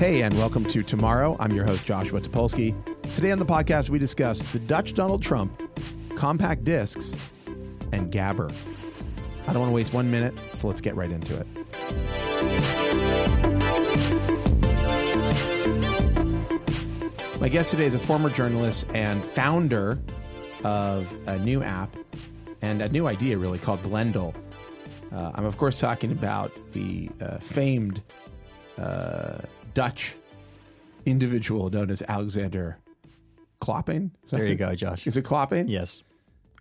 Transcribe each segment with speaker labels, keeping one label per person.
Speaker 1: and welcome to Tomorrow. I'm your host, Joshua Topolsky. Today on the podcast, we discuss the Dutch Donald Trump, compact discs, and Gabber. I don't want to waste one minute, so let's get right into it. My guest today is a former journalist and founder of a new app and a new idea, really, called Blendle. Uh, I'm, of course, talking about the uh, famed uh, Dutch individual known as Alexander Klopping. Is that-
Speaker 2: There you go, Josh.
Speaker 1: Is it Klopping?
Speaker 2: Yes.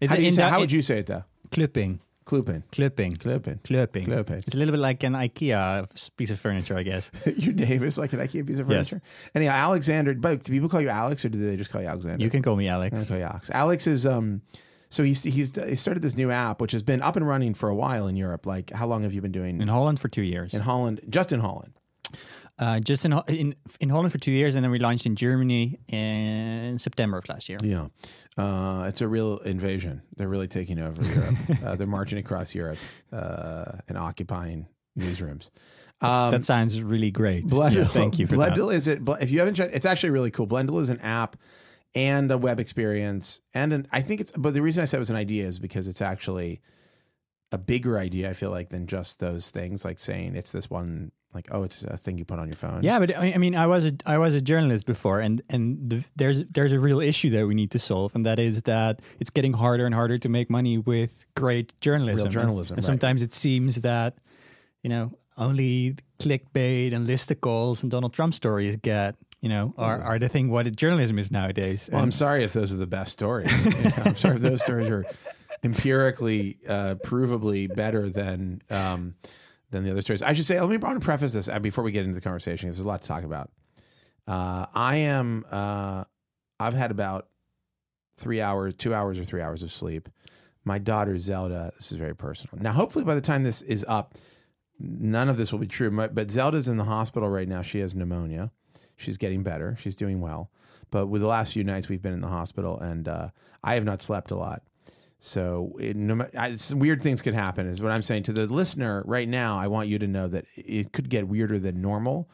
Speaker 2: It's
Speaker 1: How, do you
Speaker 2: in
Speaker 1: say,
Speaker 2: Du-
Speaker 1: how would
Speaker 2: it-
Speaker 1: you say it, though?
Speaker 2: clipping,
Speaker 1: Klopping.
Speaker 2: clipping,
Speaker 1: Klopping.
Speaker 2: clipping,
Speaker 1: Klopping.
Speaker 2: It's a little bit like an IKEA piece of furniture, I guess.
Speaker 1: Your name is like an IKEA piece of
Speaker 2: Yes.
Speaker 1: furniture. Anyhow, Alexander, but do people call you Alex or do they just call you Alexander?
Speaker 2: You can call me Alex.
Speaker 1: I call you Alex. Alex is, um, so he's, he's he started this new app, which has been up and running for a while in Europe. Like, how long have you been doing
Speaker 2: In Holland for two years.
Speaker 1: in Holland? Just in Holland.
Speaker 2: Uh, just in, Ho- in in Holland for two years, and then we launched in Germany in September of last year.
Speaker 1: Yeah, uh, it's a real invasion. They're really taking over Europe. uh, they're marching across Europe uh, and occupying newsrooms. Um,
Speaker 2: that sounds really great.
Speaker 1: Blendle,
Speaker 2: Yeah, thank you for that.
Speaker 1: Blendle is it? Bl- If you haven't checked, it's actually really cool. Blendle is an app and a web experience, and an, I think it's. But the reason I said it was an idea is because it's actually a bigger idea. I feel like than just those things, like saying it's this one, like oh, it's a thing you put on your phone.
Speaker 2: Yeah, but I I mean, I was a I was a journalist before, and and the, there's there's a real issue that we need to solve, and that is that it's getting harder and harder to make money with great journalism.
Speaker 1: Real journalism,
Speaker 2: and,
Speaker 1: right.
Speaker 2: sometimes it seems that you know only clickbait and listicles and Donald Trump stories get you know are are the thing what journalism is nowadays.
Speaker 1: Mm. Well, I'm
Speaker 2: And-
Speaker 1: sorry if those are the best stories. Yeah, I'm sorry if those stories are empirically, uh, provably better than um, than the other stories. I should say, let me I want to preface this uh, before we get into the conversation because there's a lot to talk about. Uh, I am. Uh, I've had about three hours, two hours or three hours of sleep. My daughter Zelda. This is very personal. Now, hopefully, by the time this is up, none of this will be true. My- But Zelda's in the hospital right now. She has pneumonia. She's getting better. She's doing well. But with the last few nights, we've been in the hospital, and uh, I have not slept a lot. So it, no, ma- I, some weird things could happen. Is what I'm saying to the listener right now. I want you to know that it could get weirder than normal,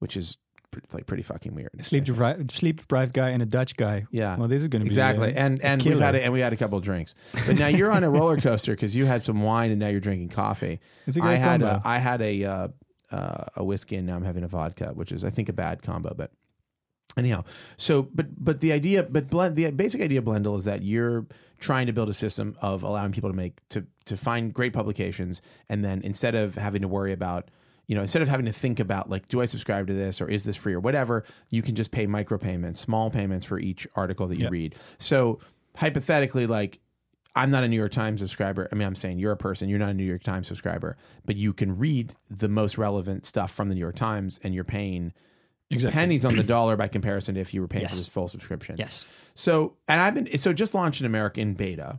Speaker 1: which is pretty, like pretty fucking weird.
Speaker 2: Sleep deprived, sleep deprived guy and a Dutch guy.
Speaker 1: Yeah.
Speaker 2: Well, this is going to
Speaker 1: Exactly,
Speaker 2: be uh,
Speaker 1: and
Speaker 2: a
Speaker 1: and we've had
Speaker 2: killer.
Speaker 1: a, and we had a couple of drinks, but now you're on a roller coaster because you had some wine and now you're drinking coffee.
Speaker 2: It's a
Speaker 1: I
Speaker 2: great
Speaker 1: had
Speaker 2: combo.
Speaker 1: a, I had a uh, uh, a whiskey and now I'm having a vodka, which is I think a bad combo, but anyhow. So, but but the idea, but blend the basic idea of Blendle is that you're trying to build a system of allowing people to make to to find great publications, and then instead of having to worry about you know, instead of having to think about like, do I subscribe to this or is this free or whatever, you can just pay micropayments, small payments for each article that you
Speaker 2: Yeah.
Speaker 1: read. So hypothetically, like I'm not a New York Times subscriber. I mean, I'm saying you're a person, you're not a New York Times subscriber, but you can read the most relevant stuff from the New York Times and you're paying
Speaker 2: exactly.
Speaker 1: pennies on the dollar by comparison to if you were paying for
Speaker 2: Yes.
Speaker 1: this full subscription.
Speaker 2: Yes.
Speaker 1: So, and I've been, so it just launched in America in beta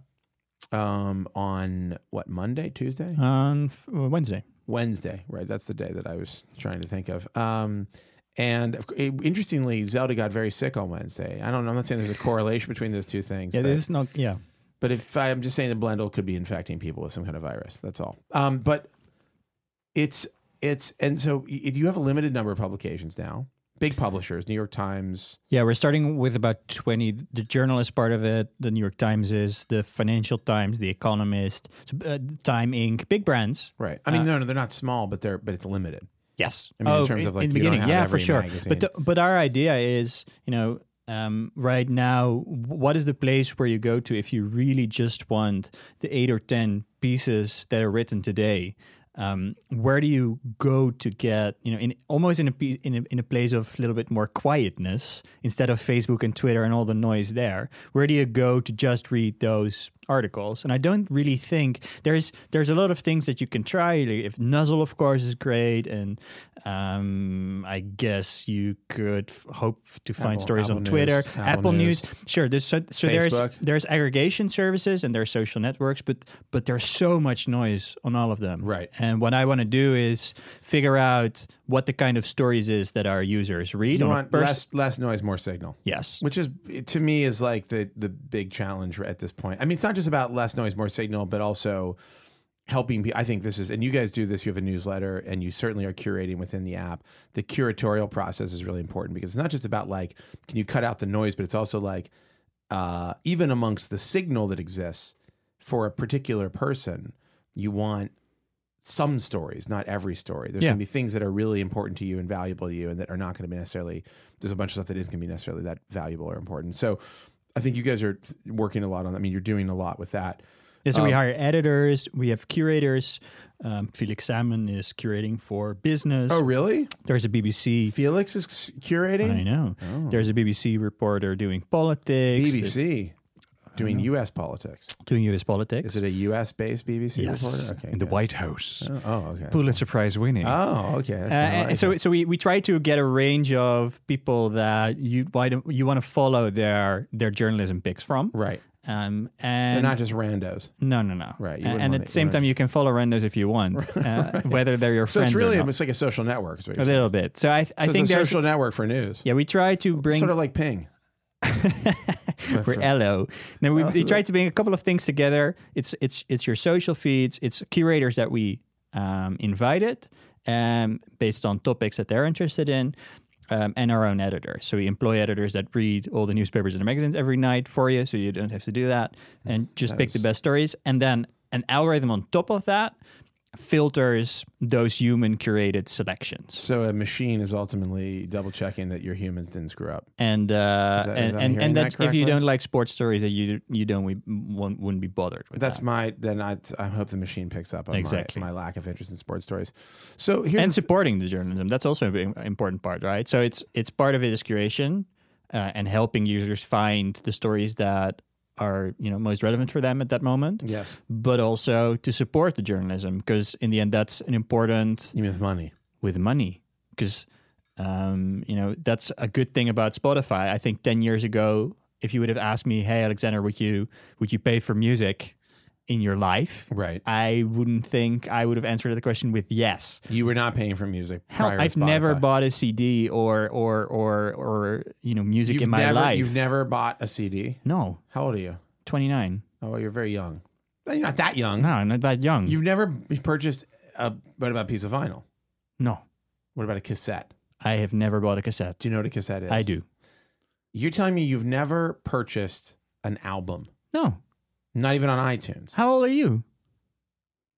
Speaker 1: um, on what, Monday, Tuesday?
Speaker 2: On f- uh, Wednesday.
Speaker 1: Wednesday, right? That's the day that I was trying to think of. Um, and of cou- it, interestingly, Zelda got very sick on Wednesday. I don't. know. I'm not saying there's a correlation between those two things.
Speaker 2: Yeah,
Speaker 1: but,
Speaker 2: this is not. Yeah.
Speaker 1: but if I, I'm just saying that Blendle could be infecting people with some kind of virus. That's all. Um, but it's it's and so y- you have a limited number of publications now. Big publishers, New York Times.
Speaker 2: Yeah, we're starting with about 20. The journal is part of it, the New York Times is, the Financial Times, the Economist, uh, Time Inc., big brands.
Speaker 1: Right. I mean, no, no, they're not small, but they're but it's limited.
Speaker 2: Yes.
Speaker 1: I mean, in terms of, like,
Speaker 2: Oh, in the
Speaker 1: you don't
Speaker 2: beginning,
Speaker 1: have
Speaker 2: yeah,
Speaker 1: every
Speaker 2: for sure.
Speaker 1: magazine.
Speaker 2: But the, but our idea is, you know, um, right now, what is the place where you go to if you really just want the eight or ten pieces that are written today? Um, where do you go to get, you know, in almost in a, pe- in a in a place of a little bit more quietness instead of Facebook and Twitter and all the noise there? Where do you go to just read those articles? And I don't really think there's there's a lot of things that you can try. Like If Nuzzle, of course, is great, and um, I guess you could f- hope to find
Speaker 1: Apple-
Speaker 2: stories
Speaker 1: Apple
Speaker 2: on
Speaker 1: News,
Speaker 2: Twitter,
Speaker 1: Apple
Speaker 2: Apple,
Speaker 1: News.
Speaker 2: News. Sure, there's so, so there's
Speaker 1: Facebook.
Speaker 2: there's aggregation services and there's social networks, but but there's so much noise on all of them.
Speaker 1: Right.
Speaker 2: And what I want to do is figure out what the kind of stories is that our users read.
Speaker 1: You
Speaker 2: on a
Speaker 1: want
Speaker 2: pers-
Speaker 1: less less noise, more signal.
Speaker 2: Yes.
Speaker 1: which is to me is like the the big challenge at this point. I mean, it's not just about less noise, more signal, but also helping people. I think this is, and you guys do this. You have a newsletter, and you certainly are curating within the app. The curatorial process is really important because it's not just about like can you cut out the noise, but it's also like uh, even amongst the signal that exists for a particular person, you want some stories, not every story. There's
Speaker 2: Yeah.
Speaker 1: going to be things that are really important to you and valuable to you, and that are not going to be necessarily. There's a bunch of stuff that isn't going to be necessarily that valuable or important. So, I think you guys are working a lot on. that. I mean, you're doing a lot with that.
Speaker 2: Yeah,
Speaker 1: Um,
Speaker 2: so we hire editors, we have curators. Um, Felix Salmon is curating for business.
Speaker 1: Oh, really?
Speaker 2: There's a BBC.
Speaker 1: Felix is c-
Speaker 2: I
Speaker 1: curating
Speaker 2: know.
Speaker 1: Oh.
Speaker 2: There's a BBC reporter doing politics. there's
Speaker 1: BBC, doing U.S. politics.
Speaker 2: Doing US politics.
Speaker 1: Is it a U.S. based BBC
Speaker 2: yes.
Speaker 1: reporter? Okay.
Speaker 3: in the
Speaker 1: good.
Speaker 3: White House.
Speaker 1: Oh, okay.
Speaker 3: Pulitzer Prize winning.
Speaker 1: Oh, okay. That's
Speaker 2: Uh,
Speaker 1: kinda
Speaker 2: and
Speaker 1: like
Speaker 2: so,
Speaker 1: it.
Speaker 2: so we, we try to get a range of people that you why don't, you want to follow their their journalism picks from.
Speaker 1: right,
Speaker 2: Um,
Speaker 1: they're
Speaker 2: and
Speaker 1: not just randos.
Speaker 2: no, no, no.
Speaker 1: Right, you
Speaker 2: A-
Speaker 1: wouldn't
Speaker 2: and
Speaker 1: want
Speaker 2: at
Speaker 1: it-
Speaker 2: the same
Speaker 1: right.
Speaker 2: time, you can follow randos if you want, uh, whether they're your
Speaker 1: So
Speaker 2: friends
Speaker 1: it's really
Speaker 2: or not.
Speaker 1: it's like a social network. Is what
Speaker 2: a
Speaker 1: you're saying.
Speaker 2: little bit. So I I
Speaker 1: So
Speaker 2: think
Speaker 1: it's a
Speaker 2: there's
Speaker 1: social network for news.
Speaker 2: yeah we try to bring
Speaker 1: Sort of like Ping. But
Speaker 2: We're
Speaker 1: for-
Speaker 2: Ello. Now we,
Speaker 1: Oh.
Speaker 2: we tried to bring a couple of things together. It's it's it's your social feeds. It's curators that we um, invited um, based on topics that they're interested in, um, and our own editors. So we employ editors that read all the newspapers and the magazines every night for you, so you don't have to do that,
Speaker 1: Mm,
Speaker 2: and just pick the best stories. And then an algorithm on top of that filters those human curated selections.
Speaker 1: so a machine is ultimately double checking that your humans didn't screw up.
Speaker 2: And uh,
Speaker 1: Is that- is
Speaker 2: and
Speaker 1: I'm
Speaker 2: and,
Speaker 1: hearing
Speaker 2: and
Speaker 1: that
Speaker 2: that if
Speaker 1: correctly?
Speaker 2: you don't like sports stories, that you you don't we won't, wouldn't be bothered with that.
Speaker 1: That's my then. I, I hope the machine picks up on my-
Speaker 2: Ah. Exactly.
Speaker 1: my, lack of interest in sports stories. So here's
Speaker 2: and
Speaker 1: the th-
Speaker 2: supporting the journalism. That's also an im- important part, right? So it's it's part of it is curation uh, and helping users find the stories that are you know most relevant for them at that moment,
Speaker 1: yes,
Speaker 2: but also to support the journalism because in the end that's an important
Speaker 1: you mean with money.
Speaker 2: with money because um, you know that's a good thing about Spotify. I think ten years ago, if you would have asked me, hey Alexander, would you would you pay for music in your life?
Speaker 1: Right.
Speaker 2: I wouldn't think I would have answered the question with yes.
Speaker 1: You were not paying for music.
Speaker 2: Hell,
Speaker 1: prior to
Speaker 2: I've never
Speaker 1: Spotify.
Speaker 2: bought a CD or or or or you know music
Speaker 1: You've
Speaker 2: in my
Speaker 1: never,
Speaker 2: life.
Speaker 1: You've never bought a CD.
Speaker 2: no,
Speaker 1: How old are you?
Speaker 2: twenty nine.
Speaker 1: Oh, you're very young. You're not that young.
Speaker 2: No, I'm not that young.
Speaker 1: Hmm. You've never purchased a what about a piece of vinyl?
Speaker 2: no,
Speaker 1: What about a cassette?
Speaker 2: I have never bought a cassette.
Speaker 1: Do you know what a cassette is?
Speaker 2: I do.
Speaker 1: You're telling me you've never purchased an album,
Speaker 2: No.
Speaker 1: not even on iTunes.
Speaker 2: How old are you?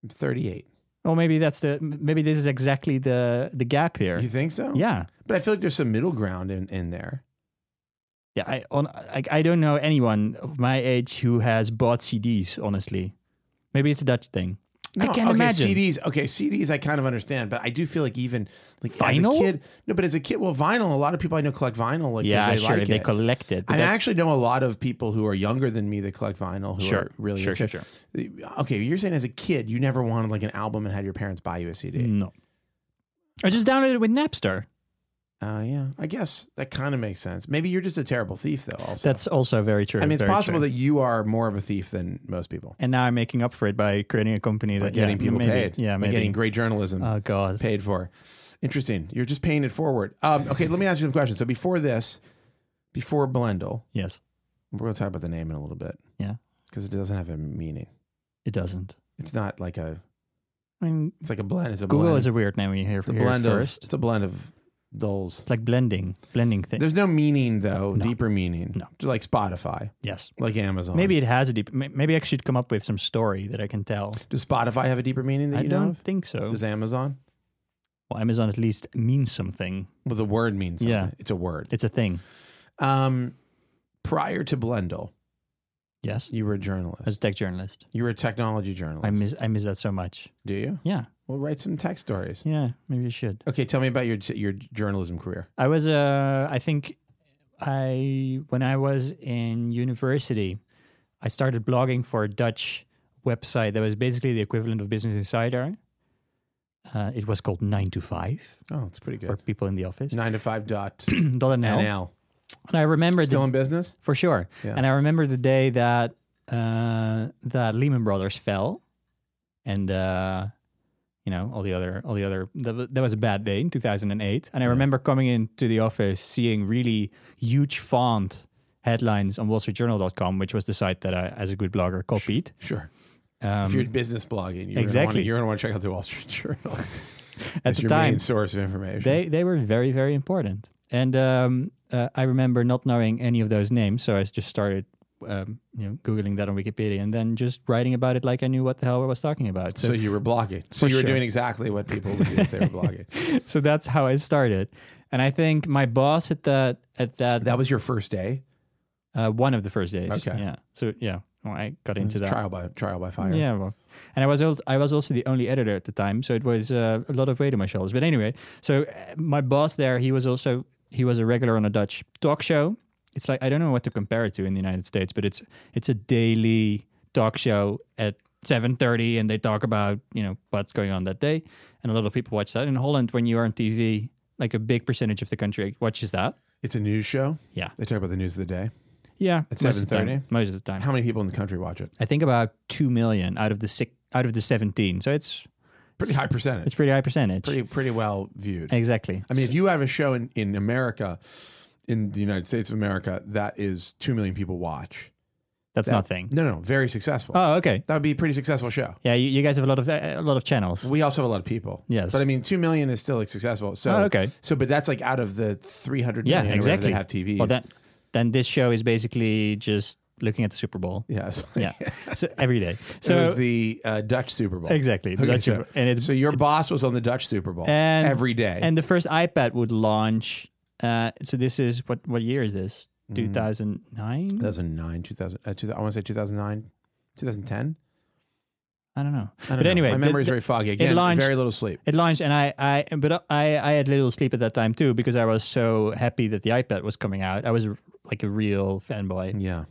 Speaker 1: I'm 38.
Speaker 2: Oh, maybe that's the maybe this is exactly the the gap here.
Speaker 1: You think so?
Speaker 2: yeah,
Speaker 1: But I feel like there's some middle ground in, in there.
Speaker 2: yeah. I on I, I don't know anyone of my age who has bought CDs. Honestly, maybe it's a Dutch thing. I can't
Speaker 1: okay,
Speaker 2: imagine.
Speaker 1: CDs. Okay, CDs. I kind of understand, but I do feel like even like as
Speaker 2: Vinyl?
Speaker 1: a kid. No, but as a kid, well, vinyl. A lot of people I know collect vinyl. Like 'cause
Speaker 2: yeah,
Speaker 1: they
Speaker 2: sure.
Speaker 1: Like
Speaker 2: if they
Speaker 1: it.
Speaker 2: collect it. but
Speaker 1: I
Speaker 2: that's-
Speaker 1: actually know a lot of people who are younger than me that collect vinyl who
Speaker 2: Sure,
Speaker 1: are really
Speaker 2: sure,
Speaker 1: into-
Speaker 2: sure,
Speaker 1: Okay, you're saying as a kid you never wanted like an album and had your parents buy you a CD.
Speaker 2: no. I just downloaded it with Napster.
Speaker 1: Uh, yeah, I guess that kind of makes sense. Maybe you're just a terrible thief though. Also,
Speaker 2: That's also very true.
Speaker 1: I mean, it's
Speaker 2: very
Speaker 1: possible
Speaker 2: true.
Speaker 1: that you are more of a thief than most people.
Speaker 2: and now I'm making up for it by creating a company
Speaker 1: By
Speaker 2: that
Speaker 1: getting
Speaker 2: yeah,
Speaker 1: people
Speaker 2: maybe,
Speaker 1: paid,
Speaker 2: Yeah,
Speaker 1: by
Speaker 2: maybe.
Speaker 1: getting great journalism
Speaker 2: oh god.
Speaker 1: paid for. Interesting. You're just paying it forward. Um, okay, let me ask you some questions. So before this, before Blendle,
Speaker 2: Yes,
Speaker 1: we're going to talk about the name in a little bit.
Speaker 2: Yeah.
Speaker 1: because it doesn't have a meaning.
Speaker 2: it doesn't.
Speaker 1: It's not like a.
Speaker 2: I mean,
Speaker 1: It's like a blend. It's a
Speaker 2: Google
Speaker 1: blend.
Speaker 2: is a weird name when you hear,
Speaker 1: It's a
Speaker 2: hear it
Speaker 1: blend of
Speaker 2: first.
Speaker 1: it's a blend of dolls.
Speaker 2: It's like blending, blending thing.
Speaker 1: There's no meaning though,
Speaker 2: No.
Speaker 1: deeper meaning.
Speaker 2: No.
Speaker 1: Just like Spotify,
Speaker 2: yes,
Speaker 1: like Amazon.
Speaker 2: maybe it has a deep. may- Maybe I should come up with some story that I can tell.
Speaker 1: does Spotify have a deeper meaning that
Speaker 2: I
Speaker 1: you know?
Speaker 2: don't
Speaker 1: Of?
Speaker 2: think so.
Speaker 1: Does Amazon?
Speaker 2: well, Amazon at least means something.
Speaker 1: Well, the word means something.
Speaker 2: Yeah.
Speaker 1: It's a word.
Speaker 2: It's a thing.
Speaker 1: Um, prior to Blendle,
Speaker 2: Yes,
Speaker 1: you were a journalist.
Speaker 2: as a tech journalist,
Speaker 1: you were a technology journalist.
Speaker 2: I miss I miss that so much.
Speaker 1: Do you?
Speaker 2: Yeah,
Speaker 1: Well, write some tech stories.
Speaker 2: yeah. Maybe I should.
Speaker 1: Okay, tell me about your your journalism career.
Speaker 2: I was uh I think I when I was in university, I started blogging for a Dutch website that was basically the equivalent of Business Insider. Uh, it was called Nine to Five
Speaker 1: Oh, it's pretty
Speaker 2: for
Speaker 1: good.
Speaker 2: people in the office.
Speaker 1: Nine to five dot
Speaker 2: Dot NL.
Speaker 1: NL.
Speaker 2: And I remember
Speaker 1: Still
Speaker 2: the,
Speaker 1: in business?
Speaker 2: for sure.
Speaker 1: Yeah.
Speaker 2: And I remember the day that uh, that Lehman Brothers fell, and uh, you know all the other all the other that, wa- that was a bad day in 2008. And I remember coming into the office seeing really huge font headlines on WallStreetJournal.com, which was the site that I, as a good blogger, copied.
Speaker 1: Sure.
Speaker 2: Um,
Speaker 1: if you're business blogging, you're
Speaker 2: exactly.
Speaker 1: Gonna wanna, you're going to want to check out the Wall Street Journal
Speaker 2: at
Speaker 1: as
Speaker 2: the
Speaker 1: your
Speaker 2: time,
Speaker 1: main source of information.
Speaker 2: they they were very very important. And um, uh, I remember not knowing any of those names, so I just started. Um, you know, googling that on Wikipedia, and then just writing about it like I knew what the hell I was talking about.
Speaker 1: so you were blogging. So
Speaker 2: For
Speaker 1: you were
Speaker 2: sure.
Speaker 1: doing exactly what people would do if they were blogging.
Speaker 2: so that's how I started. And I think my boss at that at that,
Speaker 1: That was your first day.
Speaker 2: uh, one of the first days.
Speaker 1: Okay.
Speaker 2: Yeah. So yeah, well, I got into that.
Speaker 1: Trial by trial by fire.
Speaker 2: Yeah. Well, and I was also, I was also the only editor at the time, so it was uh, a lot of weight on my shoulders. But anyway, so uh, my boss there, he was also he was a regular on a Dutch talk show. It's like I don't know what to compare it to in the United States, but it's it's a daily talk show at 7:30 and they talk about, you know, what's going on that day. And a lot of people watch that. In Holland when you are on TV, like a big percentage of the country watches that.
Speaker 1: It's a news show.
Speaker 2: Yeah.
Speaker 1: They talk about the news of the day.
Speaker 2: Yeah.
Speaker 1: At
Speaker 2: most of the time-
Speaker 1: 7:30?
Speaker 2: Most of the time.
Speaker 1: How many people in the country watch it?
Speaker 2: I think about 2 million out of the six, out of the 17. So it's
Speaker 1: Pretty high percentage.
Speaker 2: it's pretty high percentage.
Speaker 1: pretty pretty well viewed.
Speaker 2: Exactly.
Speaker 1: I mean, if you have a show in, in America, in the United States of America, that is two million people watch.
Speaker 2: that's
Speaker 1: that-
Speaker 2: nothing.
Speaker 1: No, no, very successful.
Speaker 2: Oh, okay.
Speaker 1: that would be a pretty successful show.
Speaker 2: Yeah, you, you guys have a lot of a lot of channels.
Speaker 1: We also have a lot of people.
Speaker 2: Yes.
Speaker 1: but I mean, two million is still like, successful. So
Speaker 2: Oh, okay.
Speaker 1: So, but that's like out of the three hundred
Speaker 2: Yeah,
Speaker 1: million or whatever
Speaker 2: exactly.
Speaker 1: that have TVs.
Speaker 2: Well, then then this show is basically just looking at the Super Bowl.
Speaker 1: yeah, so-
Speaker 2: Yeah. so every day.
Speaker 1: it
Speaker 2: So
Speaker 1: was the uh, Dutch Super Bowl.
Speaker 2: exactly.
Speaker 1: Okay,
Speaker 2: That's
Speaker 1: so,
Speaker 2: your- and it's
Speaker 1: so your boss was on the Dutch Super Bowl
Speaker 2: And-
Speaker 1: every day.
Speaker 2: and the first iPad would launch. Uh, so this is what what year is this?
Speaker 1: Mm.
Speaker 2: Two thousand nine.
Speaker 1: 2009, 2000, uh, 2000 I want to say 2009, 2010.
Speaker 2: I don't know.
Speaker 1: I don't
Speaker 2: But
Speaker 1: know.
Speaker 2: anyway,
Speaker 1: my
Speaker 2: the-
Speaker 1: memory is
Speaker 2: the-
Speaker 1: very foggy. Again,
Speaker 2: launched-
Speaker 1: very little sleep.
Speaker 2: It launched, and I, I, but I, I had little sleep at that time too because I was so happy that the iPad was coming out. I was r- like a real fanboy.
Speaker 1: Yeah.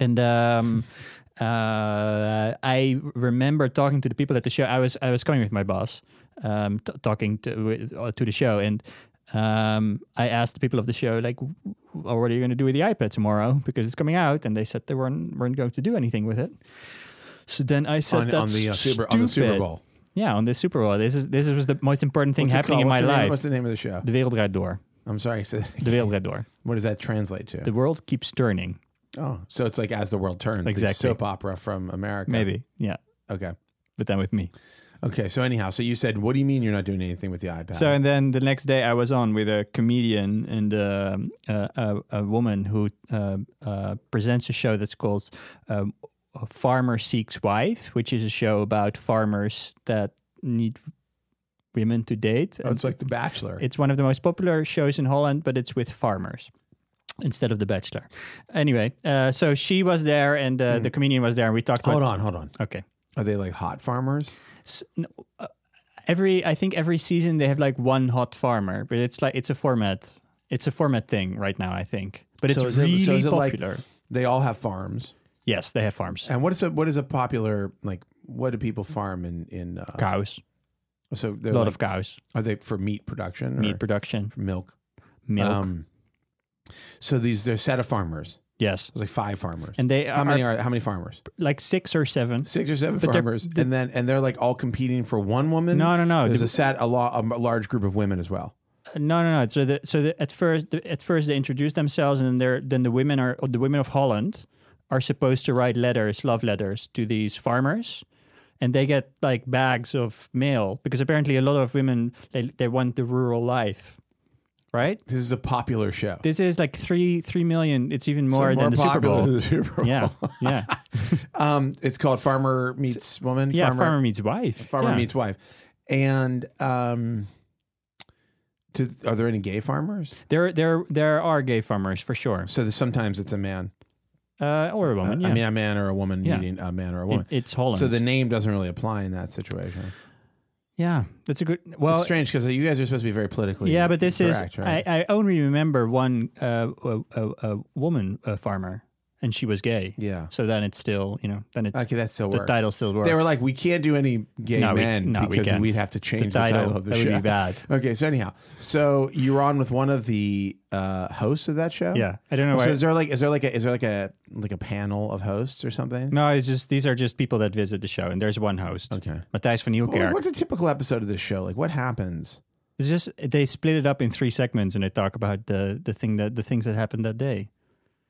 Speaker 2: and um, uh, I remember talking to the people at the show. I was I was coming with my boss, um, t- talking to with- uh, to the show, and um, I asked the people of the show like, "W- w- "What are you going to do with the iPad tomorrow? Because it's coming out." And they said they weren't weren't going to do anything with it. So then I said,
Speaker 1: On, on
Speaker 2: "That's
Speaker 1: the uh, Super on the Super
Speaker 2: stupid."
Speaker 1: Bowl.
Speaker 2: Yeah, on the Super Bowl. This is this was the most important thing
Speaker 1: What's it
Speaker 2: happening
Speaker 1: called?
Speaker 2: in
Speaker 1: What's the
Speaker 2: my
Speaker 1: name-
Speaker 2: life.
Speaker 1: what's the name of the show?
Speaker 2: the wereld gaat door.
Speaker 1: I'm sorry. So,
Speaker 2: The wereld gaat door.
Speaker 1: what does that translate to?
Speaker 2: The world keeps turning.
Speaker 1: oh, so it's like as the world turns. The
Speaker 2: Exactly.
Speaker 1: soap opera from America.
Speaker 2: Maybe, yeah.
Speaker 1: Okay.
Speaker 2: But then with me.
Speaker 1: Okay. So anyhow, so you said, what do you mean you're not doing anything with the iPad?
Speaker 2: So and then the next day I was on with a comedian and um, uh, a, a woman who uh, uh, presents a show that's called um, A Farmer Seeks Wife, which is a show about farmers that need women to date.
Speaker 1: oh,
Speaker 2: And
Speaker 1: it's like The Bachelor.
Speaker 2: it's one of the most popular shows in Holland, but it's with farmers instead of The Bachelor. Anyway, uh, so she was there and uh, the comedian was there, and we talked
Speaker 1: Hmm. hold
Speaker 2: about.
Speaker 1: on, hold on.
Speaker 2: Okay.
Speaker 1: Are they like hot farmers?
Speaker 2: S- no, uh, every I think every season they have like one hot farmer, but it's like it's a format. It's a format thing right now, I think. But it's
Speaker 1: So is it- so
Speaker 2: really
Speaker 1: is it like-
Speaker 2: popular.
Speaker 1: They all have farms.
Speaker 2: yes, they have farms,
Speaker 1: And what is a what is a popular like? What do people farm in in? Uh,
Speaker 2: cows,
Speaker 1: so
Speaker 2: a
Speaker 1: they're
Speaker 2: lot
Speaker 1: like,
Speaker 2: of cows,
Speaker 1: are they for meat production? Or
Speaker 2: meat production,
Speaker 1: for milk.
Speaker 2: milk.
Speaker 1: Um, so these they're a set of farmers.
Speaker 2: yes,
Speaker 1: There's like five farmers.
Speaker 2: and they
Speaker 1: how
Speaker 2: are,
Speaker 1: many
Speaker 2: are
Speaker 1: are how many farmers?
Speaker 2: like six or seven.
Speaker 1: Six or seven
Speaker 2: But they're-
Speaker 1: farmers,
Speaker 2: the-
Speaker 1: and then and they're like all competing for one woman.
Speaker 2: No, no, no,
Speaker 1: There's
Speaker 2: The-
Speaker 1: a set a, lo- a large group of women as well.
Speaker 2: no, no, no. So, the, so the, at first, the, at first they introduce themselves, and then they're, then the women are the women of Holland are supposed to write letters, love letters, to these farmers, and they get like bags of mail because apparently a lot of women they they want the rural life, right?
Speaker 1: This is a popular show.
Speaker 2: This is like three three million. It's even
Speaker 1: So
Speaker 2: more than the Super
Speaker 1: popular
Speaker 2: Bowl.
Speaker 1: than the Super Bowl.
Speaker 2: Yeah, yeah,
Speaker 1: Um, it's called Farmer Meets Woman.
Speaker 2: yeah. Farmer,
Speaker 1: Farmer,
Speaker 2: meets wife.
Speaker 1: Farmer
Speaker 2: Yeah.
Speaker 1: Meets Wife, and um, to, are there any gay farmers?
Speaker 2: There, there, there are gay farmers for sure,
Speaker 1: So there's, sometimes it's a man.
Speaker 2: uh, or a woman. yeah,
Speaker 1: I mean, a man or a woman
Speaker 2: Yeah.
Speaker 1: meeting a man or a
Speaker 2: It-
Speaker 1: woman.
Speaker 2: it's Holland.
Speaker 1: So the name doesn't really apply in that situation.
Speaker 2: yeah, that's a good. Well,
Speaker 1: it's strange because you guys are supposed to be very politically.
Speaker 2: Yeah, but this
Speaker 1: correct,
Speaker 2: is
Speaker 1: right?
Speaker 2: I, I only remember one uh, a, a, a woman uh farmer, and she was gay.
Speaker 1: yeah.
Speaker 2: So then it's still you know then it's
Speaker 1: Okay, that still
Speaker 2: the
Speaker 1: works.
Speaker 2: title still works.
Speaker 1: They were like, we can't do any gay
Speaker 2: No, we-
Speaker 1: men
Speaker 2: no, we
Speaker 1: because
Speaker 2: can't.
Speaker 1: would have to
Speaker 2: the
Speaker 1: change the
Speaker 2: title,
Speaker 1: title, of the
Speaker 2: that
Speaker 1: show.
Speaker 2: would be bad.
Speaker 1: Okay, so anyhow, so you're on with one of the uh, hosts of that show.
Speaker 2: Yeah, I don't know.
Speaker 1: So
Speaker 2: Why,
Speaker 1: is there like is there like a is there like a like a panel of hosts or something?
Speaker 2: no, it's just these are just people that visit the show, and there's one host,
Speaker 1: Okay.
Speaker 2: Matthijs van
Speaker 1: Well, like,
Speaker 2: Nieuwkerk.
Speaker 1: what's a typical episode of this show? Like, what happens?
Speaker 2: It's just they split it up in three segments, and they talk about the the thing that the things that happened that day.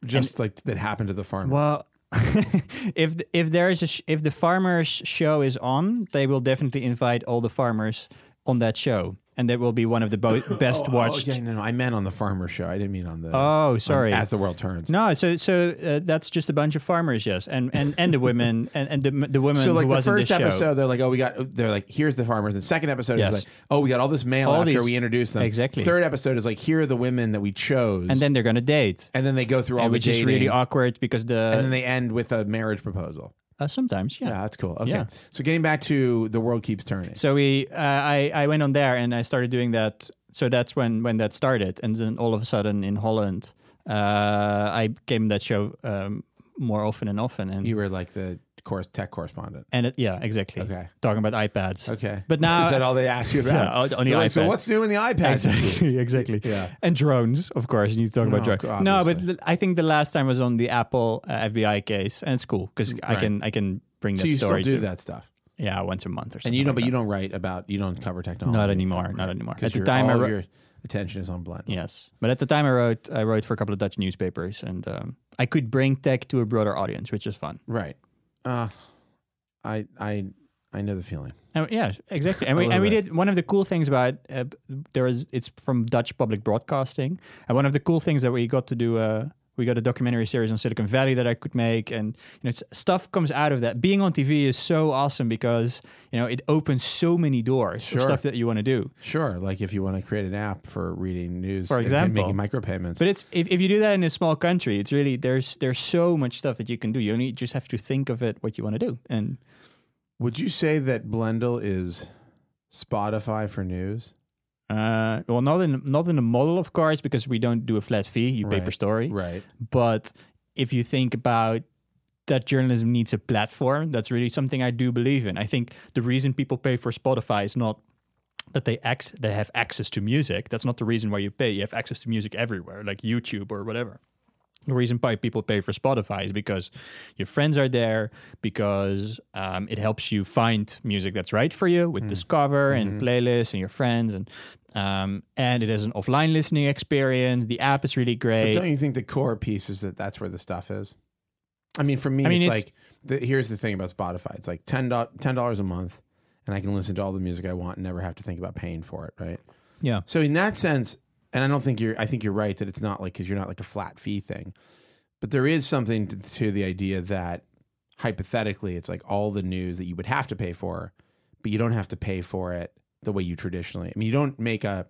Speaker 1: Just like that happened to the farmer.
Speaker 2: Well, if th- if there is a sh- if the farmers show is on, they will definitely invite all the farmers on that show, and that will be one of the bo- best watched.
Speaker 1: Oh, yeah, no, no, I meant on the farmer show. I didn't mean on the.
Speaker 2: Oh, sorry.
Speaker 1: As the world turns.
Speaker 2: No, so so uh, that's just a bunch of farmers, yes, and and, and the women and, and the the women
Speaker 1: So like
Speaker 2: who
Speaker 1: the
Speaker 2: was in
Speaker 1: first
Speaker 2: this show.
Speaker 1: episode, they're like, oh, we got. They're like, here's the farmers. And second episode
Speaker 2: Yes.
Speaker 1: is like, oh, we got all this mail
Speaker 2: All
Speaker 1: after
Speaker 2: these-
Speaker 1: we introduced them.
Speaker 2: Exactly.
Speaker 1: Third episode is like, here are the women that we chose.
Speaker 2: and then they're gonna date,
Speaker 1: and then they go through all the
Speaker 2: which is
Speaker 1: dating.
Speaker 2: really awkward because
Speaker 1: and
Speaker 2: the
Speaker 1: then they end with a marriage proposal.
Speaker 2: uh, sometimes yeah.
Speaker 1: Yeah, that's cool. Okay.
Speaker 2: Yeah.
Speaker 1: So getting back to the world keeps turning.
Speaker 2: So we uh, I I went on there and I started doing that. So that's when when that started, and then all of a sudden in Holland, uh, I came that show um, more often and often, and
Speaker 1: you were like the course tech correspondent.
Speaker 2: and it, yeah, exactly.
Speaker 1: Okay.
Speaker 2: Talking about iPads.
Speaker 1: Okay.
Speaker 2: But now-
Speaker 1: is that all they ask you
Speaker 2: Yeah,
Speaker 1: about?
Speaker 2: on- on the
Speaker 1: You're like, so
Speaker 2: iPad.
Speaker 1: what's new in the iPad? this week?"
Speaker 2: Exactly, exactly.
Speaker 1: Yeah. Oh,
Speaker 2: And drones, of course. You need to talk
Speaker 1: of
Speaker 2: about drones.
Speaker 1: course,
Speaker 2: no, but
Speaker 1: obviously.
Speaker 2: l- I think the last time was on the Apple uh, FBI case, and it's cool because I
Speaker 1: Right.
Speaker 2: can I can bring that
Speaker 1: So you still
Speaker 2: story
Speaker 1: do
Speaker 2: to
Speaker 1: that stuff,
Speaker 2: yeah once a month or something.
Speaker 1: and you don't.
Speaker 2: like
Speaker 1: But
Speaker 2: that.
Speaker 1: you don't write about. You don't cover technology.
Speaker 2: not anymore, not anymore. At
Speaker 1: Because
Speaker 2: the
Speaker 1: your-
Speaker 2: time I
Speaker 1: all of
Speaker 2: wrote,
Speaker 1: your attention is on Blunt.
Speaker 2: Yes, but at the time I wrote, I wrote for a couple of Dutch newspapers, and um, I could bring tech to a broader audience, which is fun.
Speaker 1: Right. Uh, I I I know the feeling.
Speaker 2: And, yeah, exactly. And
Speaker 1: A
Speaker 2: we and we
Speaker 1: little
Speaker 2: did one of the cool things about uh, there is it's from Dutch public broadcasting, and one of the cool things that we got to do. Uh, we got a documentary series on Silicon Valley that I could make, and you know, it's, stuff comes out of that. Being on TV is so awesome because you know it opens so many doors
Speaker 1: Sure.
Speaker 2: for stuff that you want to do.
Speaker 1: Sure. Like if you want to create an app for reading news,
Speaker 2: For
Speaker 1: and pay-
Speaker 2: example.
Speaker 1: making micropayments.
Speaker 2: But it's if, if you do that in a small country, it's really there's there's so much stuff that you can do. You only just have to think of it what you want to do. And
Speaker 1: Would you say that Blendle is Spotify for news?
Speaker 2: uh, well, not in not in the model, of course, because we don't do a flat fee. You pay per
Speaker 1: Right,
Speaker 2: story.
Speaker 1: Right.
Speaker 2: But if you think about that journalism needs a platform, that's really something I do believe in. I think the reason people pay for Spotify is not that they ex- they have access to music. That's not the reason why you pay. You have access to music everywhere, like YouTube or whatever. The reason why people pay for Spotify is because your friends are there, because um, it helps you find music that's right for you
Speaker 1: Hmm.
Speaker 2: with Discover and
Speaker 1: Mm-hmm.
Speaker 2: playlists and your friends, and um, and it has an offline listening experience. The app is really
Speaker 1: But
Speaker 2: great.
Speaker 1: don't you think the core piece is that that's where the stuff is? I mean, for me,
Speaker 2: I mean,
Speaker 1: it's,
Speaker 2: it's-
Speaker 1: like the, here's the thing about Spotify: it's like ten dollars a month, and I can listen to all the music I want and never have to think about paying for it. Right.
Speaker 2: yeah.
Speaker 1: So in that sense, and I don't think you're. I think you're right that it's not like because you're not like a flat fee thing, but there is something to, to the idea that hypothetically, it's like all the news that you would have to pay for, but you don't have to pay for it the way you traditionally. I mean, you don't make a.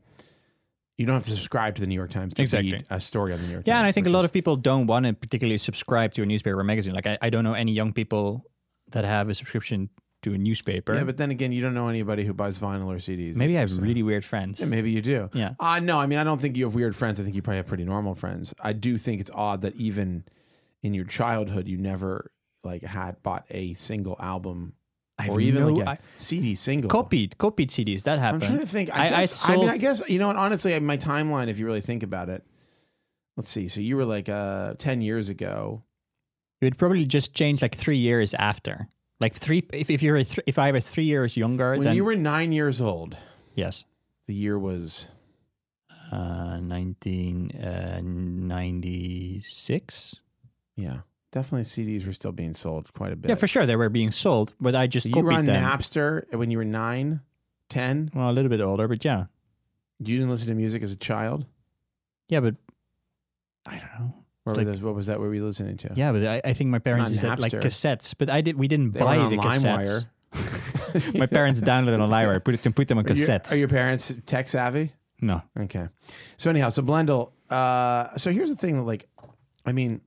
Speaker 1: You don't have to subscribe to the New York Times to
Speaker 2: Exactly.
Speaker 1: read a story on the New York Times.
Speaker 2: Yeah, and I think a
Speaker 1: which
Speaker 2: lot
Speaker 1: is-
Speaker 2: of people don't want to particularly subscribe to a newspaper or magazine. Like I, I don't know any young people that have a subscription to a newspaper.
Speaker 1: Yeah, but then again, you don't know anybody who buys vinyl or CDs.
Speaker 2: maybe I have
Speaker 1: So-
Speaker 2: really weird friends.
Speaker 1: Yeah, maybe you do.
Speaker 2: Yeah.
Speaker 1: Uh, no, I mean, I don't think you have weird friends. I think you probably have pretty normal friends. I do think it's odd that even in your childhood, you never like had bought a single album
Speaker 2: I have
Speaker 1: or even
Speaker 2: no-
Speaker 1: like a
Speaker 2: I-
Speaker 1: CD single.
Speaker 2: copied copied CDs that
Speaker 1: I'm
Speaker 2: happened.
Speaker 1: trying to think. I, guess, I,
Speaker 2: sold,
Speaker 1: mean, I guess, you know, and honestly, I- my timeline, if you really think about it, let's see. So you were like uh, 10 years ago.
Speaker 2: it would probably just change like three years after. Like three, if, if you're a th- if I was three years younger,
Speaker 1: When
Speaker 2: then
Speaker 1: you were nine years old,
Speaker 2: yes,
Speaker 1: the year was
Speaker 2: uh, nineteen uh, ninety six.
Speaker 1: yeah. Definitely, CDs were still being sold quite a bit.
Speaker 2: Yeah, for sure they were being sold, but I just
Speaker 1: So you
Speaker 2: copied
Speaker 1: were on
Speaker 2: them.
Speaker 1: Napster uh, when you were nine, 10.
Speaker 2: Well, a little bit older, but yeah,
Speaker 1: You didn't listen to music as a child?
Speaker 2: yeah, but I don't know.
Speaker 1: What,
Speaker 2: It's
Speaker 1: were those, what was that we were you listening to?
Speaker 2: Yeah, but I, I think my parents
Speaker 1: Not
Speaker 2: just had like
Speaker 1: Napster.
Speaker 2: cassettes, but I did. We didn't
Speaker 1: They
Speaker 2: buy
Speaker 1: were on
Speaker 2: the cassettes.
Speaker 1: LimeWire.
Speaker 2: my parents downloaded on LimeWire, put it and put them on
Speaker 1: Are your-
Speaker 2: cassettes.
Speaker 1: Are your parents tech savvy?
Speaker 2: no,
Speaker 1: Okay. So anyhow, so Blendel. Uh, so here's the thing. Like, I mean,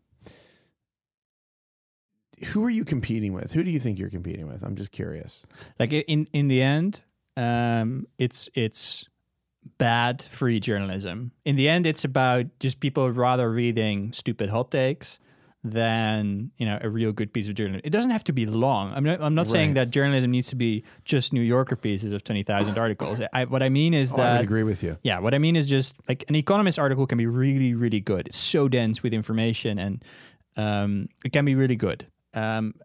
Speaker 1: who are you competing with? Who do you think you're competing with? I'm just curious.
Speaker 2: like i- in in the end, um, it's it's bad free journalism. In the end, it's about just people rather reading stupid hot takes than you know a real good piece of journalism. It doesn't have to be long. I'm not, I'm not saying
Speaker 1: Right.
Speaker 2: that journalism needs to be just New Yorker pieces of twenty thousand articles. I, what I mean is
Speaker 1: Oh, I
Speaker 2: that
Speaker 1: would agree with you.
Speaker 2: Yeah, what I mean is just like an economist article can be really, really good. It's so dense with information and um, it can be really good. Um,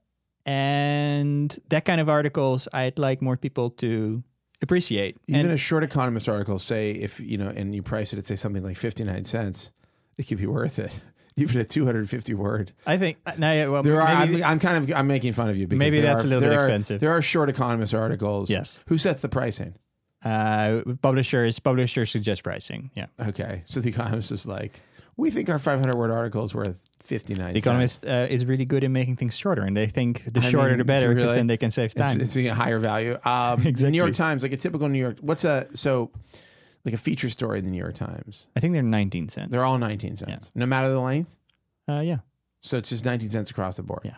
Speaker 2: and that kind of articles, I'd like more people to appreciate.
Speaker 1: Even
Speaker 2: and
Speaker 1: a short economist article, say if you know, and you price it at say something like 59 cents, it could be worth it. even a 250 word.
Speaker 2: I think uh, no, yeah, well,
Speaker 1: There are.
Speaker 2: maybe-
Speaker 1: I'm, I'm kind of. I'm making fun of you because
Speaker 2: Maybe
Speaker 1: there
Speaker 2: that's
Speaker 1: are-
Speaker 2: a little
Speaker 1: there
Speaker 2: bit
Speaker 1: are-
Speaker 2: expensive.
Speaker 1: There are short economist articles.
Speaker 2: Yes.
Speaker 1: Who sets the pricing?
Speaker 2: uh, publishers publishers suggest pricing. Yeah,
Speaker 1: Okay, so the economist is like, we think our 500 word article is worth 59.
Speaker 2: the Economist uh, is really good in making things shorter, and they think the
Speaker 1: I
Speaker 2: shorter
Speaker 1: mean,
Speaker 2: the better because
Speaker 1: really,
Speaker 2: then they can save
Speaker 1: It's,
Speaker 2: time.
Speaker 1: it's a higher value. Um, The New
Speaker 2: Exactly.
Speaker 1: York Times, like a typical New York. What's a so like a feature story in the New York Times?
Speaker 2: I think they're nineteen cents.
Speaker 1: They're all 19 cents, no matter the length.
Speaker 2: uh, yeah,
Speaker 1: So it's just 19 cents across the board.
Speaker 2: Yeah.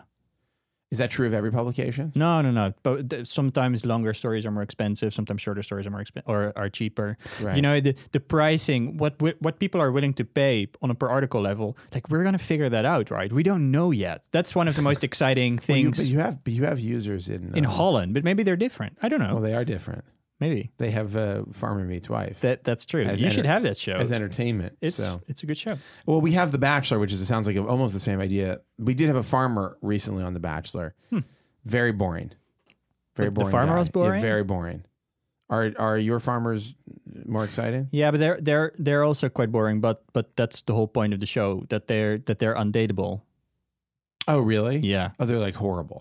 Speaker 1: Is that true of every publication?
Speaker 2: no, no, no. But th- sometimes longer stories are more expensive. Sometimes shorter stories are more expen- or are cheaper.
Speaker 1: Right.
Speaker 2: You know the the pricing, what wi- what people are willing to pay on a per article level. Like we're gonna figure that out, right? We don't know yet. That's one of the most exciting
Speaker 1: Well, you,
Speaker 2: things
Speaker 1: but you have but you have users in
Speaker 2: in
Speaker 1: um,
Speaker 2: Holland. But maybe they're different. I don't know.
Speaker 1: Well, they are different.
Speaker 2: maybe
Speaker 1: They have uh, Farmer Meets Wife
Speaker 2: that that's true.
Speaker 1: As
Speaker 2: you
Speaker 1: enter-
Speaker 2: should have that show.
Speaker 1: as entertainment.
Speaker 2: It's
Speaker 1: so
Speaker 2: it's a good show.
Speaker 1: Well, we have The Bachelor, which is it sounds like almost the same idea. We did have a farmer recently on The Bachelor. Very boring. Very
Speaker 2: Hmm. The
Speaker 1: boring.
Speaker 2: farmer
Speaker 1: guy.
Speaker 2: was
Speaker 1: Yeah,
Speaker 2: boring?
Speaker 1: very boring. Are are your farmers more exciting?
Speaker 2: Yeah, but they're they're they're also quite boring. But but that's the whole point of the show that they're that they're undateable.
Speaker 1: Oh, really?
Speaker 2: Yeah,
Speaker 1: Oh, they're like horrible.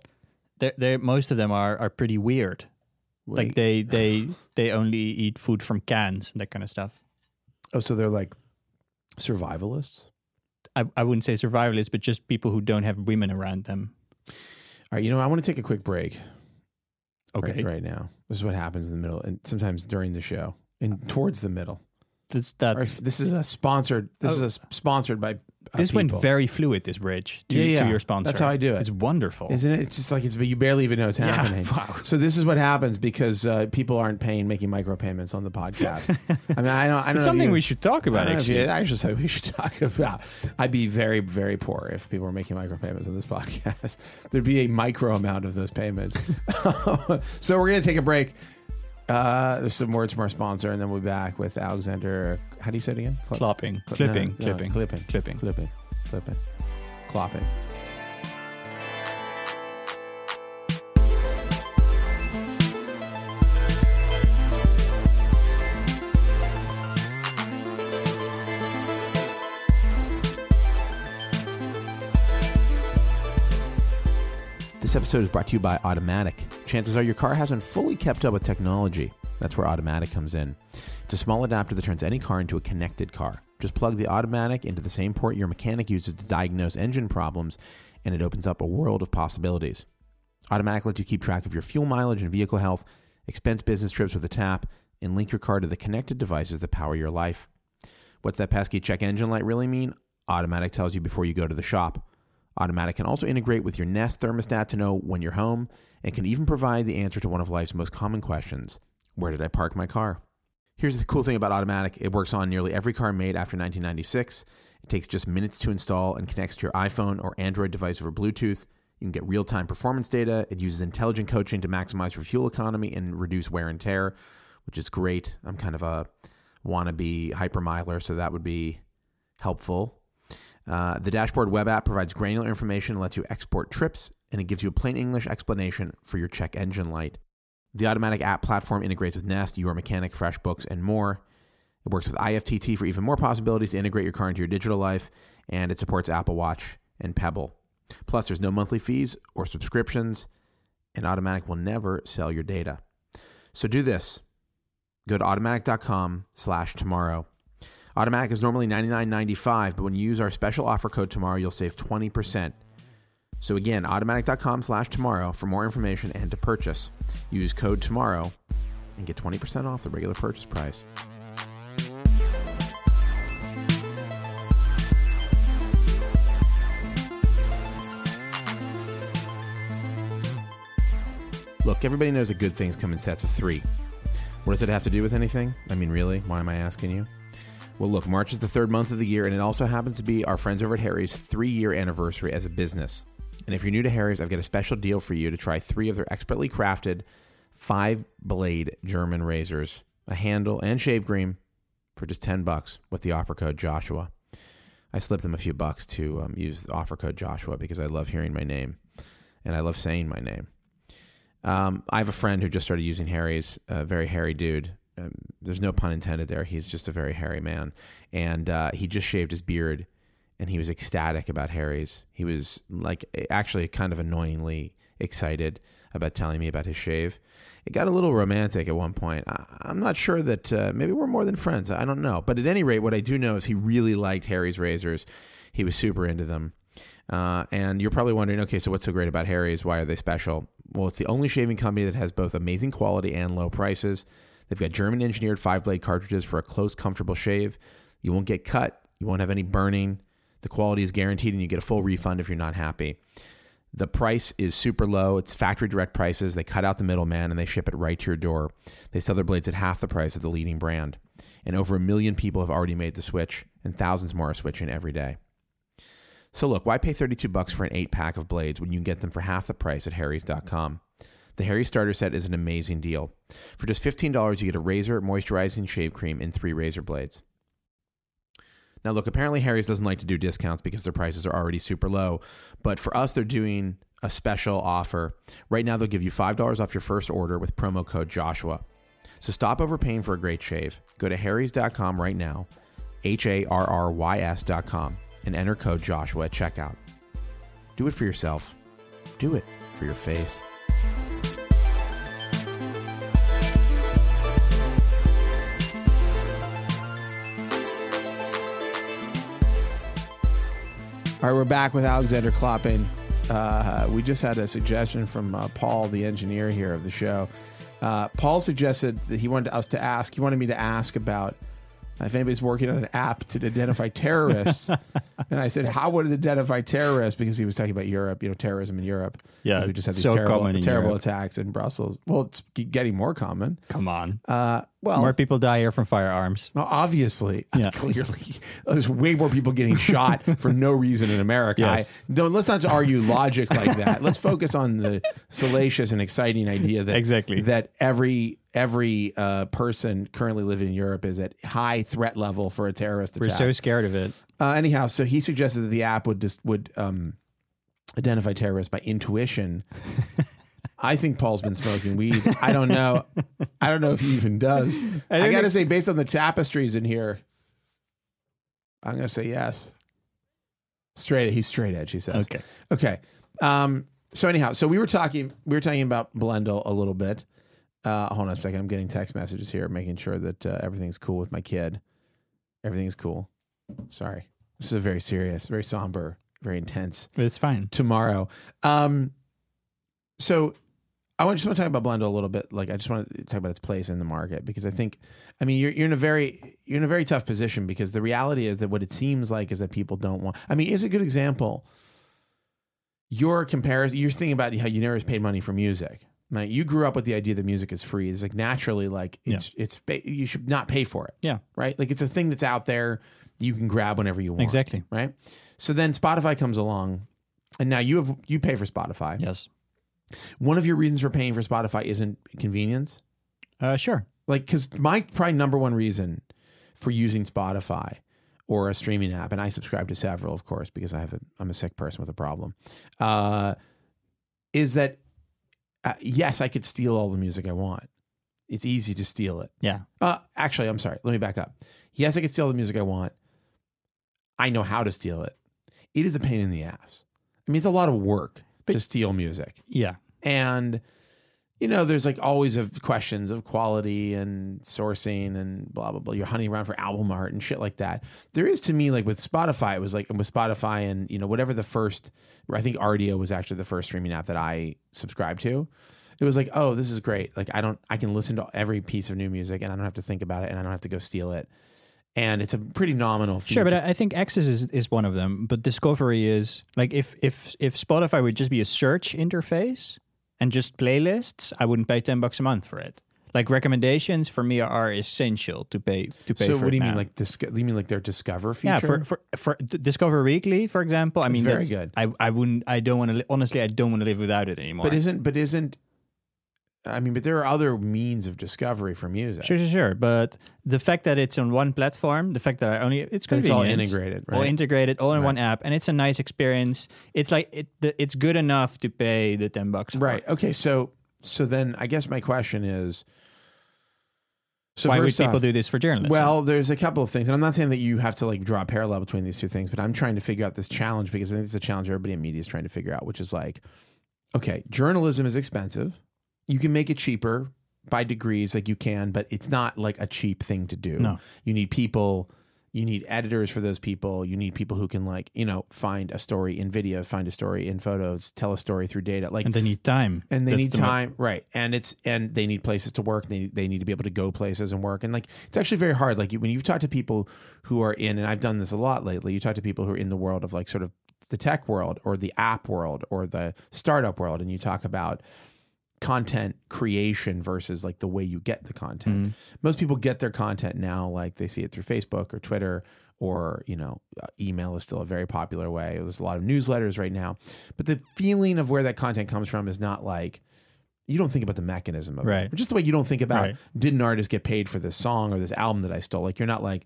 Speaker 2: they they most of them are are pretty weird. Like
Speaker 1: Wait.
Speaker 2: they they they only eat food from cans and that kind of stuff.
Speaker 1: oh, so they're like survivalists.
Speaker 2: I I wouldn't say survivalists, but just people who don't have women around them.
Speaker 1: All right, you know, I want to take a quick break
Speaker 2: Okay,
Speaker 1: right, right now. This is what happens in the middle, and sometimes during the show, and towards the middle.
Speaker 2: that's
Speaker 1: All right,
Speaker 2: that's
Speaker 1: this is a sponsored. This is a s- sponsored by. uh,
Speaker 2: Oh. this went
Speaker 1: people.
Speaker 2: very fluid. This bridge to,
Speaker 1: Yeah, yeah.
Speaker 2: to your sponsor.
Speaker 1: That's how I do it.
Speaker 2: It's wonderful.
Speaker 1: Isn't it? It's just like it's you barely even know it's happening.
Speaker 2: wow.
Speaker 1: So this is what happens because uh, people aren't paying making micropayments on the podcast. I mean, I don't. I don't know
Speaker 2: it's
Speaker 1: if
Speaker 2: something
Speaker 1: you-
Speaker 2: we should talk
Speaker 1: I
Speaker 2: about.
Speaker 1: don't know if
Speaker 2: Actually,
Speaker 1: you- I just think we should talk about. I'd be very, very poor if people were making micropayments on this podcast. There'd be a micro amount of those payments. so we're gonna take a break. Uh, there's some words from our sponsor, and then we'll be back with Alexander. How do you say it again? Cl-
Speaker 2: clopping,
Speaker 1: cl-
Speaker 2: clipping,
Speaker 1: no, no,
Speaker 2: clipping,
Speaker 1: clipping,
Speaker 2: clipping.
Speaker 1: clipping, clipping, clopping. This episode is brought to you by Automatic. Chances are your car hasn't fully kept up with technology. That's where Automatic comes in. It's a small adapter that turns any car into a connected car. Just plug the Automatic into the same port your mechanic uses to diagnose engine problems, and it opens up a world of possibilities. Automatic lets you keep track of your fuel mileage and vehicle health, expense business trips with a tap, and link your car to the connected devices that power your life. What's that pesky check engine light really mean? Automatic tells you before you go to the shop. Automatic can also integrate with your Nest thermostat to know when you're home and can even provide the answer to one of life's most common questions Where did I park my car? Here's the cool thing about Automatic it works on nearly every car made after 1996. It takes just minutes to install and connects to your iPhone or Android device over Bluetooth. You can get real time performance data. It uses intelligent coaching to maximize your fuel economy and reduce wear and tear, which is great. I'm kind of a wannabe hypermiler, so that would be helpful. Uh, the dashboard web app provides granular information, lets you export trips, and it gives you a plain English explanation for your check engine light. The automatic app platform integrates with Nest, Your Mechanic, FreshBooks, and more. It works with IFTT for even more possibilities to integrate your car into your digital life, and it supports Apple Watch and Pebble. Plus, there's no monthly fees or subscriptions, and Automatic will never sell your data. So do this. Go to automatic.com slash tomorrow. Automatic is normally $99.95, but when you use our special offer code tomorrow, you'll save 20%. So again, automatic.com slash tomorrow for more information and to purchase. Use code tomorrow and get 20% off the regular purchase price. Look, everybody knows that good things come in sets of three. What does it have to do with anything? I mean, really? Why am I asking you? Well, look, March is the third month of the year, and it also happens to be our friends over at Harry's three year anniversary as a business. And if you're new to Harry's, I've got a special deal for you to try three of their expertly crafted five blade German razors, a handle, and shave cream for just 10 bucks with the offer code Joshua. I slipped them a few bucks to um, use the offer code Joshua because I love hearing my name and I love saying my name. Um, I have a friend who just started using Harry's, a very hairy dude. Um, there's no pun intended there. He's just a very hairy man. And uh, he just shaved his beard and he was ecstatic about Harry's. He was like actually kind of annoyingly excited about telling me about his shave. It got a little romantic at one point. I, I'm not sure that uh, maybe we're more than friends. I don't know. But at any rate, what I do know is he really liked Harry's razors. He was super into them. Uh, and you're probably wondering, okay, so what's so great about Harry's? Why are they special? Well, it's the only shaving company that has both amazing quality and low prices. They've got German engineered five blade cartridges for a close, comfortable shave. You won't get cut, you won't have any burning. The quality is guaranteed, and you get a full refund if you're not happy. The price is super low. It's factory direct prices. They cut out the middleman and they ship it right to your door. They sell their blades at half the price of the leading brand. And over a million people have already made the switch, and thousands more are switching every day. So look, why pay 32 bucks for an 8-pack of blades when you can get them for half the price at harrys.com? The Harry's starter set is an amazing deal. For just $15, you get a razor, moisturizing shave cream, and 3 razor blades. Now, look, apparently Harry's doesn't like to do discounts because their prices are already super low. But for us, they're doing a special offer. Right now, they'll give you $5 off your first order with promo code Joshua. So stop overpaying for a great shave. Go to harrys.com right now, H A R R Y S.com, and enter code Joshua at checkout. Do it for yourself, do it for your face. All right, we're back with Alexander Kloppin. Uh, we just had a suggestion from uh, Paul, the engineer here of the show. Uh, Paul suggested that he wanted us to ask, he wanted me to ask about if anybody's working on an app to identify terrorists. and I said, how would it identify terrorists? Because he was talking about Europe, you know, terrorism in Europe.
Speaker 2: Yeah,
Speaker 1: We just had these
Speaker 2: so common
Speaker 1: terrible,
Speaker 2: in
Speaker 1: terrible
Speaker 2: Europe.
Speaker 1: attacks in Brussels. Well, it's g- getting more common.
Speaker 2: Come on.
Speaker 1: Uh, well,
Speaker 2: More people die here from firearms.
Speaker 1: well, obviously,
Speaker 2: Yeah.
Speaker 1: clearly, there's way more people getting shot for no reason in America.
Speaker 2: Yes.
Speaker 1: I, don't, let's not argue logic like that. Let's focus on the salacious and exciting idea that
Speaker 2: Exactly.
Speaker 1: that every every uh, person currently living in Europe is at high threat level for a terrorist
Speaker 2: We're
Speaker 1: attack.
Speaker 2: so scared of it.
Speaker 1: Uh, anyhow, so he suggested that the app would just would um, identify terrorists by intuition. I think Paul's been smoking weed. I don't know. I don't know if he even does.
Speaker 2: I
Speaker 1: I,
Speaker 2: don't
Speaker 1: got to
Speaker 2: ex-
Speaker 1: say, based on the tapestries in here, I'm going to say yes. Straight. He's straight edge. He says.
Speaker 2: Okay.
Speaker 1: Okay. Um, so anyhow, so we were talking we were talking about Blendle a little bit. Uh, hold on a second. I'm getting text messages here, making sure that uh, everything's cool with my kid. Everything's cool. Sorry, this is a very serious, very somber, very intense
Speaker 2: But it's fine.
Speaker 1: tomorrow. Um, so I want- just want to talk about Blendle a little bit. Like I just want to talk about its place in the market because I think, I mean, you're you're in a very you're in a very tough position because the reality is that what it seems like is that people don't want. I mean, is a good example. Your comparison, you're thinking about how you never was paid money for music. Like you grew up with the idea that music is free. It's like naturally, like it's it's ba- you should not pay for it,
Speaker 2: Yeah.
Speaker 1: right? Like it's a thing that's out there. You can grab whenever you want
Speaker 2: Exactly.
Speaker 1: right? So then Spotify comes along, and now you have you pay for Spotify.
Speaker 2: Yes.
Speaker 1: One of your reasons for paying for Spotify isn't convenience,
Speaker 2: Uh, sure.
Speaker 1: like because my probably number one reason for using Spotify or a streaming app, and I subscribe to several, of course, because I have a I'm a sick person with a problem, uh, is that uh, yes, I could steal all the music I want. It's easy to steal it.
Speaker 2: Yeah.
Speaker 1: Uh, actually, I'm sorry. Let me back up. Yes, I can steal the music I want. I know how to steal it. It is a pain in the ass. I mean, it's a lot of work
Speaker 2: But-
Speaker 1: to steal music,
Speaker 2: Yeah.
Speaker 1: and you know, there's like always of questions of quality and sourcing and blah blah blah. You're hunting around for album art and shit like that. There is to me like with Spotify, it was like with Spotify and you know whatever the first. I think RDO was actually the first streaming app that I subscribed to it was like, oh, this is great. Like I don't, I can listen to every piece of new music, and I don't have to think about it, and I don't have to go steal it. And it's a pretty nominal. Fee
Speaker 2: Sure, but I I think access is, is one of them. But discovery is like if if if Spotify would just be a search interface and just playlists, I wouldn't pay ten bucks a month for it. Like recommendations for me are essential to pay to pay.
Speaker 1: so
Speaker 2: for
Speaker 1: what do
Speaker 2: it
Speaker 1: you mean,
Speaker 2: now.
Speaker 1: like disco- you mean like their discover feature?
Speaker 2: yeah for for for D- Discover Weekly, for example? I mean,
Speaker 1: very
Speaker 2: that's-
Speaker 1: good.
Speaker 2: I I wouldn't. I don't want to. Li- honestly, I don't want to live without it anymore.
Speaker 1: but isn't but isn't I mean, but there are other means of discovery for music.
Speaker 2: Sure, sure, sure. But the fact that it's on one platform, the fact that I only it's
Speaker 1: And
Speaker 2: convenient,
Speaker 1: it's all integrated, right?
Speaker 2: all integrated, all in one app, and it's a nice experience. It's like it, the, it's good enough to pay the ten bucks. for
Speaker 1: Right. Okay. So so then I guess my question is So
Speaker 2: Why would
Speaker 1: first off-
Speaker 2: people do this for journalism?
Speaker 1: Well, there's a couple of things, and I'm not saying that you have to like draw a parallel between these two things, but I'm trying to figure out this challenge because I think it's a challenge everybody in media is trying to figure out, which is like, okay, journalism is expensive. You can make it cheaper by degrees, like you can, but it's not like a cheap thing to do.
Speaker 2: No.
Speaker 1: You need people, you need editors for those people, you need people who can like, you know, find a story in video, find a story in photos, tell a story through data. Like
Speaker 2: and they need time.
Speaker 1: and they
Speaker 2: That's
Speaker 1: need
Speaker 2: the mo-
Speaker 1: time right and it's and they need places to work they, they need to be able to go places and work and like it's actually very hard like you, when you talk to people who are in and i've done this a lot lately you talk to people who are in the world of like sort of the tech world or the app world or the startup world and you talk about content creation versus like the way you get the
Speaker 2: Mm-hmm.
Speaker 1: content most people get their content now like they see it through facebook or twitter or you know uh, email is still a very popular way there's a lot of newsletters right now but the feeling of where that content comes from is not like you don't think about the mechanism of
Speaker 2: Right.
Speaker 1: it just the way you don't think about
Speaker 2: Right.
Speaker 1: did an artist get paid for this song or this album that i stole like you're not like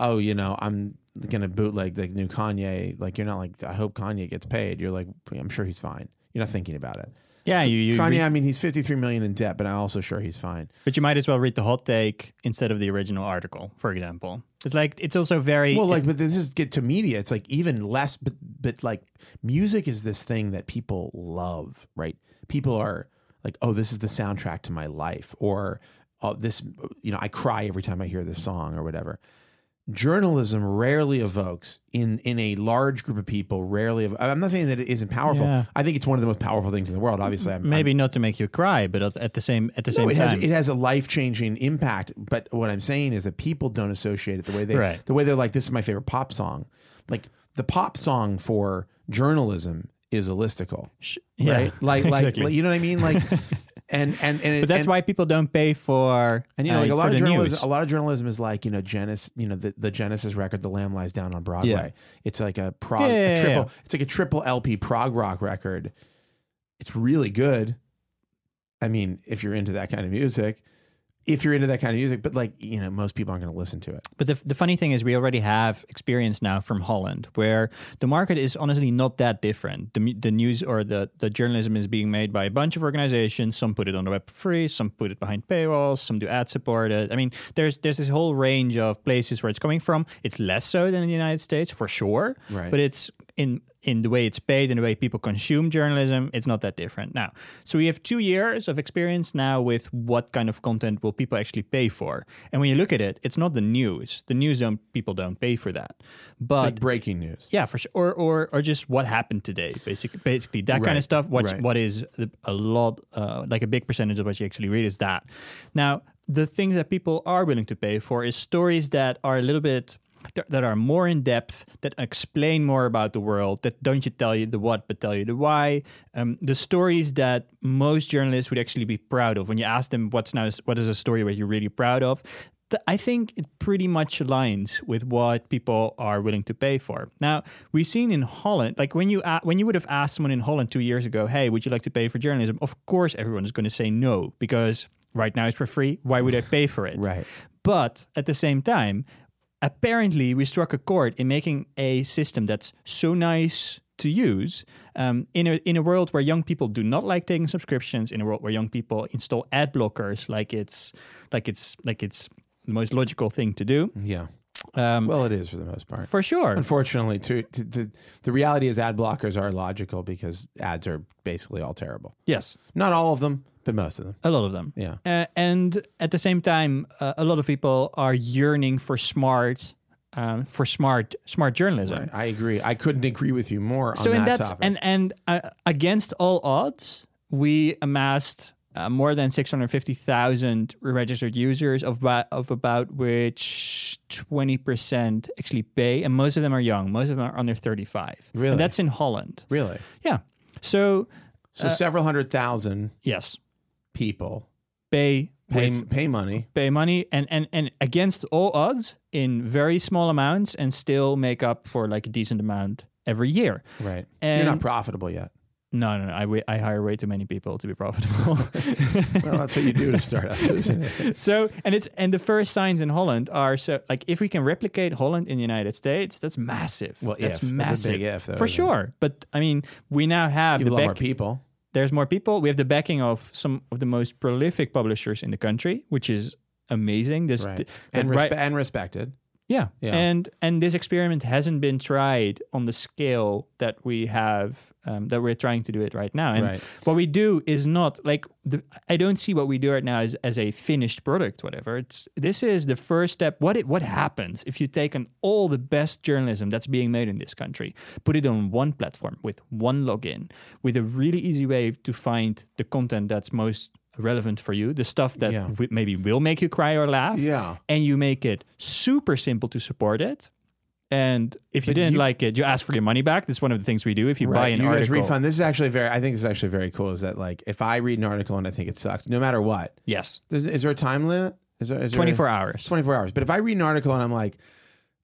Speaker 1: oh you know i'm gonna bootleg the new kanye like you're not like i hope kanye gets paid you're like i'm sure he's fine you're not thinking about it
Speaker 2: Yeah, you, you
Speaker 1: Kanye,
Speaker 2: read-
Speaker 1: I mean, he's 53 million in debt, but I'm also sure he's fine.
Speaker 2: but you might as well read the hot take instead of the original article, for example. It's like it's also very
Speaker 1: Well, like, but this is get to media. It's like even less, but but like, music is this thing that people love, right? People are like, oh, this is the soundtrack to my life, or oh, this, you know, I cry every time I hear this song or whatever. Journalism rarely evokes in in a large group of people. Rarely, ev- I'm not saying that it isn't powerful.
Speaker 2: Yeah.
Speaker 1: I think it's one of the most powerful things in the world. Obviously, I'm, I'm
Speaker 2: maybe not to make you cry, but at- at the same at the same
Speaker 1: No, it
Speaker 2: time.
Speaker 1: has it has a life changing impact. But what I'm saying is that people don't associate it the way they
Speaker 2: Right.
Speaker 1: the way they're like, this is my favorite pop song. Like the pop song for journalism is a listicle,
Speaker 2: Sh- yeah,
Speaker 1: right? Like like
Speaker 2: exactly.
Speaker 1: like, you know what I mean? Like and and and
Speaker 2: but that's
Speaker 1: and,
Speaker 2: why people don't pay for
Speaker 1: and you know,
Speaker 2: uh,
Speaker 1: like a lot
Speaker 2: for
Speaker 1: of
Speaker 2: the
Speaker 1: journalism,
Speaker 2: news.
Speaker 1: a lot of journalism is like you know, Genesis, you know, the, the Genesis record, "The Lamb Lies Down" on Broadway.
Speaker 2: Yeah.
Speaker 1: It's like a prog,
Speaker 2: Yeah, yeah,
Speaker 1: a
Speaker 2: yeah,
Speaker 1: triple, it's like a triple LP prog rock record. It's really good. I mean, if you're into that kind of music, if you're into that kind of music, but like you know, most people aren't going to listen to it.
Speaker 2: But the, the funny thing is, we already have experience now from Holland, where the market is honestly not that different. The, mu- the news or the, the journalism is being made by a bunch of organizations. Some put it on the web for free, some put it behind paywalls, some do ad supported. I mean, there's there's this whole range of places where it's coming from. It's less so than in the United States for sure,
Speaker 1: Right.
Speaker 2: but it's in in the way it's paid and the way people consume journalism, it's not that different now. So we have two years of experience now with what kind of content will people actually pay for. And when you look at it, it's not the news. The news don't people don't pay for that, but
Speaker 1: Like breaking news.
Speaker 2: yeah, for sure. Or or or just what happened today, basically. Basically, that kind
Speaker 1: Right,
Speaker 2: of stuff. What
Speaker 1: right.
Speaker 2: what is the- a lot, uh, like a big percentage of what you actually read is that. Now, the things that people are willing to pay for is stories that are a little bit th- that are more in depth, that explain more about the world, that don't you tell you the what but tell you the why. Um, the stories that most journalists would actually be proud of when you ask them what's now what is a story where you're really proud of th- I think it pretty much aligns with what people are willing to pay for. Now, we've seen in Holland, like when you a- when you would have asked someone in Holland two years ago, "Hey, would you like to pay for journalism?" Of course, everyone is going to say no because right now it's for free. Why would I pay for it?
Speaker 1: Right.
Speaker 2: But at the same time, apparently we struck a chord in making a system that's so nice to use um, in, a, in a world where young people do not like taking subscriptions, in a world where young people install ad blockers like it's like it's like it's the most logical thing to do.
Speaker 1: Yeah.
Speaker 2: Um,
Speaker 1: Well, it is for the most part.
Speaker 2: for sure.
Speaker 1: Unfortunately, to, to, to, the reality is ad blockers are logical because ads are basically all terrible.
Speaker 2: Yes.
Speaker 1: Not all of them, but most of them.
Speaker 2: A lot of them.
Speaker 1: Yeah.
Speaker 2: Uh, and at the same time, uh, a lot of people are yearning for smart, um, for smart, smart journalism.
Speaker 1: I agree. I couldn't agree with you more on
Speaker 2: so
Speaker 1: that
Speaker 2: and that's
Speaker 1: topic.
Speaker 2: and and uh, against all odds we amassed uh, more than 650,000 registered users of wa- of about which 20% actually pay and most of them are young most of them are under 35 And
Speaker 1: Really?
Speaker 2: that's in Holland
Speaker 1: really?
Speaker 2: yeah so
Speaker 1: So
Speaker 2: Uh,
Speaker 1: several hundred thousand
Speaker 2: yes
Speaker 1: people
Speaker 2: pay
Speaker 1: pay
Speaker 2: with-
Speaker 1: pay money.
Speaker 2: pay money and, and and against all odds in very small amounts and still make up for like a decent amount every year
Speaker 1: Right.
Speaker 2: and
Speaker 1: You're not profitable yet.
Speaker 2: no no no I wa- I hire way too many people to be profitable
Speaker 1: Well, that's what you do to start up. isn't it?
Speaker 2: so and it's and the first signs in Holland are so like if we can replicate Holland in the United States, that's massive.
Speaker 1: Well,
Speaker 2: that's
Speaker 1: if.
Speaker 2: massive
Speaker 1: That's a big if, though,
Speaker 2: for
Speaker 1: isn't it?
Speaker 2: sure. But I mean, we now have
Speaker 1: You
Speaker 2: the
Speaker 1: have a lot more
Speaker 2: back,
Speaker 1: people.
Speaker 2: there's more people. We have the backing of some of the most prolific publishers in the country, which is amazing. This
Speaker 1: Right.
Speaker 2: th-
Speaker 1: and,
Speaker 2: that
Speaker 1: respe-
Speaker 2: Ry-
Speaker 1: and respected.
Speaker 2: yeah.
Speaker 1: Yeah.
Speaker 2: and and this experiment hasn't been tried on the scale that we have um, that we're trying to do it right now. And
Speaker 1: Right.
Speaker 2: what we do is not like the, I don't see what we do right now as, as a finished product, whatever. It's this is the first step. What it what happens if you take an all the best journalism that's being made in this country, put it on one platform with one login, with a really easy way to find the content that's most relevant for you, the stuff that
Speaker 1: Yeah.
Speaker 2: w- maybe will make you cry or laugh
Speaker 1: Yeah.
Speaker 2: and you make it super simple to support it. And if you didn't
Speaker 1: you-
Speaker 2: like it, you ask for your money back. That's one of the things we do. If you buy
Speaker 1: Right.
Speaker 2: an
Speaker 1: you guys
Speaker 2: article,
Speaker 1: refund. This is actually very. I think this is actually very cool. Is that like if I read an article and I think it sucks, no matter what,
Speaker 2: yes,
Speaker 1: there's, is there a time limit? Is there, is there
Speaker 2: twenty four hours.
Speaker 1: 24 hours? But if I read an article and I'm like,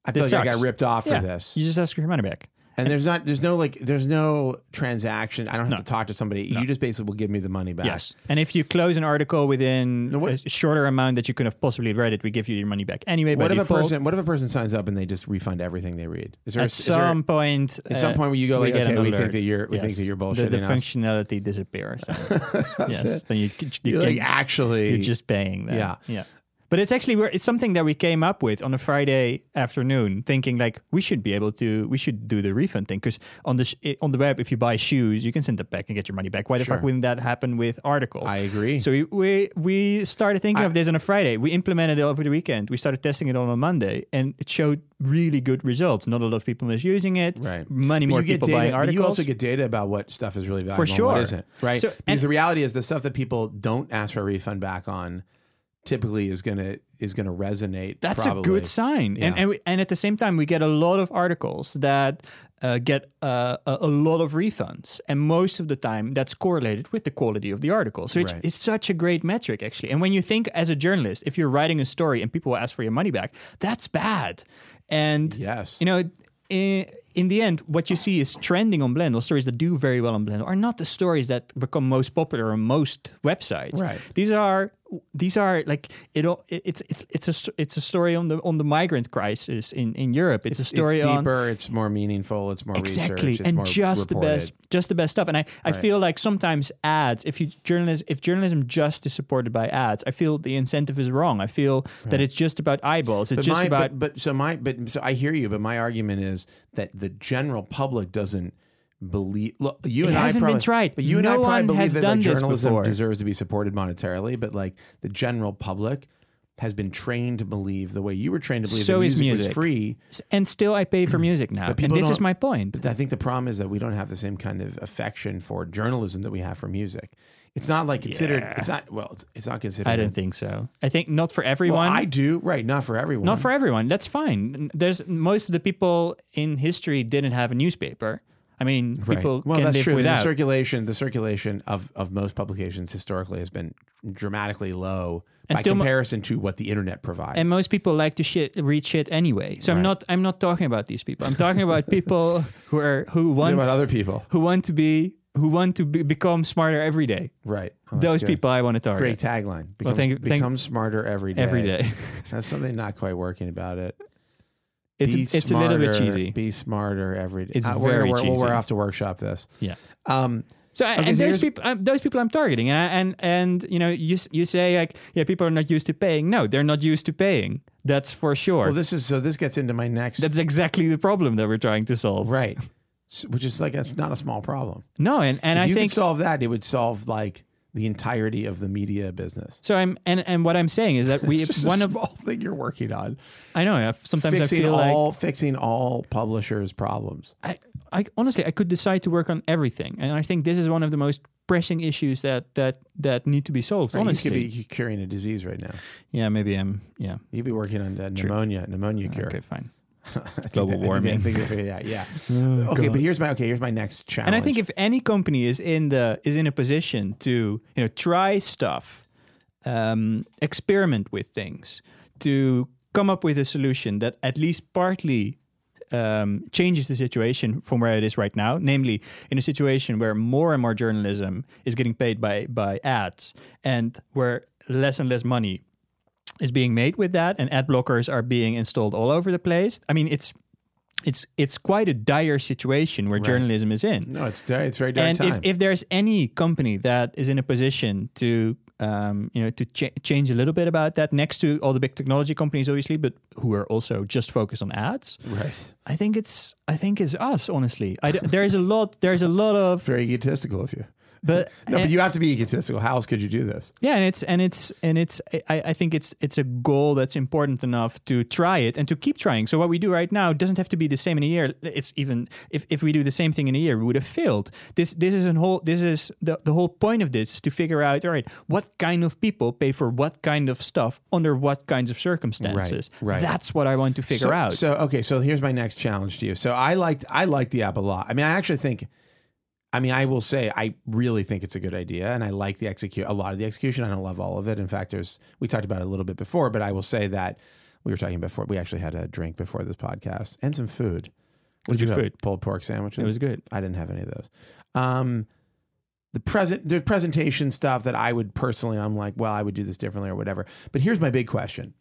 Speaker 1: I feel
Speaker 2: This
Speaker 1: like I
Speaker 2: sucks.
Speaker 1: got ripped off
Speaker 2: Yeah.
Speaker 1: for this,
Speaker 2: You just ask for your money back.
Speaker 1: and there's not, there's no like, there's no transaction. I don't have to
Speaker 2: No.
Speaker 1: talk to somebody. You just basically will give me the money back.
Speaker 2: Yes, and if you close an article within
Speaker 1: what-
Speaker 2: a shorter amount that you could have possibly read it, we give you your money back anyway.
Speaker 1: What
Speaker 2: by
Speaker 1: if a
Speaker 2: default,
Speaker 1: person? What if a person signs up and they just refund everything they read? Is there a-
Speaker 2: at
Speaker 1: is there-
Speaker 2: some point,
Speaker 1: at some
Speaker 2: uh,
Speaker 1: point where you go
Speaker 2: we
Speaker 1: like,
Speaker 2: get
Speaker 1: okay,
Speaker 2: an
Speaker 1: we think
Speaker 2: alert.
Speaker 1: that you're, we think
Speaker 2: Yes.
Speaker 1: that you're
Speaker 2: The,
Speaker 1: bullshitting
Speaker 2: the
Speaker 1: us.
Speaker 2: functionality disappears. yes,
Speaker 1: it.
Speaker 2: then you, c- you
Speaker 1: You're
Speaker 2: can
Speaker 1: like actually,
Speaker 2: you're just paying them.
Speaker 1: Yeah.
Speaker 2: yeah. But it's actually we're- it's something that we came up with on a Friday afternoon, thinking like we should be able to we should do the refund thing because on the sh- eh, on the web if you buy shoes you can send it back and get your money back. Why the
Speaker 1: Sure.
Speaker 2: fuck wouldn't that happen with articles?
Speaker 1: I agree.
Speaker 2: so we, we we started thinking of this on a Friday. We implemented it over the weekend. We started testing it on a Monday, and it showed really good results. Not a lot of people misusing it.
Speaker 1: Right.
Speaker 2: many
Speaker 1: But
Speaker 2: more
Speaker 1: you get
Speaker 2: people
Speaker 1: data,
Speaker 2: buying
Speaker 1: but
Speaker 2: articles.
Speaker 1: You also get data about what stuff is really valuable and
Speaker 2: sure.
Speaker 1: what isn't, right?
Speaker 2: So-
Speaker 1: because
Speaker 2: and-
Speaker 1: the reality is the stuff that people don't ask for a refund back on typically is gonna is gonna resonate.
Speaker 2: That's
Speaker 1: probably.
Speaker 2: a good sign.
Speaker 1: Yeah.
Speaker 2: And and, we, and at the same time, we get a lot of articles that uh, get uh, a, a lot of refunds, and most of the time that's correlated with the quality of the article. So it's
Speaker 1: Right.
Speaker 2: it's such a great metric actually. And when you think as a journalist, if you're writing a story and people ask for your money back, that's bad. And
Speaker 1: Yes.
Speaker 2: you know. In, in the end, what you see is trending on Blend, or stories that do very well on Blend, are not the stories that become most popular on most websites
Speaker 1: Right.
Speaker 2: these are these are like it all it's it's it's a s- it's a story on the on the migrant crisis in in Europe it's, a story
Speaker 1: it's
Speaker 2: on
Speaker 1: deeper. It's more meaningful. It's more
Speaker 2: exactly
Speaker 1: research. It's
Speaker 2: and
Speaker 1: more reported.
Speaker 2: just the best just the best stuff and I I feel like sometimes ads if you journalism if journalism just is supported by ads I feel the incentive is wrong I feel that it's just about eyeballs it's
Speaker 1: But
Speaker 2: just
Speaker 1: my,
Speaker 2: about
Speaker 1: but, but so my but so I hear you. But my argument is that the general public doesn't believe. Look, you
Speaker 2: It
Speaker 1: and
Speaker 2: hasn't
Speaker 1: I
Speaker 2: been
Speaker 1: probably,
Speaker 2: tried.
Speaker 1: But you and I
Speaker 2: No
Speaker 1: probably
Speaker 2: one
Speaker 1: believe
Speaker 2: has
Speaker 1: that
Speaker 2: done
Speaker 1: like,
Speaker 2: this
Speaker 1: journalism
Speaker 2: before.
Speaker 1: deserves to be supported monetarily. But like the general public has been trained to believe the way you were trained to believe
Speaker 2: So
Speaker 1: that
Speaker 2: is
Speaker 1: music, was
Speaker 2: music.
Speaker 1: free.
Speaker 2: and still I pay for music now and
Speaker 1: people
Speaker 2: this is
Speaker 1: don't-
Speaker 2: my point
Speaker 1: But I think the problem is that we don't have the same kind of affection for journalism that we have for music. It's not like considered.
Speaker 2: Yeah.
Speaker 1: It's not well. It's, it's not considered.
Speaker 2: I don't think so I think not for everyone
Speaker 1: Well, I do right. Not for everyone.
Speaker 2: Not for everyone. That's fine. N- There's most of the people in history didn't have a newspaper. I mean,
Speaker 1: Right.
Speaker 2: people
Speaker 1: well,
Speaker 2: can
Speaker 1: that's
Speaker 2: live
Speaker 1: true.
Speaker 2: without.
Speaker 1: The circulation, the circulation of, of most publications historically has been dramatically low
Speaker 2: And
Speaker 1: by
Speaker 2: still mo-
Speaker 1: comparison to what the internet provides.
Speaker 2: and most people like to shit, read shit anyway. So I'm not. I'm not talking about these people. I'm talking about people who are who
Speaker 1: What
Speaker 2: want
Speaker 1: about other people,
Speaker 2: who want to be who want to be, become smarter every day.
Speaker 1: right? Oh, that's
Speaker 2: Those
Speaker 1: good.
Speaker 2: people I want to
Speaker 1: Great
Speaker 2: target
Speaker 1: tagline. Becomes,
Speaker 2: thank you- thank-
Speaker 1: become smarter every day.
Speaker 2: every day.
Speaker 1: That's something not quite working about it.
Speaker 2: it's a,
Speaker 1: Be
Speaker 2: it's a little bit
Speaker 1: smarter,
Speaker 2: cheesy.
Speaker 1: Be smarter every day. Uh,
Speaker 2: It's
Speaker 1: we're,
Speaker 2: very
Speaker 1: we're, Well, we're
Speaker 2: cheesy.
Speaker 1: off to workshop this.
Speaker 2: Yeah.
Speaker 1: Um,
Speaker 2: So I
Speaker 1: Okay,
Speaker 2: and
Speaker 1: so here's-
Speaker 2: those people, um, those people I'm targeting, and I- and and you know, you s- you say like, yeah, people are not used to paying. No, they're not used to paying. That's for sure.
Speaker 1: well, this is so. This gets into my next
Speaker 2: That's exactly the problem that we're trying to solve.
Speaker 1: right, S- which is like that's not a small problem.
Speaker 2: No, and, and
Speaker 1: if
Speaker 2: I
Speaker 1: you
Speaker 2: think
Speaker 1: could solve that, it would solve like the entirety of the media business.
Speaker 2: so. I'm and, and what I'm saying is that we
Speaker 1: It's
Speaker 2: one
Speaker 1: a
Speaker 2: of
Speaker 1: small thing you're working on.
Speaker 2: I know I've, sometimes I
Speaker 1: fixing
Speaker 2: feel
Speaker 1: all fixing all publishers' problems.
Speaker 2: like I, I honestly I could decide to work on everything, and I think this is one of the most pressing issues that that that need to be solved. Honestly,
Speaker 1: You could be curing a disease right now.
Speaker 2: yeah, maybe I'm yeah.
Speaker 1: You'd be working on uh, pneumonia, pneumonia cure.
Speaker 2: Okay, fine.
Speaker 1: I think
Speaker 2: Global
Speaker 1: they- I think they- I
Speaker 2: warming. Oh,
Speaker 1: think they figured that- yeah. okay, but here's my okay. Here's my next challenge.
Speaker 2: And I think if any company is in the is in a position to you know try stuff, um, experiment with things, to come up with a solution that at least partly um, changes the situation from where it is right now, namely in a situation where more and more journalism is getting paid by by ads and where less and less money is being made with that and ad blockers are being installed all over the place. I mean it's it's it's quite a dire situation where journalism is in
Speaker 1: no, uh, it's very- it's very dark
Speaker 2: and
Speaker 1: time.
Speaker 2: if, if there's any company that is in a position to um, you know, to ch- change a little bit about that next to all the big technology companies, obviously, but who are also just focused on ads.
Speaker 1: Right.
Speaker 2: I think it's, I think it's us, honestly. I d- there's a lot, there's a lot of,
Speaker 1: Very egotistical of you.
Speaker 2: but
Speaker 1: No, but you have to be egotistical. How else could you do this?
Speaker 2: yeah, and it's, and it's, and it's, I, I think it's, it's a goal that's important enough to try it and to keep trying. So what we do right now doesn't have to be the same in a year. It's even, if, if we do the same thing in a year, we would have failed. This, this is a whole, this is the, the whole point of this is to figure out, all right, what kind of people pay for what kind of stuff under what kinds of circumstances.
Speaker 1: right.
Speaker 2: That's what I want to figure
Speaker 1: so,
Speaker 2: out.
Speaker 1: So okay, so here's my next challenge to you. So I liked I liked the app a lot. I mean, I actually think, I mean, I will say I really think it's a good idea, and I like the execute a lot of the execution. I don't love all of it. In fact, there's we talked about it a little bit before, but I will say that we were talking before. We actually had a drink before this podcast and some food. What
Speaker 2: Good
Speaker 1: did you have?
Speaker 2: food.
Speaker 1: Pulled pork sandwiches.
Speaker 2: it was good.
Speaker 1: I didn't have any of those. Um, the present, the presentation stuff that I would personally, I'm like, well, I would do this differently or whatever. But here's my big question: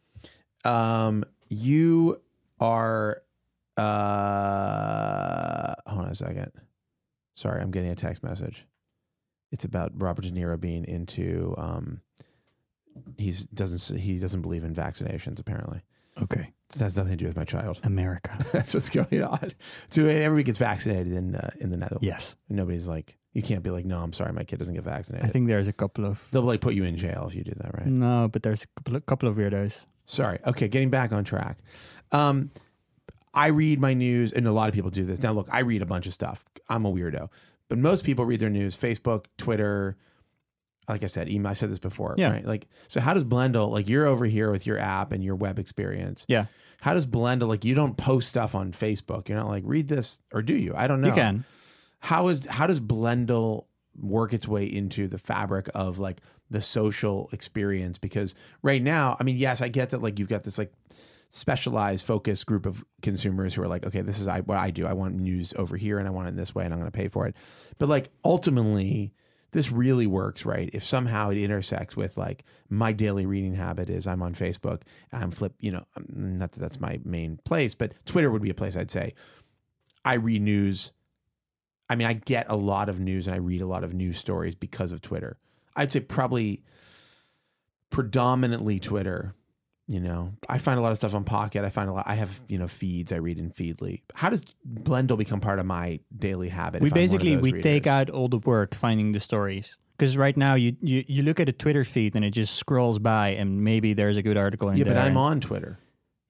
Speaker 1: um, You are, uh, hold on a second. Sorry, I'm getting a text message. It's about Robert De Niro being into. Um, he's doesn't he doesn't believe in vaccinations apparently.
Speaker 2: Okay.
Speaker 1: It has nothing to do with my child.
Speaker 2: America.
Speaker 1: That's what's going on. So everybody gets vaccinated in uh, in the Netherlands.
Speaker 2: yes.
Speaker 1: nobody's like you can't be like no i'm sorry my kid doesn't get vaccinated
Speaker 2: I think Hmm. there's a couple of
Speaker 1: they'll like put you in jail if you do that right
Speaker 2: no, but there's a couple of, couple of weirdos.
Speaker 1: sorry okay getting back on track um i read my news and a lot of people do this now look i read a bunch of stuff i'm a weirdo but most people read their news facebook twitter like i said email i said this before
Speaker 2: Yeah.
Speaker 1: right like so how does blendle like you're over here with your app and your web experience
Speaker 2: Yeah,
Speaker 1: how does blendle like you don't post stuff on facebook you're not like read this or do you i don't know
Speaker 2: you can.
Speaker 1: how is how does blendle work its way into the fabric of like the social experience because right now i mean yes i get that like you've got this like specialized focused group of consumers who are like okay this is I, what i do i want news over here and i want it this way and i'm going to pay for it but like ultimately this really works right if somehow it intersects with like my daily reading habit is i'm on facebook and i'm flip you know um, not that that's my main place but twitter would be a place i'd say i read news I mean, I get a lot of news and I read a lot of news stories because of Twitter. I'd say probably predominantly Twitter. You know, I find a lot of stuff on Pocket. I find a lot. I have you know feeds I read in Feedly. How does Blendle become part of my daily habit?
Speaker 2: We
Speaker 1: if I'm one of
Speaker 2: basically
Speaker 1: those
Speaker 2: we
Speaker 1: readers?
Speaker 2: take out all the work finding the stories because right now you, you you look at a Twitter feed and it just scrolls by and maybe there's a good article in
Speaker 1: Yeah,
Speaker 2: there.
Speaker 1: but I'm on Twitter.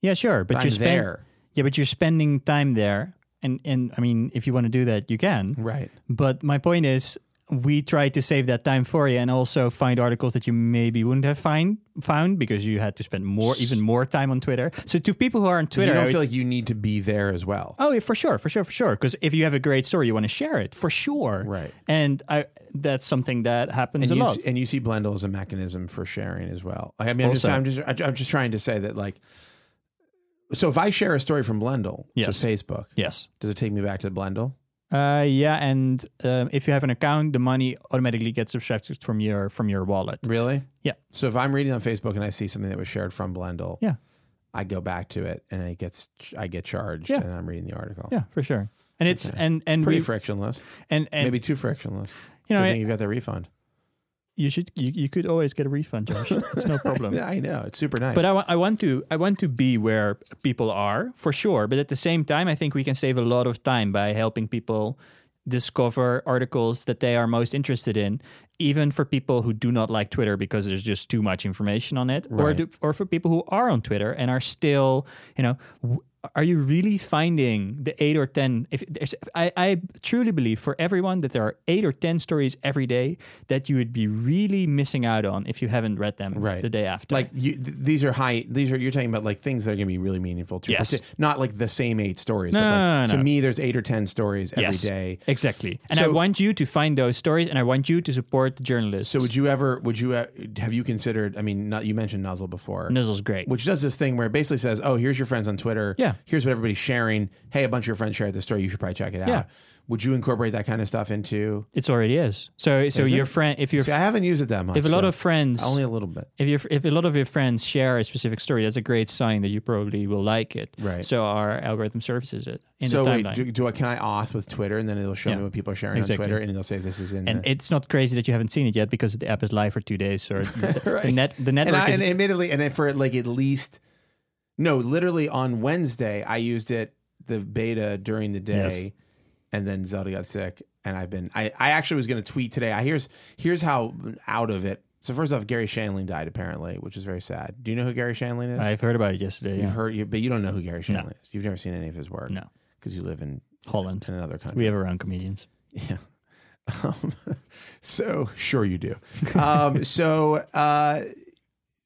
Speaker 2: Yeah, sure, but
Speaker 1: But I'm
Speaker 2: you're spend-
Speaker 1: there,
Speaker 2: Yeah, but you're spending time there, and and I mean, if you want to do that, you can.
Speaker 1: right?
Speaker 2: But my point is, we try to save that time for you and also find articles that you maybe wouldn't have find, found because you had to spend more, even more time on Twitter. So to people who are on Twitter,
Speaker 1: you
Speaker 2: I
Speaker 1: don't
Speaker 2: would-
Speaker 1: feel like you need to be there as well.
Speaker 2: oh, yeah, for sure, for sure, for sure. Because if you have a great story, you want to share it for sure.
Speaker 1: Right.
Speaker 2: And I, that's something that happens
Speaker 1: and
Speaker 2: a
Speaker 1: you eh
Speaker 2: lot.
Speaker 1: See, and you see Blendle as a mechanism for sharing as well. Like, I mean, I'm just,
Speaker 2: Also.
Speaker 1: I'm just, I'm just trying to say that like, so if I share a story from Blendle
Speaker 2: Yes.
Speaker 1: to Facebook,
Speaker 2: yes.
Speaker 1: does it take me back to Blendle?
Speaker 2: Uh, yeah, and um, if you have an account, the money automatically gets subtracted from your from your wallet.
Speaker 1: Really?
Speaker 2: Yeah.
Speaker 1: So if I'm reading on Facebook and I see something that was shared from Blendle,
Speaker 2: Yeah.
Speaker 1: I go back to it and it gets, I get charged,
Speaker 2: Yeah.
Speaker 1: and I'm reading the article.
Speaker 2: Yeah, for sure. And it's
Speaker 1: Okay.
Speaker 2: and and
Speaker 1: Pretty
Speaker 2: we
Speaker 1: frictionless.
Speaker 2: and and
Speaker 1: Maybe too frictionless.
Speaker 2: you know eh,
Speaker 1: Good thing you got the refund.
Speaker 2: you should you, you could always get a refund, Josh. it's no problem.
Speaker 1: Yeah, I know. It's super nice.
Speaker 2: But I wa- I want to I want to be where people are for sure. But at the same time, I think we can save a lot of time by helping people discover articles that they are most interested in, even for people who do not like Twitter because there's just too much information on it, or
Speaker 1: Right.
Speaker 2: do, or for people who are on Twitter and are still you know. W- are you really finding the eight or ten? If there's, I, I truly believe for everyone that there are eight or ten stories every day that you would be really missing out on if you haven't read them
Speaker 1: Right.
Speaker 2: the day after.
Speaker 1: like you, th- these are high. These are you're talking about like things that are going to be really meaningful to
Speaker 2: Yes.
Speaker 1: partic- not like the same eight stories.
Speaker 2: No,
Speaker 1: but like,
Speaker 2: no, no,
Speaker 1: to
Speaker 2: no.
Speaker 1: me, there's eight or ten stories every day.
Speaker 2: Yes. Exactly. And I
Speaker 1: So-
Speaker 2: want you to find those stories and I want you to support the journalists.
Speaker 1: So would you ever? Would you uh, have you considered? I mean, not you mentioned Nuzzle before,
Speaker 2: Nuzzle's great.
Speaker 1: which does this thing where it basically says, "Oh, here's your friends on Twitter.
Speaker 2: Yeah. Yeah.
Speaker 1: here's what everybody's sharing. Hey, a bunch of your friends shared this story. You should probably check it out.
Speaker 2: Yeah.
Speaker 1: Would you incorporate that kind of stuff into?
Speaker 2: It's already is. So so
Speaker 1: Is
Speaker 2: your
Speaker 1: it?
Speaker 2: friend if your
Speaker 1: See, I haven't used it that much.
Speaker 2: if a lot
Speaker 1: so
Speaker 2: of friends
Speaker 1: only a little bit.
Speaker 2: if you if a lot of your friends share a specific story, that's a great sign that you probably will like it.
Speaker 1: Right.
Speaker 2: So our algorithm services it in
Speaker 1: so
Speaker 2: the
Speaker 1: wait,
Speaker 2: timeline.
Speaker 1: do, do I can I auth with Twitter and then it'll show
Speaker 2: Yeah.
Speaker 1: me what people are sharing
Speaker 2: Exactly.
Speaker 1: on Twitter and it'll say this is in.
Speaker 2: and
Speaker 1: the,
Speaker 2: it's not crazy that you haven't seen it yet because the app is live for two days. So the, the net the network
Speaker 1: and, I,
Speaker 2: is
Speaker 1: and admittedly, and then for like at least, no, literally on Wednesday I used it the beta during the day,
Speaker 2: Yes.
Speaker 1: and then Zelda got sick, and I've been I, I actually was going to tweet today. I here's here's how out of it. So first off, Gary Shanling died apparently, which is very sad. Do you know who Gary Shanling is?
Speaker 2: I've heard about it yesterday.
Speaker 1: You've
Speaker 2: Yeah.
Speaker 1: heard, you, but you don't know who Gary
Speaker 2: No.
Speaker 1: Shanling is. You've never seen any of his work,
Speaker 2: No.
Speaker 1: because you live in
Speaker 2: Holland.
Speaker 1: in another country.
Speaker 2: We have our own comedians.
Speaker 1: Yeah. Um, so sure you do. Um, so, uh,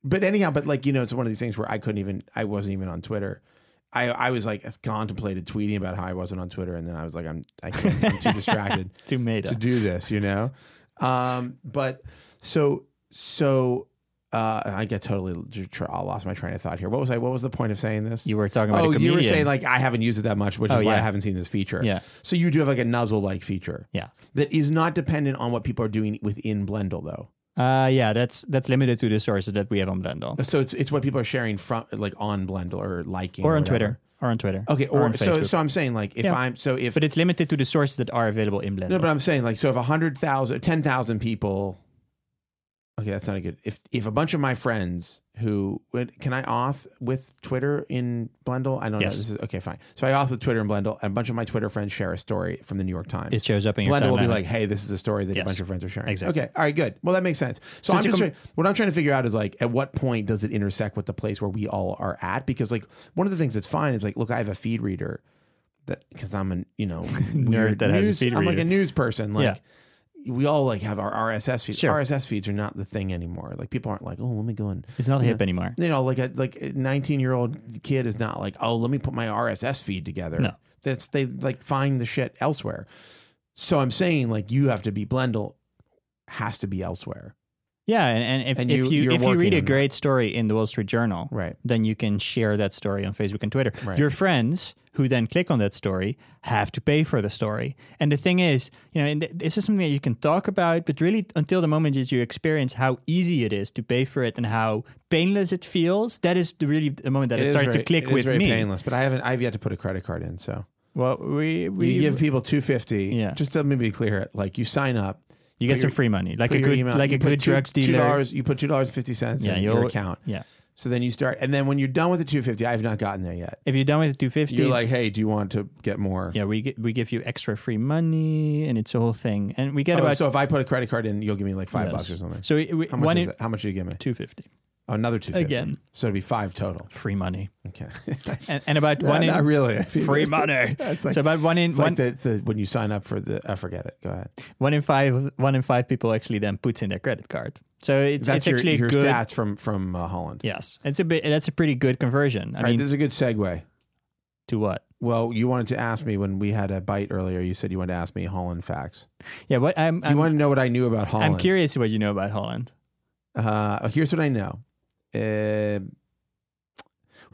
Speaker 1: but anyhow, but like you know, it's one of these things where I couldn't even. I wasn't even on Twitter. I, I was like contemplated tweeting about how I wasn't on Twitter, and then I was like, I'm I can't, I'm too distracted
Speaker 2: Two made
Speaker 1: to
Speaker 2: up.
Speaker 1: do this, you know. Um, but so so uh, I get totally tr- I lost my train of thought here. What was I? What was the point of saying this?
Speaker 2: You were talking about
Speaker 1: oh,
Speaker 2: a
Speaker 1: you
Speaker 2: comedian.
Speaker 1: were saying like I haven't used it that much, which
Speaker 2: Oh,
Speaker 1: is why I
Speaker 2: yeah.
Speaker 1: haven't seen this feature.
Speaker 2: Yeah.
Speaker 1: So you do have like a nuzzle like feature
Speaker 2: Yeah.
Speaker 1: that is not dependent on what people are doing within Blendle though.
Speaker 2: Uh, yeah, that's that's limited to the sources that we have on Blendle
Speaker 1: So it's it's what people are sharing from like on Blendle or liking
Speaker 2: or on
Speaker 1: whatever.
Speaker 2: Twitter or on Twitter.
Speaker 1: Okay, or,
Speaker 2: on
Speaker 1: so
Speaker 2: Facebook.
Speaker 1: so I'm saying like if
Speaker 2: Yeah.
Speaker 1: I'm so if
Speaker 2: But it's limited to the sources that are available in Blendle.
Speaker 1: no, but I'm saying like so if 100,000 10,000 people Okay, that's not a good. If if a bunch of my friends who would, can I auth with Twitter in Blendle? I don't
Speaker 2: Yes.
Speaker 1: know. This is okay, fine. So I auth with Twitter in Blendle, and a bunch of my Twitter friends share a story from the New York Times.
Speaker 2: it shows up in your
Speaker 1: Blender will be
Speaker 2: timeline.
Speaker 1: like, "Hey, this is a story that
Speaker 2: Yes.
Speaker 1: a bunch of friends are sharing."
Speaker 2: Exactly.
Speaker 1: Okay. All right. Good. Well, that makes sense. So,
Speaker 2: So
Speaker 1: I'm
Speaker 2: it's a
Speaker 1: just
Speaker 2: com-
Speaker 1: trying- what I'm trying to figure out is like, at what point does it intersect with the place where we all are at? Because like one of the things that's fine is like, look, I have a feed reader that because I'm a you know weird
Speaker 2: that has a
Speaker 1: news,
Speaker 2: feed
Speaker 1: I'm like
Speaker 2: reader.
Speaker 1: a news person. Like
Speaker 2: Yeah.
Speaker 1: we all like have our RSS feeds.
Speaker 2: Sure.
Speaker 1: RSS feeds are not the thing anymore. Like people aren't like, oh, let me go and
Speaker 2: it's not hip anymore.
Speaker 1: you know, like a like a 19 year old kid is not like, oh, let me put my RSS feed together.
Speaker 2: No.
Speaker 1: That's they like find the shit elsewhere. So I'm saying like you have to be Blendle has to be elsewhere.
Speaker 2: Yeah, and, and if,
Speaker 1: And
Speaker 2: if
Speaker 1: you-
Speaker 2: you
Speaker 1: you're
Speaker 2: if you
Speaker 1: working
Speaker 2: read a
Speaker 1: on that.
Speaker 2: great story in the Wall Street Journal,
Speaker 1: Right.
Speaker 2: then you can share that story on Facebook and Twitter.
Speaker 1: Right.
Speaker 2: Your friends who then click on that story have to pay for the story. And the thing is, you know, and th- this is something that you can talk about, but really until the moment that you experience how easy it is to pay for it and how painless it feels, that is the really the moment that it,
Speaker 1: is
Speaker 2: started
Speaker 1: very-
Speaker 2: to click
Speaker 1: it is
Speaker 2: with
Speaker 1: very
Speaker 2: me.
Speaker 1: painless, but I haven't I've yet to put a credit card in. So
Speaker 2: Well, we we
Speaker 1: you
Speaker 2: you,
Speaker 1: give people 250.
Speaker 2: Yeah.
Speaker 1: Just to maybe clear it, like you sign up.
Speaker 2: get
Speaker 1: put
Speaker 2: some
Speaker 1: your-
Speaker 2: free money, like
Speaker 1: put
Speaker 2: a
Speaker 1: your
Speaker 2: good
Speaker 1: email-
Speaker 2: like
Speaker 1: you
Speaker 2: a
Speaker 1: put
Speaker 2: good
Speaker 1: two-
Speaker 2: drugs
Speaker 1: Two
Speaker 2: dealer.
Speaker 1: dollars. You put two dollars fifty cents
Speaker 2: yeah,
Speaker 1: in your
Speaker 2: you'll-
Speaker 1: account.
Speaker 2: Yeah.
Speaker 1: So then you start, and then when you're done with the two fifty, I've not gotten there yet.
Speaker 2: If you're done with the 250,
Speaker 1: You're like, hey, do you want to get more?
Speaker 2: Yeah, we gi- we give you extra free money, and it's a whole thing. And we get
Speaker 1: Oh,
Speaker 2: about
Speaker 1: so if I put a credit card in, you'll give me like five
Speaker 2: Yes.
Speaker 1: bucks or something.
Speaker 2: so we, we,
Speaker 1: How much
Speaker 2: one
Speaker 1: is it? How much do you give me?
Speaker 2: two fifty
Speaker 1: Oh, another two fifty
Speaker 2: again
Speaker 1: So it'd be five total.
Speaker 2: free money,
Speaker 1: Okay. That's-
Speaker 2: and, and about
Speaker 1: yeah,
Speaker 2: one
Speaker 1: not
Speaker 2: in
Speaker 1: really.
Speaker 2: free money.
Speaker 1: That's like,
Speaker 2: so about one in
Speaker 1: it's
Speaker 2: one,
Speaker 1: like the, the, when you sign up for the. I forget it. Go ahead.
Speaker 2: one in five one in five people actually then puts in their credit card. So it's
Speaker 1: That's
Speaker 2: it's
Speaker 1: your,
Speaker 2: actually a
Speaker 1: your
Speaker 2: good.
Speaker 1: stats from from uh, Holland.
Speaker 2: Yes, it's a bit. That's a pretty good conversion. I
Speaker 1: All right,
Speaker 2: mean,
Speaker 1: this is a good segue.
Speaker 2: to what?
Speaker 1: Well, you wanted to ask me when we had a bite earlier. You said you wanted to ask me Holland facts.
Speaker 2: Yeah, what I'm
Speaker 1: you
Speaker 2: I'm,
Speaker 1: want to know what I knew about Holland.
Speaker 2: I'm curious what you know about Holland.
Speaker 1: Uh, here's what I know. Uh,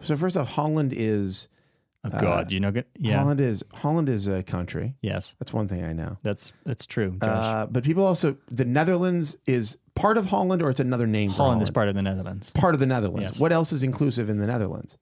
Speaker 1: so first off, Holland is
Speaker 2: Oh
Speaker 1: Uh,
Speaker 2: God, you know, yeah,
Speaker 1: Holland is Holland is a country.
Speaker 2: yes,
Speaker 1: That's one thing I know.
Speaker 2: that's that's true. Josh.
Speaker 1: Uh, but people also the Netherlands is part of Holland, or it's another name for
Speaker 2: Holland
Speaker 1: Holland.
Speaker 2: is part of the Netherlands.
Speaker 1: part of the Netherlands.
Speaker 2: Yes.
Speaker 1: What else is inclusive in the Netherlands,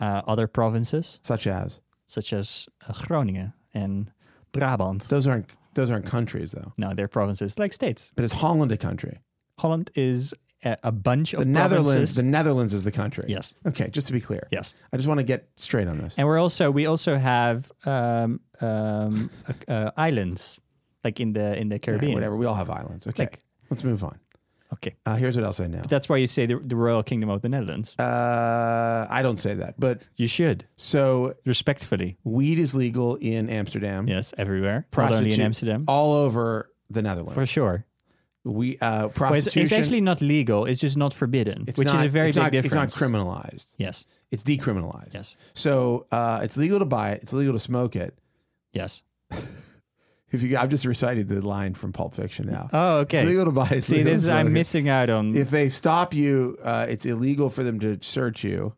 Speaker 2: Uh, other provinces
Speaker 1: such as
Speaker 2: such as uh, Groningen and Brabant.
Speaker 1: those aren't those aren't countries though.
Speaker 2: No, they're provinces like states.
Speaker 1: But is Holland a country?
Speaker 2: Holland is a, a bunch of
Speaker 1: The Netherlands.
Speaker 2: provinces.
Speaker 1: The Netherlands is the country.
Speaker 2: yes,
Speaker 1: Okay, just to be clear,
Speaker 2: yes.
Speaker 1: I just want to get straight on this.
Speaker 2: And we're also we also have um, um, uh, uh, islands like in the in
Speaker 1: All
Speaker 2: the
Speaker 1: right,
Speaker 2: Caribbean.
Speaker 1: whatever. We all have islands. Okay,
Speaker 2: Like-
Speaker 1: let's move on.
Speaker 2: Okay,
Speaker 1: Uh, here's what else I know.
Speaker 2: that's why you say the, the Royal Kingdom of the Netherlands.
Speaker 1: Uh, I don't say that, but
Speaker 2: You should
Speaker 1: so
Speaker 2: respectfully.
Speaker 1: weed is legal in Amsterdam,
Speaker 2: Yes, everywhere. Not only in
Speaker 1: Prostitute- Oh.
Speaker 2: Amsterdam,
Speaker 1: all over the Netherlands.
Speaker 2: for sure.
Speaker 1: we uh,
Speaker 2: Well, it's,
Speaker 1: prostitution.
Speaker 2: it's actually not legal. It's just not forbidden,
Speaker 1: It's
Speaker 2: which
Speaker 1: not-
Speaker 2: is a very
Speaker 1: it's
Speaker 2: big
Speaker 1: not,
Speaker 2: difference.
Speaker 1: It's not criminalized.
Speaker 2: Yes,
Speaker 1: It's decriminalized.
Speaker 2: yes,
Speaker 1: So uh, it's legal to buy it. It's legal to smoke it.
Speaker 2: yes.
Speaker 1: If you, I've just recited the line from Pulp Fiction now.
Speaker 2: Oh,
Speaker 1: It's
Speaker 2: okay.
Speaker 1: legal to buy. It's
Speaker 2: See,
Speaker 1: legal
Speaker 2: this
Speaker 1: to
Speaker 2: I'm
Speaker 1: smoke it.
Speaker 2: missing out on.
Speaker 1: If they stop you, uh, it's illegal for them to search you.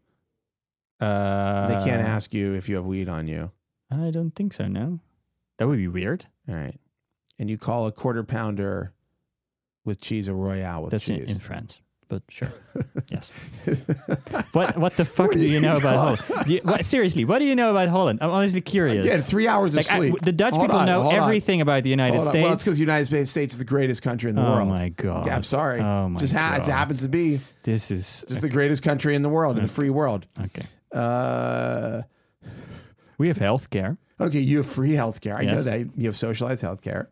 Speaker 2: Uh,
Speaker 1: They can't ask you if you have weed on you.
Speaker 2: I don't think so. No, that would be weird.
Speaker 1: All right. And you call a quarter pounder with cheese a royale with
Speaker 2: That's in,
Speaker 1: cheese.
Speaker 2: in France, but sure. yes. What What the fuck
Speaker 1: What
Speaker 2: do
Speaker 1: do
Speaker 2: you
Speaker 1: you
Speaker 2: know about
Speaker 1: know?
Speaker 2: Holland? Do you- what, seriously, what do you know about Holland? I'm honestly curious.
Speaker 1: Again, three hours of
Speaker 2: like I-
Speaker 1: sleep.
Speaker 2: the Dutch
Speaker 1: Hold
Speaker 2: people
Speaker 1: on,
Speaker 2: know
Speaker 1: hold on,
Speaker 2: everything about the United
Speaker 1: hold on.
Speaker 2: States.
Speaker 1: Well, it's because the United States is the greatest country in the
Speaker 2: oh
Speaker 1: world.
Speaker 2: my god!
Speaker 1: Yeah, I'm sorry.
Speaker 2: Oh my
Speaker 1: just ha-
Speaker 2: god!
Speaker 1: it happens to be
Speaker 2: This is
Speaker 1: just the greatest country in the world, in the free world.
Speaker 2: okay.
Speaker 1: Uh,
Speaker 2: We have healthcare,
Speaker 1: okay, you have free healthcare. I know
Speaker 2: Yes. Mm-hmm.
Speaker 1: that you have socialized healthcare.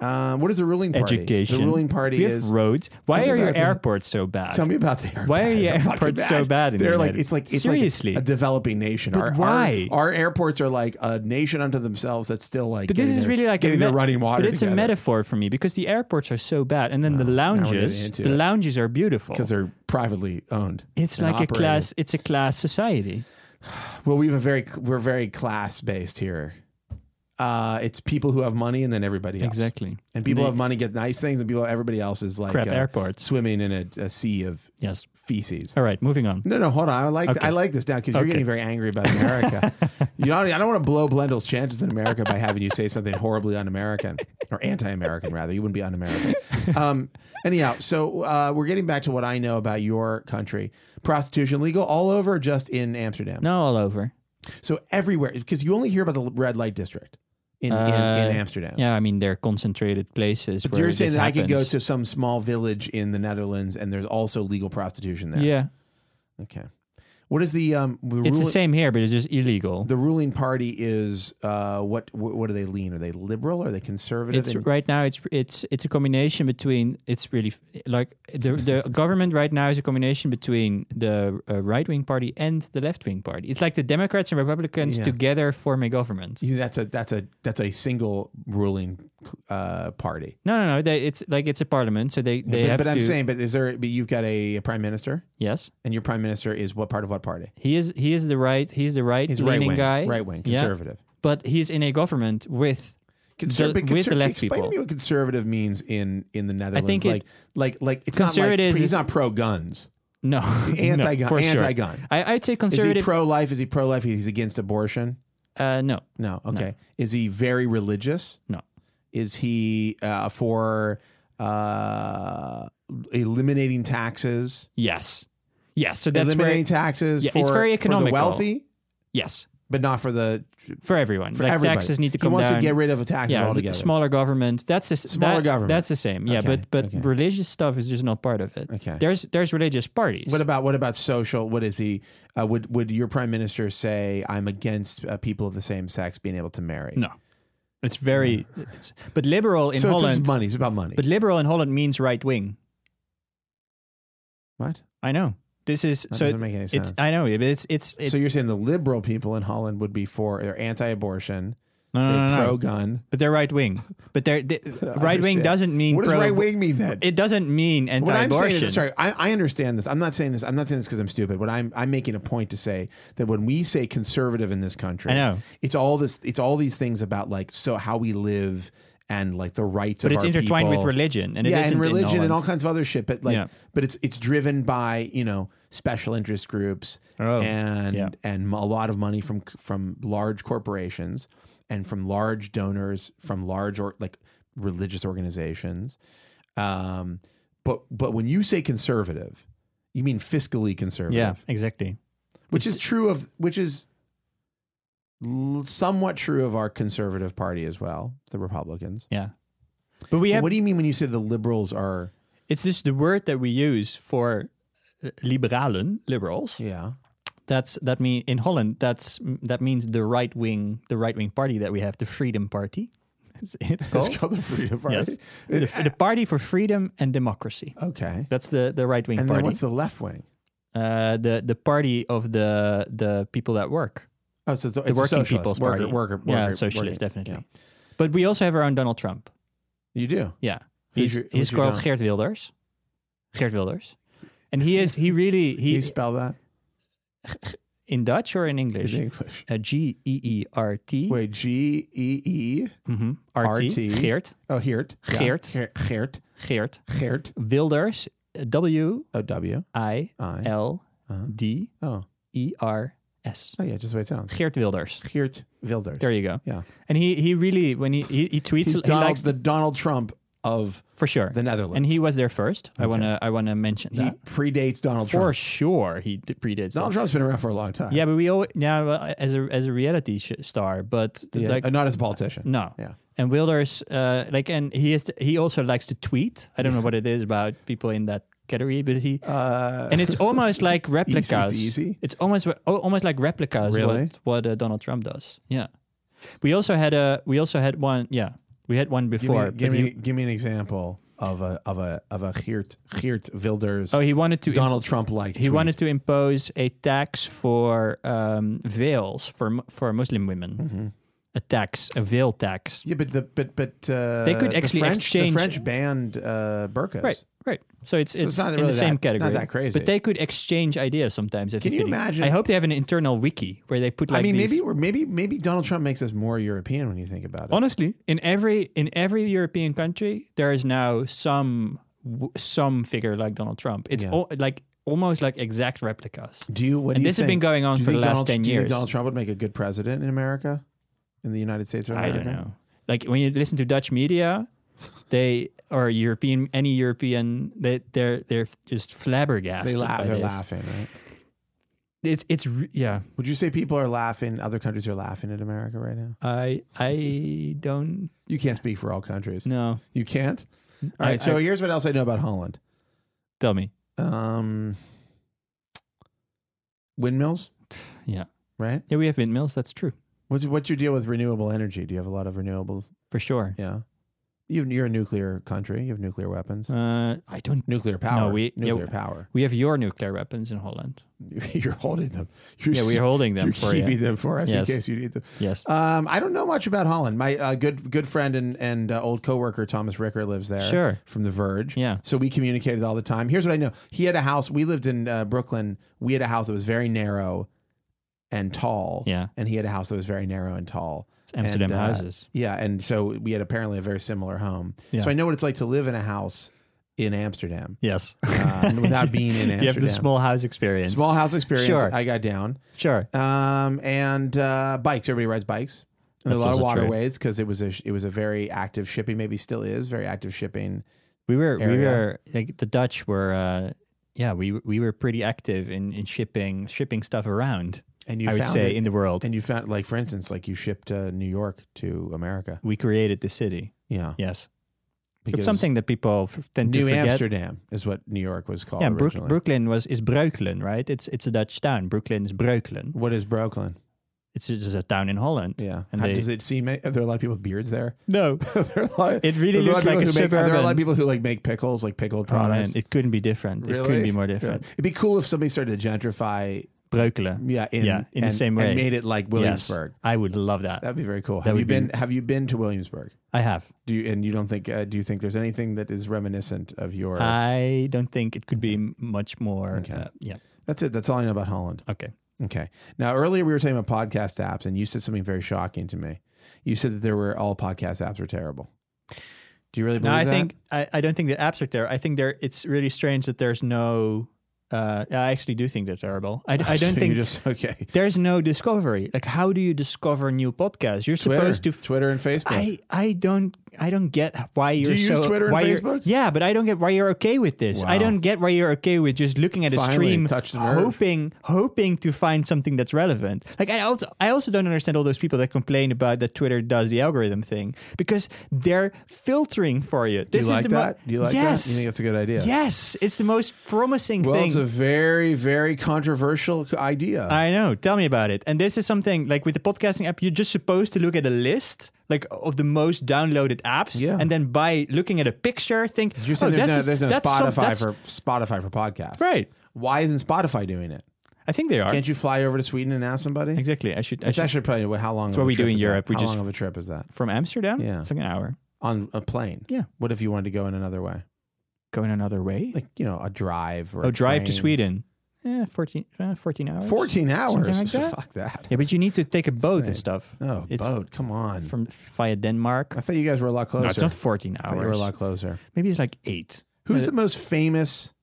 Speaker 1: Um, what is the ruling party?
Speaker 2: education.
Speaker 1: The ruling party
Speaker 2: We have
Speaker 1: is.
Speaker 2: roads. Why
Speaker 1: Tell me
Speaker 2: are your
Speaker 1: about the-
Speaker 2: airports so bad?
Speaker 1: Tell me about the airport.
Speaker 2: Why are your
Speaker 1: They're fucking
Speaker 2: airports so bad in the
Speaker 1: They're like
Speaker 2: United-
Speaker 1: it's like it's
Speaker 2: Seriously.
Speaker 1: like a developing nation. our, our-
Speaker 2: why?
Speaker 1: Our, airports are like a nation unto themselves that's still like.
Speaker 2: But this
Speaker 1: getting
Speaker 2: is
Speaker 1: their-
Speaker 2: really like
Speaker 1: getting
Speaker 2: a
Speaker 1: their
Speaker 2: met-
Speaker 1: running water.
Speaker 2: But it's a metaphor for me because the airports are so bad, and then the lounges,
Speaker 1: into
Speaker 2: the
Speaker 1: it.
Speaker 2: lounges are beautiful.
Speaker 1: because they're privately owned.
Speaker 2: It's
Speaker 1: and
Speaker 2: like a
Speaker 1: operated.
Speaker 2: class. It's a class society.
Speaker 1: Well, we have a very we're very class based here. Uh, it's people who have money and then everybody else.
Speaker 2: Exactly.
Speaker 1: And people who
Speaker 2: They-
Speaker 1: have money get nice things, and people everybody else is like
Speaker 2: Crap
Speaker 1: uh,
Speaker 2: airports.
Speaker 1: swimming in a, a sea of
Speaker 2: Yes.
Speaker 1: feces.
Speaker 2: All right. Moving on.
Speaker 1: No, no, hold on. I like
Speaker 2: Okay.
Speaker 1: I like this now because you're
Speaker 2: Okay.
Speaker 1: getting very angry about America. you know, I don't want to blow Blendell's chances in America by having you say something horribly un-American or anti-American rather. You wouldn't be un-American. Um, anyhow, so uh, we're getting back to what I know about your country: prostitution legal all over, or just in Amsterdam.
Speaker 2: No, all over.
Speaker 1: So everywhere, because you only hear about the red light district in in,
Speaker 2: Uh,
Speaker 1: in Amsterdam.
Speaker 2: Yeah, I mean they're concentrated places.
Speaker 1: But
Speaker 2: where
Speaker 1: you're saying
Speaker 2: this
Speaker 1: that I could go
Speaker 2: happens.
Speaker 1: to some small village in the Netherlands and there's also legal prostitution there.
Speaker 2: Yeah,
Speaker 1: Okay. What is the um the
Speaker 2: it's
Speaker 1: ruling,
Speaker 2: the same here, but it's just illegal.
Speaker 1: the ruling party is uh what what, what do they lean? Are they liberal? Are they conservative?
Speaker 2: It's
Speaker 1: And-
Speaker 2: right now. It's it's it's a combination between. It's really f- like the the government right now is a combination between the uh, right wing party and the left wing party. It's like the Democrats and Republicans
Speaker 1: Yeah.
Speaker 2: together form a government.
Speaker 1: You- that's a that's a that's a single ruling uh party.
Speaker 2: No, no, no. They, it's like it's a parliament, so they they
Speaker 1: but
Speaker 2: have
Speaker 1: but
Speaker 2: to.
Speaker 1: I'm saying, but is there? But you've got a, prime minister,
Speaker 2: yes,
Speaker 1: and your prime minister is what part of what party?
Speaker 2: he is he is the right he's the right
Speaker 1: He's right
Speaker 2: leaning
Speaker 1: wing,
Speaker 2: guy,
Speaker 1: right wing,
Speaker 2: Yeah.
Speaker 1: conservative.
Speaker 2: But he's in a government with
Speaker 1: Conser-
Speaker 2: The-
Speaker 1: but
Speaker 2: with
Speaker 1: conser-
Speaker 2: the left
Speaker 1: explain
Speaker 2: people.
Speaker 1: to me what conservative means in in the Netherlands.
Speaker 2: think it-
Speaker 1: like like like it's not
Speaker 2: Conservatives
Speaker 1: like he's
Speaker 2: is-
Speaker 1: not pro guns.
Speaker 2: no
Speaker 1: Anti gun
Speaker 2: no, for sure.
Speaker 1: anti gun.
Speaker 2: I, I'd say
Speaker 1: Is he
Speaker 2: conservative.
Speaker 1: pro life? Is he pro life? He's against abortion?
Speaker 2: uh, no,
Speaker 1: No. Okay. Is he very religious?
Speaker 2: No.
Speaker 1: Is he uh, for uh, eliminating taxes?
Speaker 2: yes, yes. So that's
Speaker 1: eliminating
Speaker 2: where
Speaker 1: taxes
Speaker 2: Yeah,
Speaker 1: for,
Speaker 2: it's very
Speaker 1: for the
Speaker 2: economical.
Speaker 1: wealthy,
Speaker 2: yes
Speaker 1: but not for the
Speaker 2: for everyone.
Speaker 1: for
Speaker 2: like
Speaker 1: everybody.
Speaker 2: taxes need to come
Speaker 1: he wants
Speaker 2: down.
Speaker 1: to get rid of taxes
Speaker 2: yeah,
Speaker 1: altogether.
Speaker 2: smaller government. That's the s-
Speaker 1: Smaller
Speaker 2: that-
Speaker 1: government.
Speaker 2: That's the same. Yeah,
Speaker 1: Okay,
Speaker 2: but but
Speaker 1: okay.
Speaker 2: religious stuff is just not part of it.
Speaker 1: Okay.
Speaker 2: There's there's religious parties.
Speaker 1: What about what about social? What is he? Uh, would would your prime minister say I'm against uh, people of the same sex being able to marry?
Speaker 2: no, it's very. It's, but liberal in
Speaker 1: so it's
Speaker 2: Holland.
Speaker 1: just money. It's about money.
Speaker 2: But liberal in Holland means right wing.
Speaker 1: what?
Speaker 2: I know. This is
Speaker 1: That
Speaker 2: so.
Speaker 1: doesn't make any sense.
Speaker 2: It's I know, but it's it's it's
Speaker 1: so you're saying the liberal people in Holland would be for they're anti-abortion,
Speaker 2: no, no, no,
Speaker 1: they're
Speaker 2: no, no.
Speaker 1: pro-gun.
Speaker 2: But they're right wing. But they're they, right wing
Speaker 1: understand.
Speaker 2: doesn't mean
Speaker 1: What does
Speaker 2: pro-
Speaker 1: right wing mean then?
Speaker 2: It doesn't mean
Speaker 1: What I'm
Speaker 2: anti-abortion.
Speaker 1: saying is, sorry, I, I understand this. I'm not saying this. I'm not saying this because I'm stupid. But I'm I'm making a point to say that when we say conservative in this country,
Speaker 2: I know.
Speaker 1: it's all this. It's all these things about like so how we live and like the rights
Speaker 2: but
Speaker 1: of
Speaker 2: it's
Speaker 1: our
Speaker 2: intertwined
Speaker 1: people.
Speaker 2: with religion, and it
Speaker 1: yeah,
Speaker 2: isn't
Speaker 1: and
Speaker 2: in
Speaker 1: religion and all
Speaker 2: Holland.
Speaker 1: kinds of other shit. But like,
Speaker 2: Yeah.
Speaker 1: but it's it's driven by you know special interest groups
Speaker 2: Oh,
Speaker 1: and
Speaker 2: yeah.
Speaker 1: and a lot of money from from large corporations and from large donors from large or like religious organizations. Um, but but when you say conservative, you mean fiscally conservative,
Speaker 2: Yeah, exactly.
Speaker 1: which is true of which is l- somewhat true of our conservative party as well, the Republicans.
Speaker 2: Yeah, but we
Speaker 1: But
Speaker 2: have.
Speaker 1: What do you mean when you say the liberals are?
Speaker 2: it's just the word that we use for uh, liberalen, liberals.
Speaker 1: Yeah.
Speaker 2: That's that mean in Holland. That's that means the right wing, the right wing party that we have, the Freedom Party. It's, it's called.
Speaker 1: It's called the Freedom Party.
Speaker 2: yes, the, the Party for Freedom and Democracy.
Speaker 1: Okay.
Speaker 2: That's the the right wing
Speaker 1: And then
Speaker 2: party.
Speaker 1: what's the left wing?
Speaker 2: uh, the the party of the the people that work,
Speaker 1: Oh, so it's
Speaker 2: the
Speaker 1: a
Speaker 2: working
Speaker 1: socialist.
Speaker 2: people's
Speaker 1: worker,
Speaker 2: party,
Speaker 1: worker,
Speaker 2: yeah,
Speaker 1: worker-
Speaker 2: socialist,
Speaker 1: worker.
Speaker 2: definitely. But we also have our own Donald Trump.
Speaker 1: You do.
Speaker 2: Yeah,
Speaker 1: Who's
Speaker 2: he's
Speaker 1: your- who's
Speaker 2: he's
Speaker 1: your
Speaker 2: called
Speaker 1: Donald?
Speaker 2: Geert Wilders, Geert Wilders, and he is he really
Speaker 1: Can
Speaker 2: he
Speaker 1: you spell that
Speaker 2: in Dutch or in
Speaker 1: in
Speaker 2: English?
Speaker 1: English?
Speaker 2: Uh, G E E R T.
Speaker 1: Wait, G E E.
Speaker 2: Mhm. R
Speaker 1: RT.
Speaker 2: T. Geert
Speaker 1: Oh, Geert. Yeah.
Speaker 2: Geert.
Speaker 1: Ge- Geert.
Speaker 2: Geert
Speaker 1: Geert.
Speaker 2: Wilders. W
Speaker 1: O Oh, W
Speaker 2: I
Speaker 1: I.
Speaker 2: L D
Speaker 1: Oh,
Speaker 2: E R S.
Speaker 1: Oh yeah, just the way it sounds.
Speaker 2: Geert Wilders.
Speaker 1: Geert Wilders.
Speaker 2: There you go.
Speaker 1: Yeah,
Speaker 2: And he he really when he he, he tweets
Speaker 1: he's
Speaker 2: he
Speaker 1: Donald,
Speaker 2: likes
Speaker 1: the Donald Trump of
Speaker 2: for sure.
Speaker 1: the Netherlands.
Speaker 2: and he was there first. I wanna I wanna mention
Speaker 1: he
Speaker 2: that
Speaker 1: predates Donald
Speaker 2: for
Speaker 1: Trump.
Speaker 2: sure. He d- predates
Speaker 1: Donald
Speaker 2: that.
Speaker 1: Trump's been around for a long time.
Speaker 2: Yeah, but we all yeah well, as a as a reality sh- star, but
Speaker 1: Yeah,
Speaker 2: like
Speaker 1: uh, not as a politician.
Speaker 2: no.
Speaker 1: Yeah.
Speaker 2: And Wilders, uh, like, and he is he also likes to tweet. I don't know what it is about people in that category, but he
Speaker 1: Uh,
Speaker 2: and it's almost like replicas.
Speaker 1: easy.
Speaker 2: It's almost oh, almost like replicas
Speaker 1: Really?
Speaker 2: what what uh, Donald Trump does. Yeah. We also had a we also had one. Yeah, we had one
Speaker 1: give, me,
Speaker 2: before.
Speaker 1: give,
Speaker 2: but he-
Speaker 1: me, give me an example of a of a of a Geert Geert Wilders
Speaker 2: oh, he wanted to.
Speaker 1: Donald Trump like.
Speaker 2: he wanted to impose a tax for um, veils for mu- for Muslim women.
Speaker 1: Mm-hmm.
Speaker 2: A tax, a veil tax.
Speaker 1: Yeah, but the but but uh,
Speaker 2: They could actually
Speaker 1: the French,
Speaker 2: exchange-
Speaker 1: the French banned uh, burkas.
Speaker 2: Right, right. So it's it's,
Speaker 1: it's not
Speaker 2: in
Speaker 1: really
Speaker 2: the same
Speaker 1: that-
Speaker 2: category.
Speaker 1: not that crazy.
Speaker 2: But they could exchange ideas sometimes. If
Speaker 1: Can you
Speaker 2: think-
Speaker 1: imagine-
Speaker 2: I hope they have an internal wiki where they put like.
Speaker 1: I mean,
Speaker 2: these-
Speaker 1: maybe we're maybe maybe Donald Trump makes us more European when you think about it.
Speaker 2: honestly, in every in every European country, there is now some w- some figure like Donald Trump. It's
Speaker 1: Yeah.
Speaker 2: al- like almost like exact replicas.
Speaker 1: do you? What do
Speaker 2: and
Speaker 1: you
Speaker 2: this has been
Speaker 1: think?
Speaker 2: going on
Speaker 1: Do you
Speaker 2: for the
Speaker 1: think Donald-
Speaker 2: last ten
Speaker 1: do you think
Speaker 2: years.
Speaker 1: Donald Trump would make a good president in America, in the United States or
Speaker 2: I
Speaker 1: America?
Speaker 2: don't know. Like when you listen to Dutch media, they or European any European they they're they're just flabbergasted.
Speaker 1: They laugh.
Speaker 2: by
Speaker 1: They're
Speaker 2: this.
Speaker 1: laughing. Right?
Speaker 2: It's it's re- yeah.
Speaker 1: Would you say people are laughing? Other countries are laughing at America right now.
Speaker 2: I I don't
Speaker 1: You can't speak for all countries.
Speaker 2: know.
Speaker 1: You can't. All right.
Speaker 2: I-
Speaker 1: so
Speaker 2: I-
Speaker 1: here's what else I know about Holland.
Speaker 2: Tell me.
Speaker 1: Um, windmills,
Speaker 2: Yeah.
Speaker 1: right?
Speaker 2: Yeah, we have windmills. That's true
Speaker 1: What's what's your deal with renewable energy? Do you have a lot of renewables?
Speaker 2: for sure.
Speaker 1: Yeah. You, you're a nuclear country. You have nuclear weapons.
Speaker 2: Uh, I don't.
Speaker 1: nuclear power.
Speaker 2: we- yeah,
Speaker 1: nuclear
Speaker 2: w-
Speaker 1: power.
Speaker 2: We have your nuclear weapons in Holland.
Speaker 1: You're holding them. You're,
Speaker 2: Yeah, we're holding them
Speaker 1: you're
Speaker 2: for
Speaker 1: keeping
Speaker 2: you.
Speaker 1: them for us
Speaker 2: Yes.
Speaker 1: in case you need them.
Speaker 2: Yes.
Speaker 1: Um, I don't know much about Holland. My uh, good good friend and and uh, old coworker Thomas Ricker lives there.
Speaker 2: Sure.
Speaker 1: from The Verge.
Speaker 2: Yeah.
Speaker 1: So we communicated all the time. Here's what I know. He had a house. We lived in uh, Brooklyn. We had a house that was very narrow and tall.
Speaker 2: Yeah.
Speaker 1: And he had a house that was very narrow and tall.
Speaker 2: It's Amsterdam
Speaker 1: And, uh,
Speaker 2: houses.
Speaker 1: Yeah. And so we had apparently a very similar home.
Speaker 2: Yeah.
Speaker 1: So I know what it's like to live in a house in Amsterdam
Speaker 2: Yes.
Speaker 1: uh, and without being in Amsterdam.
Speaker 2: you have the small house experience.
Speaker 1: Small house experience.
Speaker 2: Sure.
Speaker 1: I got down.
Speaker 2: Sure.
Speaker 1: Um, and uh, bikes. Everybody rides bikes. And there's a lot
Speaker 2: That's
Speaker 1: of
Speaker 2: also true.
Speaker 1: waterways because it was a it was a very active shipping. Maybe still is very active shipping.
Speaker 2: We were we
Speaker 1: area.
Speaker 2: were like the Dutch were uh, yeah we we were pretty active in, in shipping shipping stuff around.
Speaker 1: And you
Speaker 2: I would
Speaker 1: found
Speaker 2: say
Speaker 1: it.
Speaker 2: in the world
Speaker 1: And you found, like, for instance, like you shipped uh, New York to America.
Speaker 2: we created the city.
Speaker 1: Yeah.
Speaker 2: Yes,
Speaker 1: because
Speaker 2: it's something that people f- tend
Speaker 1: New
Speaker 2: to forget.
Speaker 1: Amsterdam is what New York was called
Speaker 2: Yeah, Brook-
Speaker 1: originally.
Speaker 2: Brooklyn was is Breukelen, right? It's it's a Dutch town. Brooklyn is Breukelen.
Speaker 1: what is Brooklyn?
Speaker 2: It's just a town in Holland.
Speaker 1: Yeah.
Speaker 2: And
Speaker 1: How,
Speaker 2: they-
Speaker 1: does it seem? Are there a lot of people with beards there?
Speaker 2: No,
Speaker 1: There are a lot-
Speaker 2: it really
Speaker 1: there are a lot
Speaker 2: looks
Speaker 1: of people
Speaker 2: like a
Speaker 1: who make-
Speaker 2: suburban.
Speaker 1: There are a lot of people who like make pickles, like pickled
Speaker 2: Oh, man,
Speaker 1: products.
Speaker 2: it couldn't be different. It
Speaker 1: Really?
Speaker 2: couldn't be more
Speaker 1: Yeah.
Speaker 2: different.
Speaker 1: It'd be cool if somebody started to gentrify,
Speaker 2: Breukelen.
Speaker 1: yeah, in,
Speaker 2: Yeah, in the
Speaker 1: and-
Speaker 2: same way.
Speaker 1: and made it like Williamsburg.
Speaker 2: Yes, I would love that.
Speaker 1: That'd be very cool. Have you
Speaker 2: would be-
Speaker 1: been? Have you been to Williamsburg?
Speaker 2: I have.
Speaker 1: Do you and you don't think? Uh, do you think there's anything that is reminiscent of your?
Speaker 2: Uh, I don't think it could be m- much more. uh, yeah.
Speaker 1: that's it. That's all I know about Holland.
Speaker 2: Okay.
Speaker 1: Okay. Now, earlier we were talking about podcast apps, and you said something very shocking to me. You said that there were all podcast apps were terrible. Do you really believe
Speaker 2: No, I
Speaker 1: that?
Speaker 2: think I, I don't think the apps are there. I think there. It's really strange that there's no. Uh, I actually do think they're terrible. I, I don't
Speaker 1: So
Speaker 2: think
Speaker 1: you just okay.
Speaker 2: there's no discovery. Like, how do you discover new podcasts? You're
Speaker 1: Twitter,
Speaker 2: supposed to. F-
Speaker 1: Twitter and Facebook.
Speaker 2: I I don't I don't get why you're
Speaker 1: you
Speaker 2: so
Speaker 1: use Twitter and
Speaker 2: why you're-
Speaker 1: Facebook?
Speaker 2: Yeah, but I don't get why you're okay with this. I
Speaker 1: Wow.
Speaker 2: don't get why you're okay with just looking at a
Speaker 1: Finally,
Speaker 2: stream,
Speaker 1: touched the nerve.
Speaker 2: hoping hoping to find something that's relevant. Like I also I also don't understand all those people that complain about that Twitter does the algorithm thing because they're filtering for you.
Speaker 1: do
Speaker 2: This
Speaker 1: you like
Speaker 2: is the mo-
Speaker 1: that? Do you like
Speaker 2: yes.
Speaker 1: that? You think that's a good idea?
Speaker 2: Yes, it's the most promising
Speaker 1: Well,
Speaker 2: thing.
Speaker 1: it's a very, very controversial idea.
Speaker 2: I know. Tell me about it. And this is something like with the podcasting app, you're just supposed to look at a list like of the most downloaded apps,
Speaker 1: Yeah.
Speaker 2: and then by looking at a picture, think
Speaker 1: You're saying
Speaker 2: oh,
Speaker 1: there's,
Speaker 2: that's
Speaker 1: no,
Speaker 2: just-
Speaker 1: there's no
Speaker 2: that's some-
Speaker 1: Spotify
Speaker 2: that's-
Speaker 1: for Spotify for podcasts.
Speaker 2: right.
Speaker 1: Why isn't Spotify doing it?
Speaker 2: I think they are
Speaker 1: Can't you fly over to Sweden and ask somebody?
Speaker 2: exactly. I should. I
Speaker 1: It's
Speaker 2: should
Speaker 1: actually probably how long? That's
Speaker 2: what we do in Europe. We
Speaker 1: How
Speaker 2: just-
Speaker 1: long of a trip is that
Speaker 2: from Amsterdam.
Speaker 1: Yeah.
Speaker 2: it's like an hour.
Speaker 1: on a plane?
Speaker 2: Yeah.
Speaker 1: What if you wanted to go in another way,
Speaker 2: Going another way.
Speaker 1: like you know, a drive or
Speaker 2: oh,
Speaker 1: a
Speaker 2: drive to
Speaker 1: train?
Speaker 2: Sweden. Yeah, 14, uh, 14 hours.
Speaker 1: 14 hours.
Speaker 2: Something like that?
Speaker 1: Fuck that.
Speaker 2: Yeah, but you need to take a boat and
Speaker 1: Insane.
Speaker 2: stuff
Speaker 1: Oh,
Speaker 2: It's-
Speaker 1: boat. Come on.
Speaker 2: from via Denmark.
Speaker 1: I thought you guys were a lot closer.
Speaker 2: No, it's not fourteen
Speaker 1: I thought you were a
Speaker 2: hours.
Speaker 1: lot closer.
Speaker 2: Maybe it's like eight.
Speaker 1: Who's
Speaker 2: Uh,
Speaker 1: the most
Speaker 2: E-
Speaker 1: famous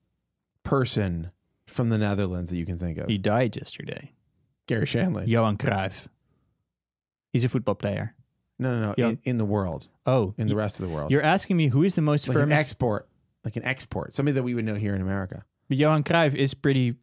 Speaker 1: person from the Netherlands that you can think of?
Speaker 2: He died yesterday.
Speaker 1: Gary Shanley.
Speaker 2: Johan Cruyff. He's a football player.
Speaker 1: No, no, no.
Speaker 2: Yeah.
Speaker 1: In, in the world,
Speaker 2: Oh,
Speaker 1: in the
Speaker 2: y-
Speaker 1: rest of the world.
Speaker 2: you're asking me who is the most
Speaker 1: like an
Speaker 2: famous?
Speaker 1: export, like an export, somebody that we would know here in America.
Speaker 2: But Johan Cruyff is pretty.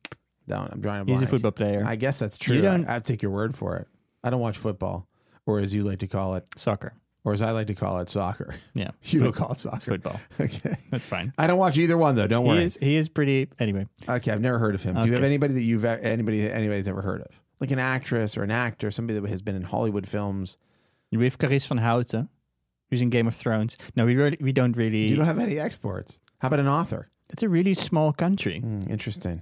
Speaker 1: No, I'm drawing a blank.
Speaker 2: He's a football player.
Speaker 1: I guess that's true.
Speaker 2: You don't-
Speaker 1: I, I take your word for it. I don't watch football, or as you like to call it,
Speaker 2: Soccer.
Speaker 1: or as I like to call it, soccer.
Speaker 2: Yeah,
Speaker 1: You don't call it
Speaker 2: it's
Speaker 1: soccer.
Speaker 2: football.
Speaker 1: Okay.
Speaker 2: That's fine.
Speaker 1: I don't watch either one though. Don't
Speaker 2: He
Speaker 1: worry.
Speaker 2: is. He is pretty. Anyway,
Speaker 1: Okay, I've never heard of him. Do you have
Speaker 2: Okay.
Speaker 1: anybody that you've anybody that anybody's ever heard of? Like an actress or an actor, somebody that has been in Hollywood films.
Speaker 2: we have Caris van Houten, who's in Game of Thrones. No, we really, we don't really.
Speaker 1: You don't have any exports. How about an author?
Speaker 2: it's a really small country.
Speaker 1: Hmm, interesting.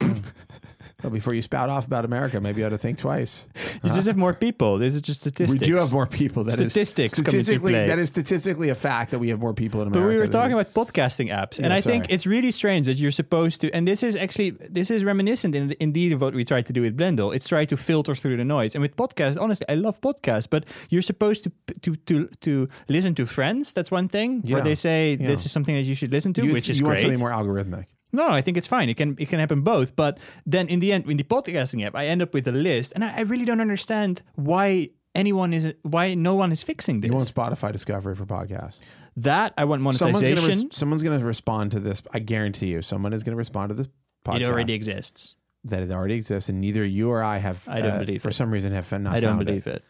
Speaker 1: well, before you spout off about America, maybe you ought to think twice. Uh,
Speaker 2: You just have more people. This is just
Speaker 1: Ah.
Speaker 2: statistics.
Speaker 1: We do have more people. That is
Speaker 2: Statistics come into
Speaker 1: statistically,
Speaker 2: play.
Speaker 1: that is statistically a fact that we have more people in
Speaker 2: But
Speaker 1: America.
Speaker 2: we were
Speaker 1: than-
Speaker 2: talking about podcasting apps, and
Speaker 1: Yeah,
Speaker 2: I think
Speaker 1: sorry.
Speaker 2: it's really strange that you're supposed to. And this is actually this is reminiscent, in, indeed, of what we tried to do with Blendle. It's try to filter through the noise. And with podcasts, honestly, I love podcasts, but you're supposed to to to to listen to friends. That's one thing
Speaker 1: Yeah,
Speaker 2: where they say this
Speaker 1: yeah.
Speaker 2: is something that you should listen to,
Speaker 1: you,
Speaker 2: which is
Speaker 1: you want
Speaker 2: great.
Speaker 1: something more algorithmic.
Speaker 2: No, no, I think it's fine. It can it can happen both. But then in the end, in the podcasting app, I end up with a list, and I, I really don't understand why anyone is why no one is fixing this.
Speaker 1: You want Spotify discovery for podcasts.
Speaker 2: that I want
Speaker 1: Someone's
Speaker 2: monetization.
Speaker 1: gonna res- someone's gonna respond to this. I guarantee you, someone is gonna respond to this podcast
Speaker 2: it already exists.
Speaker 1: that it already exists, and neither you or I have. uh,
Speaker 2: I don't believe
Speaker 1: for
Speaker 2: it.
Speaker 1: some reason have not.
Speaker 2: I don't
Speaker 1: found
Speaker 2: believe it.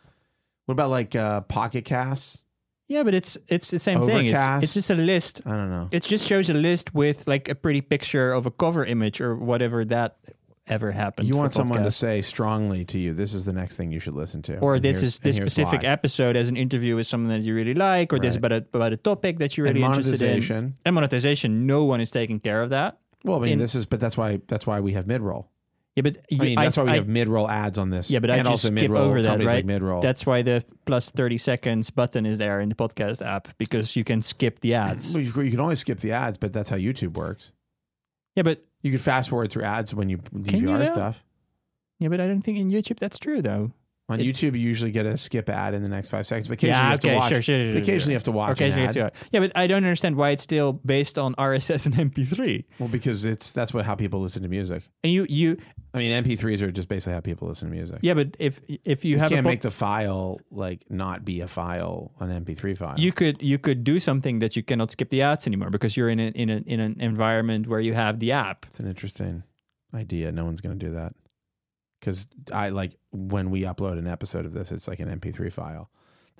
Speaker 1: What about like uh, Pocket Casts?
Speaker 2: Yeah, but it's it's the same thing. It's,
Speaker 1: Overcast.
Speaker 2: it's just a list.
Speaker 1: I don't know.
Speaker 2: It just shows a list with like a pretty picture of a cover image or whatever that ever happened.
Speaker 1: You
Speaker 2: for
Speaker 1: want someone to
Speaker 2: podcasts.
Speaker 1: say strongly to you, "This is the next thing you should listen to,"
Speaker 2: or
Speaker 1: and
Speaker 2: this
Speaker 1: here's-
Speaker 2: is this
Speaker 1: and here's
Speaker 2: specific
Speaker 1: why.
Speaker 2: episode as an interview with someone that you really like, or this
Speaker 1: Right.
Speaker 2: about a, about a topic that you're
Speaker 1: And
Speaker 2: really interested in.
Speaker 1: monetization.
Speaker 2: And monetization, no one is taking care of that.
Speaker 1: Well, I mean,
Speaker 2: in-
Speaker 1: this is, but that's why that's why we have mid roll.
Speaker 2: Yeah, but you,
Speaker 1: I mean, that's
Speaker 2: I,
Speaker 1: why we
Speaker 2: I-
Speaker 1: have mid roll ads on this.
Speaker 2: Yeah, but
Speaker 1: and
Speaker 2: I just
Speaker 1: also
Speaker 2: skip
Speaker 1: mid-roll
Speaker 2: over that,
Speaker 1: companies like
Speaker 2: right?
Speaker 1: mid roll.
Speaker 2: that's why the plus thirty seconds button is there in the podcast app because you can skip the ads.
Speaker 1: Well, you, you can only skip the ads, but that's how YouTube works.
Speaker 2: yeah, but
Speaker 1: You could fast forward through ads when you
Speaker 2: you
Speaker 1: DVR
Speaker 2: though?
Speaker 1: stuff.
Speaker 2: yeah, but I don't think in YouTube that's true though.
Speaker 1: On
Speaker 2: It-
Speaker 1: YouTube, you usually get a skip ad in the next five seconds. But occasionally,
Speaker 2: yeah,
Speaker 1: you have
Speaker 2: okay,
Speaker 1: to watch.
Speaker 2: sure, sure,
Speaker 1: but
Speaker 2: sure, sure,
Speaker 1: occasionally,
Speaker 2: sure.
Speaker 1: you have to watch.
Speaker 2: Okay,
Speaker 1: an
Speaker 2: so you have
Speaker 1: ad.
Speaker 2: to- yeah, but I don't understand why it's still based on RSS and MP3.
Speaker 1: Well, because it's that's what how people listen to music.
Speaker 2: And you, you,
Speaker 1: I mean, MP3s are just basically how people listen to music.
Speaker 2: yeah, but if if you
Speaker 1: you
Speaker 2: have a
Speaker 1: can't
Speaker 2: pod-
Speaker 1: make the file like not be a file, an MP3 file.
Speaker 2: you could you could do something that you cannot skip the ads anymore because you're in a, in a, in an environment where you have the app.
Speaker 1: it's an interesting idea. No one's going to do that because I like when we upload an episode of this, it's like an MP3 file.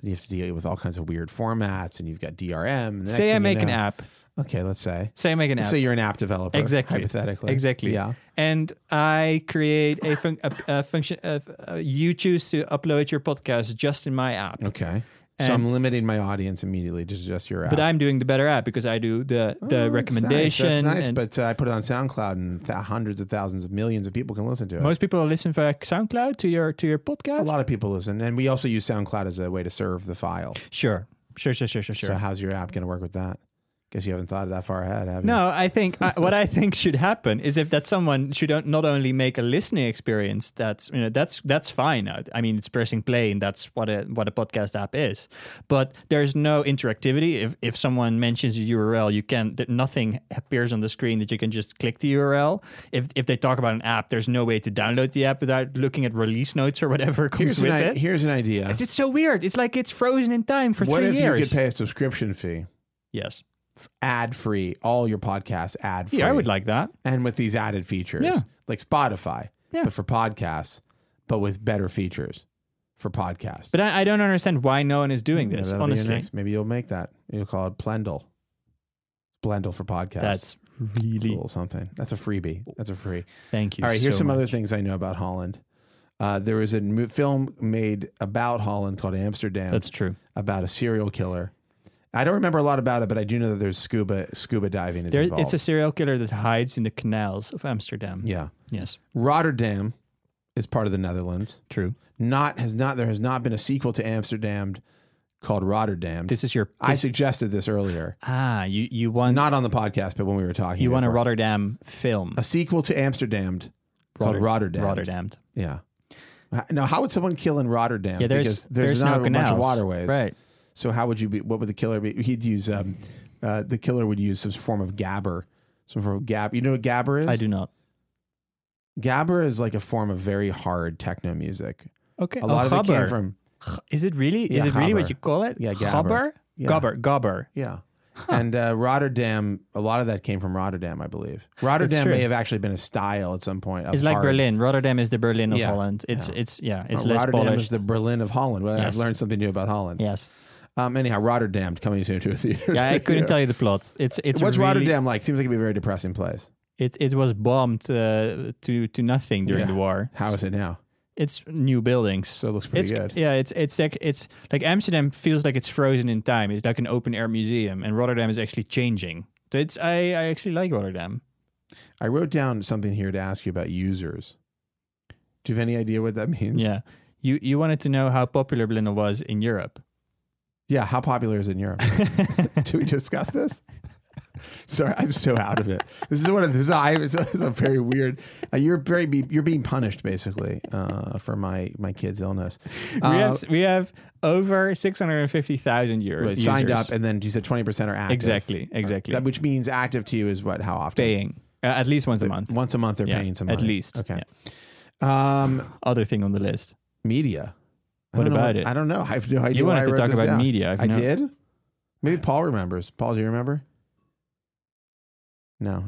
Speaker 1: Then you have to deal with all kinds of weird formats, and you've got DRM. The next
Speaker 2: Say I
Speaker 1: thing
Speaker 2: make
Speaker 1: you
Speaker 2: an
Speaker 1: know-
Speaker 2: app.
Speaker 1: Okay, let's say.
Speaker 2: Say I make an app.
Speaker 1: So you're an app developer,
Speaker 2: Exactly.
Speaker 1: Hypothetically,
Speaker 2: Exactly.
Speaker 1: Yeah.
Speaker 2: and I create a, func a, a function. A, a, you choose to upload your podcast just in my app,
Speaker 1: Okay. so
Speaker 2: And-
Speaker 1: I'm limiting my audience immediately to just your app.
Speaker 2: but I'm doing the better app because I do the
Speaker 1: Oh,
Speaker 2: the
Speaker 1: that's nice.
Speaker 2: recommendation.
Speaker 1: That's nice,
Speaker 2: and
Speaker 1: but uh, I put it on SoundCloud, and th- hundreds of thousands of millions of people can listen to it.
Speaker 2: most people listen via SoundCloud to your to your podcast.
Speaker 1: a lot of people listen, and we also use SoundCloud as a way to serve the file.
Speaker 2: Sure, sure, sure, sure, sure, sure.
Speaker 1: So, how's your app going to work with that? Guess you haven't thought that far ahead, have you?
Speaker 2: No, I think I, what I think should happen is if that someone should on- not only make a listening experience that's you know that's that's fine. I, I mean, it's pressing play and that's what a what a podcast app is. But there's no interactivity. If if someone mentions a URL, you can th- nothing appears on the screen that you can just click the URL. If if they talk about an app, there's no way to download the app without looking at release notes or whatever comes
Speaker 1: Here's an,
Speaker 2: with
Speaker 1: i-
Speaker 2: it.
Speaker 1: here's an idea.
Speaker 2: It's so weird. It's like it's frozen in time for
Speaker 1: What
Speaker 2: three
Speaker 1: if
Speaker 2: years.
Speaker 1: you could pay a subscription fee,
Speaker 2: yes.
Speaker 1: ad free, all your podcasts ad free?
Speaker 2: Yeah, I would like that.
Speaker 1: And with these added features,
Speaker 2: Yeah.
Speaker 1: like Spotify,
Speaker 2: Yeah.
Speaker 1: but for podcasts, but with better features for podcasts.
Speaker 2: But I, I don't understand why no one is doing
Speaker 1: Yeah,
Speaker 2: this.
Speaker 1: that'll be your
Speaker 2: honestly,
Speaker 1: next- Maybe you'll make that. You'll call it Blendle. Blendle for podcasts.
Speaker 2: that's
Speaker 1: It's a
Speaker 2: really
Speaker 1: little something. That's a freebie. That's a free.
Speaker 2: thank you.
Speaker 1: All right, here's
Speaker 2: so
Speaker 1: some
Speaker 2: much.
Speaker 1: other things I know about Holland. Uh, there was a mo- film made about Holland called Amsterdam
Speaker 2: That's true.
Speaker 1: about a serial killer. I don't remember a lot about it, but I do know that there's scuba scuba diving is
Speaker 2: There,
Speaker 1: involved.
Speaker 2: it's a serial killer that hides in the canals of Amsterdam.
Speaker 1: yeah,
Speaker 2: Yes,
Speaker 1: Rotterdam is part of the Netherlands.
Speaker 2: true.
Speaker 1: Not has not there has not been a sequel to Amsterdam called Rotterdam.
Speaker 2: This is your
Speaker 1: I
Speaker 2: this-
Speaker 1: suggested this earlier,
Speaker 2: ah. You you want
Speaker 1: not on the podcast, but when we were talking.
Speaker 2: you want a
Speaker 1: before.
Speaker 2: Rotterdam film?
Speaker 1: a sequel to Amsterdam called
Speaker 2: Rotter-
Speaker 1: Rotterdam.
Speaker 2: Rotterdam.
Speaker 1: Yeah. H- Now, how would someone kill in Rotterdam?
Speaker 2: Yeah, there's
Speaker 1: because
Speaker 2: there's,
Speaker 1: not
Speaker 2: no
Speaker 1: a
Speaker 2: canals.
Speaker 1: bunch of waterways.
Speaker 2: Right.
Speaker 1: So how would you be? What would the killer be? He'd use um, uh, the killer would use some form of gabber, some form of gab. You know what gabber is?
Speaker 2: I do not.
Speaker 1: Gabber is like a form of very hard techno music.
Speaker 2: Okay.
Speaker 1: A lot
Speaker 2: oh,
Speaker 1: of it came
Speaker 2: gabber.
Speaker 1: from
Speaker 2: G- Is it really?
Speaker 1: Yeah,
Speaker 2: is it really
Speaker 1: gabber.
Speaker 2: what you call it?
Speaker 1: Yeah,
Speaker 2: Gabber.
Speaker 1: gabber. Yeah.
Speaker 2: Gobber. Gobber.
Speaker 1: yeah. And uh, Rotterdam, a lot of that came from Rotterdam, I believe. Rotterdam
Speaker 2: true.
Speaker 1: may have actually been a style at some point. of
Speaker 2: It's like
Speaker 1: hard-
Speaker 2: Berlin. Rotterdam is the Berlin of
Speaker 1: Yeah.
Speaker 2: Holland. It's it's yeah. It's
Speaker 1: Uh,
Speaker 2: less
Speaker 1: Rotterdam
Speaker 2: polished.
Speaker 1: is the Berlin of Holland. Well, I've
Speaker 2: Yes.
Speaker 1: learned something new about Holland.
Speaker 2: yes.
Speaker 1: Um, anyhow, Rotterdam coming soon to a theater.
Speaker 2: Yeah, I couldn't tell you the plot. It's it's
Speaker 1: What's
Speaker 2: really,
Speaker 1: Rotterdam like? Seems like it'd be a very depressing place.
Speaker 2: It it was bombed uh, to to nothing during
Speaker 1: Yeah.
Speaker 2: the war.
Speaker 1: How is it now?
Speaker 2: It's new buildings.
Speaker 1: So it looks
Speaker 2: It's
Speaker 1: pretty good.
Speaker 2: yeah. It's it's like it's like Amsterdam feels like it's frozen in time. It's like an open air museum, and Rotterdam is actually changing. So it's I I actually like Rotterdam.
Speaker 1: I wrote down something here to ask you about users. Do you have any idea what that means?
Speaker 2: Yeah. You you wanted to know how popular Blender was in Europe.
Speaker 1: Yeah. How popular is it in Europe? Do we discuss this? Sorry, I'm so out of it. This is one of this. Is, I, this is a very weird. Uh, you're very be, you're being punished basically uh, for my my kid's illness. Uh,
Speaker 2: we have we have over six hundred and fifty thousand euros
Speaker 1: wait, signed up, and then you said twenty percent are active.
Speaker 2: Exactly, exactly.
Speaker 1: That, which means active to you is what? How often?
Speaker 2: paying uh, at least once a month.
Speaker 1: Once a month, they're
Speaker 2: Yeah,
Speaker 1: paying some
Speaker 2: at
Speaker 1: money.
Speaker 2: least.
Speaker 1: Okay.
Speaker 2: Yeah.
Speaker 1: Um,
Speaker 2: Other thing on the list.
Speaker 1: media. I
Speaker 2: What
Speaker 1: don't know
Speaker 2: about it?
Speaker 1: I don't know. I have no idea.
Speaker 2: You
Speaker 1: why I
Speaker 2: wanted to
Speaker 1: wrote
Speaker 2: talk
Speaker 1: this
Speaker 2: about
Speaker 1: down.
Speaker 2: media. I've
Speaker 1: I
Speaker 2: no-
Speaker 1: did. Maybe Paul remembers. Paul, do you remember? No,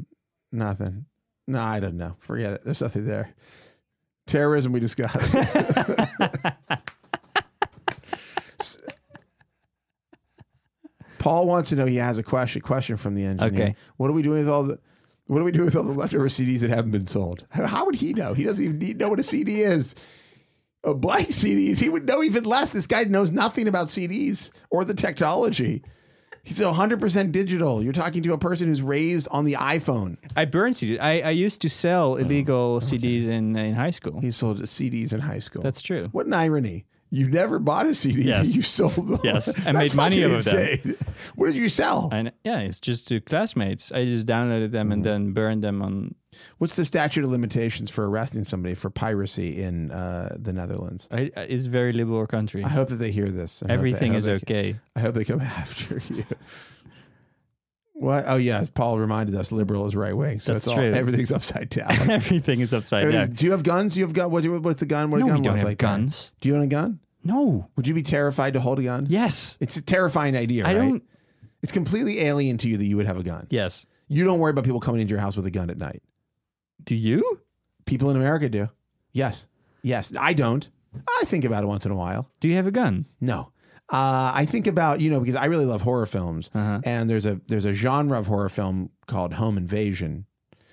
Speaker 1: nothing. No, I don't know. Forget it. There's nothing there. Terrorism we discussed. S- Paul wants to know. He has a question. Question from the engineer.
Speaker 2: Okay.
Speaker 1: What are we doing with all the? What do we do with all the leftover CDs that haven't been sold? How how would he know? He doesn't even need, know what a CD is. A blank CDs. He would know even less. This guy knows nothing about CDs or the technology. He's 100% digital. You're talking to a person who's raised on the iPhone.
Speaker 2: I burn CDs. I, I used to
Speaker 1: Oh.
Speaker 2: sell illegal CDs in in high school.
Speaker 1: He sold CDs in high school.
Speaker 2: That's true.
Speaker 1: What an irony. You never bought a CD.
Speaker 2: Yes.
Speaker 1: You sold them.
Speaker 2: Yes, I
Speaker 1: That's
Speaker 2: made money
Speaker 1: fucking
Speaker 2: out of them.
Speaker 1: insane. What did you sell?
Speaker 2: And yeah, it's just to classmates. I just downloaded them and
Speaker 1: Mm-hmm.
Speaker 2: then burned them on.
Speaker 1: What's the statute of limitations for arresting somebody for piracy in uh, the Netherlands?
Speaker 2: I, I- it's a very liberal country.
Speaker 1: I hope that they hear this. I hope they- I
Speaker 2: Everything
Speaker 1: hope
Speaker 2: is
Speaker 1: they-
Speaker 2: okay.
Speaker 1: I hope they come after you. What? Oh yeah, Paul reminded us liberal is right wing, so
Speaker 2: That's
Speaker 1: it's all
Speaker 2: true.
Speaker 1: everything's upside down.
Speaker 2: Everything is upside
Speaker 1: Everything's-
Speaker 2: down.
Speaker 1: Do you have guns? You have gun? What, what's the gun? What
Speaker 2: No,
Speaker 1: a gun
Speaker 2: we don't
Speaker 1: was
Speaker 2: have
Speaker 1: like? uh,
Speaker 2: guns.
Speaker 1: Do you own a gun?
Speaker 2: No.
Speaker 1: Would you be terrified to hold a gun?
Speaker 2: Yes.
Speaker 1: It's a terrifying idea,
Speaker 2: I
Speaker 1: right?
Speaker 2: don't.
Speaker 1: It's completely alien to you that you would have a gun.
Speaker 2: Yes.
Speaker 1: You don't worry about people coming into your house with a gun at night.
Speaker 2: Do you?
Speaker 1: People in America do. Yes. Yes. I don't. I think about it once in a while.
Speaker 2: Do you have a gun?
Speaker 1: No. Uh, I think about, you know, because I really love horror films.
Speaker 2: Uh-huh.
Speaker 1: And there's a there's a genre of horror film called home invasion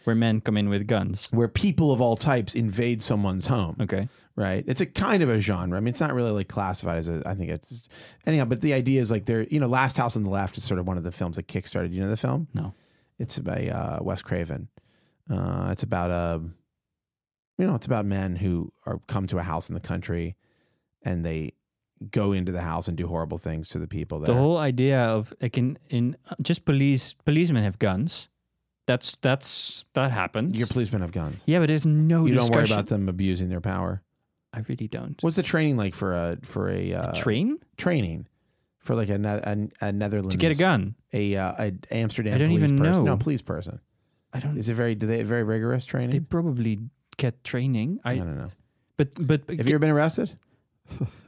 Speaker 2: Where men come in with guns.
Speaker 1: where people of all types invade someone's home.
Speaker 2: Okay.
Speaker 1: right? It's a kind of a genre. I mean, it's not really like classified as a. I think it's anyhow. But the idea is like there. You know, Last House on the Left is sort of one of the films that kickstarted. You know the film?
Speaker 2: No.
Speaker 1: It's by uh, Wes Craven. Uh, it's about a. You know, it's about men who are come to a house in the country, and they go into the house and do horrible things to the people there.
Speaker 2: The whole idea of like in in just police policemen have guns. That's that's that happens.
Speaker 1: Your policemen have guns.
Speaker 2: yeah, but there's no.
Speaker 1: You don't worry
Speaker 2: discussion.
Speaker 1: about them abusing their power.
Speaker 2: I really don't.
Speaker 1: What's the training like for a for a uh,
Speaker 2: Train
Speaker 1: training for like a, Ne- a, a Netherlands
Speaker 2: to get a gun.
Speaker 1: a uh, a Amsterdam
Speaker 2: I don't
Speaker 1: police
Speaker 2: even
Speaker 1: person.
Speaker 2: know.
Speaker 1: No, police person.
Speaker 2: I don't.
Speaker 1: Is it very do they have very rigorous
Speaker 2: They
Speaker 1: training?
Speaker 2: probably get training. I,
Speaker 1: I don't know.
Speaker 2: but but but
Speaker 1: Have you ever been arrested?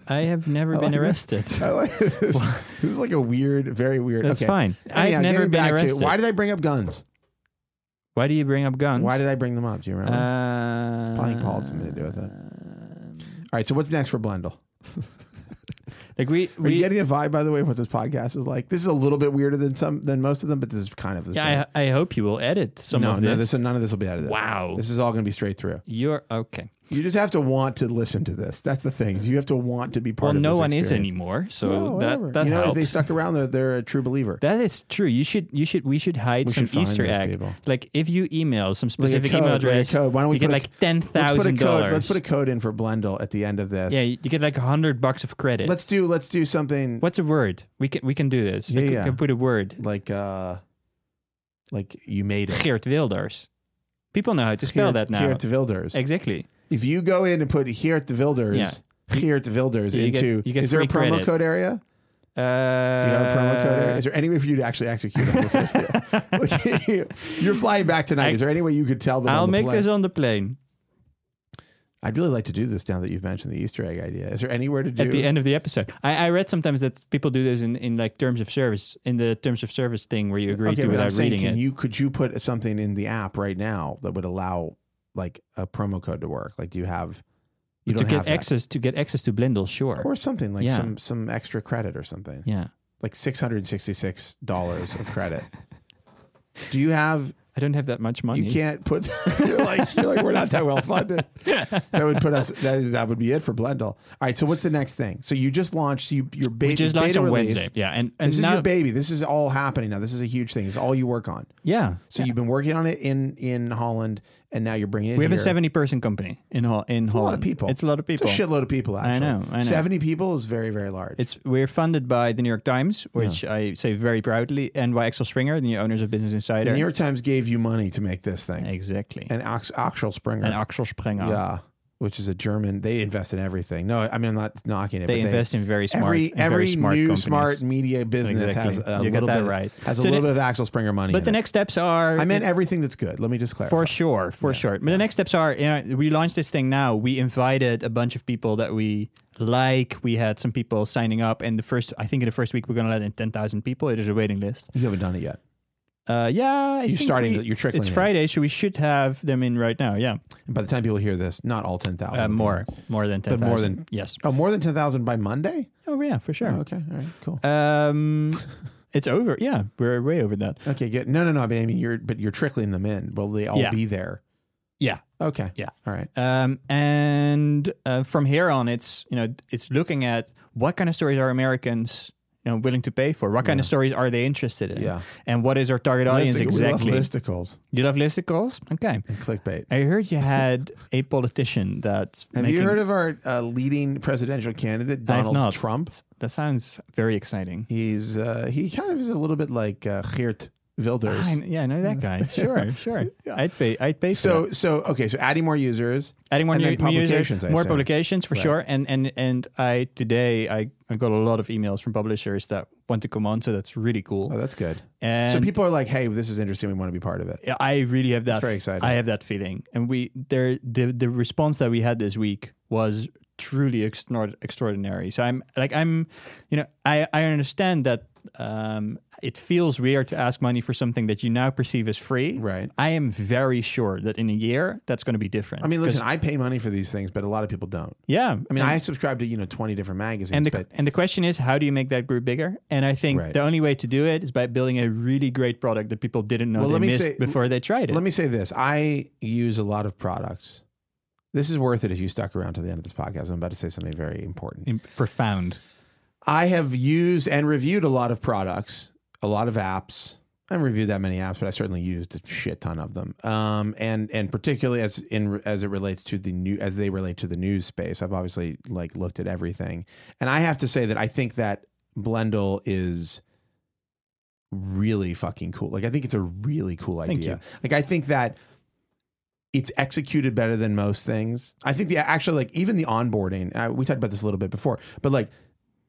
Speaker 2: I have never
Speaker 1: I
Speaker 2: been
Speaker 1: like-
Speaker 2: arrested.
Speaker 1: I like this. this is like a weird, very weird.
Speaker 2: That's
Speaker 1: okay.
Speaker 2: fine.
Speaker 1: Anyhow,
Speaker 2: I've
Speaker 1: getting
Speaker 2: never been
Speaker 1: back
Speaker 2: arrested.
Speaker 1: To, why did I bring up guns?
Speaker 2: Why do you bring up guns?
Speaker 1: Why did I bring them up? Do you remember?
Speaker 2: Uh, um,
Speaker 1: Probably Paul had something to do with it. All right. So what's next for Blendle?
Speaker 2: Like we,
Speaker 1: Are you
Speaker 2: we
Speaker 1: getting a vibe, by the way, of what this podcast is like? This is a little bit weirder than some than most of them, but this is kind of the same.
Speaker 2: yeah, I, I hope you will edit some
Speaker 1: no,
Speaker 2: of
Speaker 1: no,
Speaker 2: this.
Speaker 1: this none of this will be out of this.
Speaker 2: Wow.
Speaker 1: This is all going to be straight through.
Speaker 2: You're okay.
Speaker 1: You just have to want to listen to this. That's the thing. is You have to want to be part
Speaker 2: Well,
Speaker 1: of.
Speaker 2: no
Speaker 1: this
Speaker 2: one is
Speaker 1: experience.
Speaker 2: anymore, so
Speaker 1: Well, whatever.
Speaker 2: that that
Speaker 1: you know, if
Speaker 2: helps.
Speaker 1: they stuck around, they're, they're a true believer.
Speaker 2: that is true. You should you should we should hide
Speaker 1: We
Speaker 2: some
Speaker 1: should find
Speaker 2: Easter
Speaker 1: those
Speaker 2: egg.
Speaker 1: people.
Speaker 2: Like if you email some
Speaker 1: Like a
Speaker 2: specific
Speaker 1: code,
Speaker 2: email
Speaker 1: like a
Speaker 2: address,
Speaker 1: code. Why don't we
Speaker 2: you get
Speaker 1: put a-
Speaker 2: like ten
Speaker 1: Let's put a
Speaker 2: thousand
Speaker 1: code.
Speaker 2: dollars.
Speaker 1: Let's put a code in for Blendle at the end of this.
Speaker 2: yeah, you get like a hundred bucks of credit.
Speaker 1: Let's do. Let's do something
Speaker 2: What's a word? We can we can do this.
Speaker 1: Yeah,
Speaker 2: we can,
Speaker 1: yeah.
Speaker 2: can put a word.
Speaker 1: like uh, like you made it.
Speaker 2: Geert Wilders. People know how to spell that now.
Speaker 1: Here at the Wilders.
Speaker 2: Exactly.
Speaker 1: if you go in and put here at the Wilders,
Speaker 2: Yeah.
Speaker 1: here at the Wilders
Speaker 2: You get-
Speaker 1: into
Speaker 2: you get
Speaker 1: is there a
Speaker 2: free
Speaker 1: promo
Speaker 2: credit.
Speaker 1: code area?
Speaker 2: Uh,
Speaker 1: Do you have a promo code area? Is there any way for you to actually execute on this? idea? Like, you're flying back tonight.
Speaker 2: I-
Speaker 1: is there any way you could tell them? on
Speaker 2: I'll
Speaker 1: the
Speaker 2: make
Speaker 1: plane?
Speaker 2: this on the plane.
Speaker 1: I'd really like to do this now that you've mentioned the Easter egg idea. Is there anywhere to do?
Speaker 3: at the end of the episode. I, I read sometimes that people do this in, in like terms of service in the terms of service thing where you agree to
Speaker 1: okay, but
Speaker 3: without
Speaker 1: I'm saying,
Speaker 3: reading
Speaker 1: can
Speaker 3: it.
Speaker 1: you could you put something in the app right now that would allow like a promo code to work? Like, do you have you
Speaker 3: to
Speaker 1: don't
Speaker 3: get
Speaker 1: have that.
Speaker 3: access to get access to Blendel, sure.
Speaker 1: or something like
Speaker 3: Yeah.
Speaker 1: some some extra credit or something
Speaker 3: Yeah,
Speaker 1: like six hundred and sixty six dollars of credit. Do you have?
Speaker 3: I don't have that much money.
Speaker 1: You can't put. you're like you're like we're not that well funded. That would put us. That, that would be it for Blendle. All right. So what's the next thing? So you just launched. You your ba-
Speaker 3: We just
Speaker 1: beta
Speaker 3: launched on
Speaker 1: release.
Speaker 3: Wednesday. Yeah, and and
Speaker 1: This is
Speaker 3: now
Speaker 1: your baby. This is all happening now. This is a huge thing. It's all you work on.
Speaker 2: Yeah.
Speaker 1: So you've been working on it in in Holland, and now you're bringing it.
Speaker 2: We have a
Speaker 1: here.
Speaker 2: 70 person company in Hol- in
Speaker 1: It's a lot
Speaker 2: Holland.
Speaker 1: of people.
Speaker 2: It's a lot of people.
Speaker 1: It's a shitload of people. Actually,
Speaker 2: know, I know.
Speaker 1: Seventy people is very very large.
Speaker 2: It's we're funded by the New York Times, which I say very proudly, and by Axel Springer, the new owners of Business Insider.
Speaker 1: the New York Times gave you money to make this thing,
Speaker 2: exactly.
Speaker 1: and Ax- Axel Springer,
Speaker 2: And Axel Springer.
Speaker 1: yeah, which is a German. They invest in everything. No, I mean I'm not knocking it.
Speaker 2: They
Speaker 1: but
Speaker 2: invest in very smart,
Speaker 1: every
Speaker 2: in very
Speaker 1: every
Speaker 2: smart
Speaker 1: new
Speaker 2: companies.
Speaker 1: smart media business has
Speaker 2: Exactly.
Speaker 1: a
Speaker 2: You got
Speaker 1: little
Speaker 2: that
Speaker 1: bit
Speaker 2: right.
Speaker 1: has a
Speaker 2: So
Speaker 1: little
Speaker 2: the-
Speaker 1: bit of Axel Springer money.
Speaker 2: But
Speaker 1: in
Speaker 2: the
Speaker 1: it.
Speaker 2: next steps are
Speaker 1: I meant everything that's good. Let me just clarify.
Speaker 2: for sure, for sure. But the next steps are, you know, we launched this thing now. We invited a bunch of people that we like. We had some people signing up, and the first, I think, in the first week, we're going to let in ten thousand people. It is a waiting list.
Speaker 1: you haven't done it yet.
Speaker 2: Uh, yeah, I
Speaker 1: You're
Speaker 2: think
Speaker 1: starting.
Speaker 2: we-
Speaker 1: to, you're trickling.
Speaker 2: It's
Speaker 1: in.
Speaker 2: Friday, so we should have them in right now. Yeah,
Speaker 1: By the time people hear this, not all ten thousand.
Speaker 2: uh, more, more than ten
Speaker 1: But
Speaker 2: thousand.
Speaker 1: more than-
Speaker 2: yes.
Speaker 1: Oh, more than ten thousand by Monday.
Speaker 2: Oh yeah, for sure.
Speaker 1: Oh, okay. All right. Cool.
Speaker 2: Um, it's over. Yeah, we're way over that.
Speaker 1: Okay, good. No, no, no. But I mean, you're but you're trickling them in. Will they all
Speaker 2: Yeah.
Speaker 1: be there?
Speaker 2: Yeah.
Speaker 1: Okay.
Speaker 2: Yeah.
Speaker 1: All right.
Speaker 2: Um, and uh, from here on, it's you know it's looking at what kind of stories are Americans you know willing to pay for. What kind of stories are they interested in?
Speaker 1: Yeah.
Speaker 2: And what is our target audience
Speaker 1: Listic- we love
Speaker 2: exactly?
Speaker 1: listicles
Speaker 2: You love listicles? Okay.
Speaker 1: and clickbait.
Speaker 2: I heard you had a politician that's
Speaker 1: Have
Speaker 2: making,
Speaker 1: you heard of our uh, leading presidential candidate,
Speaker 2: I have
Speaker 1: Donald
Speaker 2: not.
Speaker 1: Trump?
Speaker 2: That sounds very exciting.
Speaker 1: He's uh, he kind of is a little bit like uh, Geert Wilders.
Speaker 2: I, yeah, I know that guy. Sure, sure. I'd pay. I'd pay. for
Speaker 1: so so okay. So adding more users.
Speaker 2: adding more
Speaker 1: And
Speaker 2: new,
Speaker 1: then
Speaker 2: new users,
Speaker 1: publications, I
Speaker 2: more
Speaker 1: assume.
Speaker 2: publications for
Speaker 1: Right.
Speaker 2: sure. And and and I today I, I got a lot of emails from publishers that want to come on, so that's really cool.
Speaker 1: Oh, that's good.
Speaker 2: and
Speaker 1: so people are like, hey, this is interesting. We want to be part of it.
Speaker 2: yeah, I really have that.
Speaker 1: very exciting.
Speaker 2: I have that feeling, and we there the the response that we had this week was truly extraor- extraordinary. So I'm like I'm, you know, I I understand that um, it feels weird to ask money for something that you now perceive as free.
Speaker 1: Right.
Speaker 2: I am very sure that in a year that's going to be different.
Speaker 1: I mean, listen, I pay money for these things, but a lot of people don't.
Speaker 2: yeah.
Speaker 1: I mean, I subscribe to you know twenty different magazines,
Speaker 2: and the
Speaker 1: but
Speaker 2: and the question is how do you make that group bigger and i think
Speaker 1: Right.
Speaker 2: the only way to do it is by building a really great product that people didn't know
Speaker 1: Well,
Speaker 2: they
Speaker 1: let me
Speaker 2: missed
Speaker 1: say-
Speaker 2: before they tried it
Speaker 1: Let me say this: I use a lot of products. This is worth it if you stuck around to the end of this podcast. I'm about to say something very important.
Speaker 2: In- profound
Speaker 1: I have used and reviewed a lot of products, a lot of apps. I haven't reviewed that many apps, but I certainly used a shit ton of them. Um, and and particularly as in as it relates to the new as they relate to the news space, I've obviously like looked at everything, and I have to say that I think that Blendle is really fucking cool. Like I think it's a really cool
Speaker 2: Thank
Speaker 1: idea. Like I think that it's executed better than most things. I think the actually like even the onboarding. Uh, we talked about this a little bit before, but like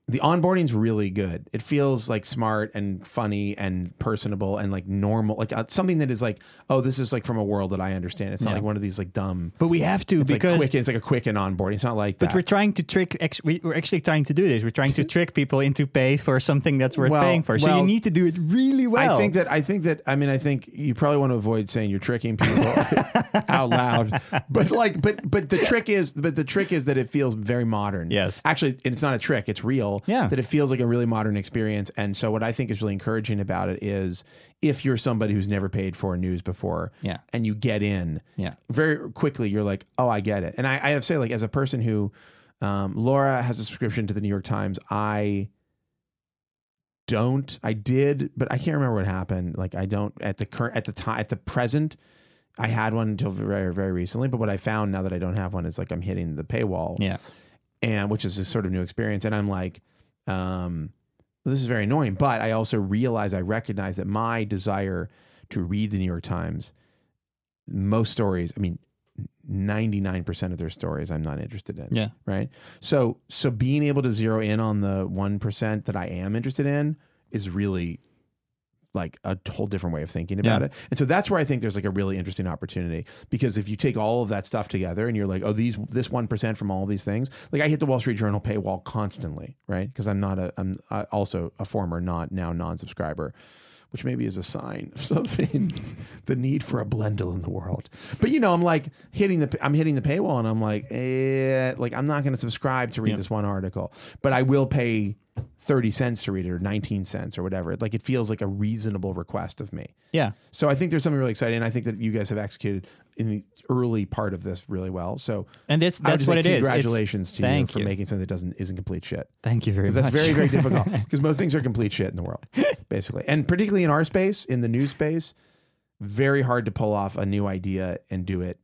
Speaker 1: the onboarding's really good. It feels like smart and funny and personable and like normal, like uh, something that is like, oh, this is like from a world that I understand. It's not
Speaker 2: Yeah.
Speaker 1: like one of these like dumb,
Speaker 2: but we have to
Speaker 1: it's like
Speaker 2: because
Speaker 1: quick. It's like a quick and onboarding. It's not like
Speaker 2: but
Speaker 1: that.
Speaker 2: we're trying to trick ex- we, we're actually trying to do this we're trying to trick people into pay for something that's worth
Speaker 1: Well,
Speaker 2: paying for so
Speaker 1: well,
Speaker 2: you need to do it really well
Speaker 1: I think that I think that I mean I think you probably want to avoid saying you're tricking people out loud, but like but but the trick is but the trick is that it feels very modern.
Speaker 2: Yes.
Speaker 1: actually, and it's not a trick; it's real.
Speaker 2: Yeah.
Speaker 1: that it feels like a really modern experience. And so, what I think is really encouraging about it is if you're somebody who's never paid for news before,
Speaker 2: Yeah.
Speaker 1: and you get in,
Speaker 2: Yeah.
Speaker 1: very quickly you're like, oh, I get it. And I, I have to say, like, as a person who, um, Laura has a subscription to the New York Times, I don't. I did, but I can't remember what happened. Like, I don't at the current at the time at the present. I had one until very very recently, but what I found now that I don't have one is like I'm hitting the paywall
Speaker 2: yeah
Speaker 1: and which is a sort of new experience. And I'm like, um, this is very annoying. But I also realize I recognize that my desire to read the New York Times, most stories, I mean, 99% of their stories I'm not interested in.
Speaker 2: Yeah.
Speaker 1: Right. So so being able to zero in on the one percent that I am interested in is really like a whole different way of thinking about
Speaker 2: Yeah.
Speaker 1: it. And so that's where I think there's like a really interesting opportunity because if you take all of that stuff together and you're like, oh, these this one percent from all these things, like I hit the Wall Street Journal paywall constantly, right? Because I'm not a I'm uh, also a former not now non-subscriber. Which maybe is a sign of something, the need for a blendle in the world. But you know, I'm like hitting the I'm hitting the paywall, and I'm like, eh, like I'm not going to subscribe to read this one article, but I will pay 30 cents to read it or 19 cents or whatever. Like it feels like a reasonable request of me.
Speaker 2: Yeah.
Speaker 1: So I think there's something really exciting. and I think that you guys have executed in the early part of this really well. So
Speaker 2: And that's
Speaker 1: I would
Speaker 2: that's
Speaker 1: just
Speaker 2: what
Speaker 1: say
Speaker 2: it is. It's-
Speaker 1: Congratulations to you
Speaker 2: thank
Speaker 1: for making something that doesn't isn't complete shit.
Speaker 2: Thank you very much.
Speaker 1: Because that's very, very difficult. Because most things are complete shit in the world, basically. And particularly in our space, in the news space, very hard to pull off a new idea and do it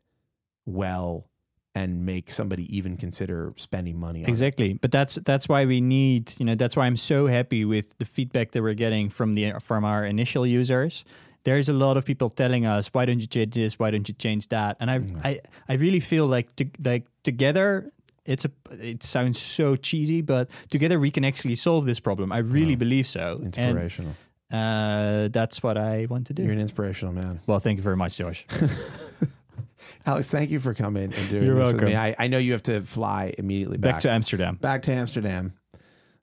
Speaker 1: well and make somebody even consider spending money on it.
Speaker 2: Exactly, but that's that's why we need you know that's why I'm so happy with the feedback that we're getting from the from our initial users. There's a lot of people telling us why don't you change this, why don't you change that, and I
Speaker 1: Mm.
Speaker 2: I I really feel like to, like together it's a it sounds so cheesy, but together we can actually solve this problem. I really
Speaker 1: Mm.
Speaker 2: believe so. And,
Speaker 1: Inspirational.
Speaker 2: uh, that's what I want to do.
Speaker 1: You're an inspirational man.
Speaker 2: well, thank you very much, Josh.
Speaker 1: Alex, thank you for coming and doing
Speaker 2: You're
Speaker 1: this with
Speaker 2: welcome.
Speaker 1: me. I, I know you have to fly immediately back,
Speaker 2: Back to Amsterdam,
Speaker 1: back to Amsterdam.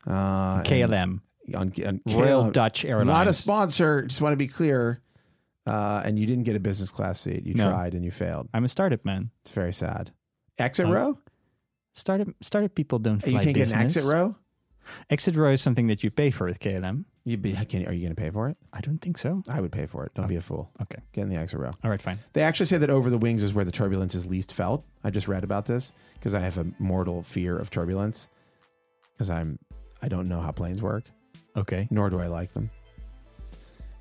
Speaker 1: Uh, and
Speaker 2: KLM,
Speaker 1: on, on
Speaker 2: Royal
Speaker 1: KLM.
Speaker 2: Dutch Airlines.
Speaker 1: Not a sponsor. Just want to be clear. Uh, and you didn't get a business class seat. You
Speaker 2: No.
Speaker 1: tried and you failed.
Speaker 2: I'm a startup man.
Speaker 1: It's very sad. Exit
Speaker 2: Uh,
Speaker 1: row?
Speaker 2: Startup startup people don't fly
Speaker 1: You can't get an
Speaker 2: business.
Speaker 1: exit row?
Speaker 2: Exit row is something that you pay for with KLM.
Speaker 1: You be, can, are you going to pay for it?
Speaker 2: I don't think so.
Speaker 1: I would pay for it. Don't be a fool.
Speaker 2: Okay.
Speaker 1: Get in the exit row.
Speaker 2: All right, fine.
Speaker 1: They actually say that over the wings is where the turbulence is least felt. I just read about this because I have a mortal fear of turbulence because I'm I don't know how planes work.
Speaker 2: Okay.
Speaker 1: nor do I like them.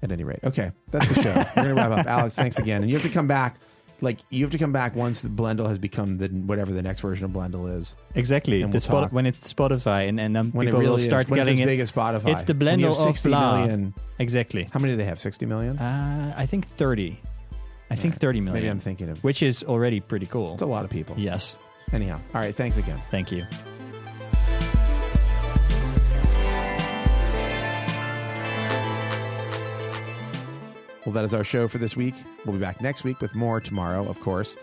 Speaker 1: At any rate, okay, that's the show. We're gonna wrap up. Alex, thanks again, and you have to come back. Like you have to come back once the Blendle has become the whatever the next version of Blendle is.
Speaker 2: Exactly.
Speaker 1: And
Speaker 2: The
Speaker 1: we'll
Speaker 2: spot-
Speaker 1: talk.
Speaker 2: when it's Spotify and, and then
Speaker 1: When
Speaker 2: people
Speaker 1: it really
Speaker 2: will start
Speaker 1: is, when it's
Speaker 2: getting
Speaker 1: as
Speaker 2: it.
Speaker 1: big as Spotify.
Speaker 2: It's the
Speaker 1: When you have
Speaker 2: Blendle of
Speaker 1: 60
Speaker 2: blah.
Speaker 1: million-
Speaker 2: Exactly.
Speaker 1: How many do they have? Sixty million.
Speaker 2: Uh, I think 30. I think 30 million.
Speaker 1: Maybe I'm thinking of.
Speaker 2: which is already pretty cool.
Speaker 1: It's a lot of people.
Speaker 2: Yes.
Speaker 1: Anyhow, all right. Thanks again.
Speaker 2: Thank you.
Speaker 1: Well, that is our show for this week. We'll be back next week with more tomorrow, of course.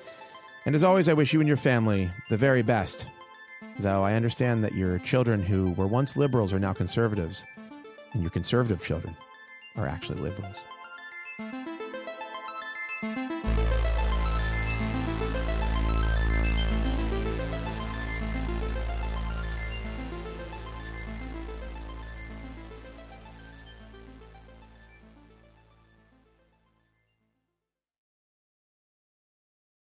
Speaker 1: And as always, I wish you and your family the very best. Though I understand that your children who were once liberals are now conservatives, and your conservative children are actually liberals.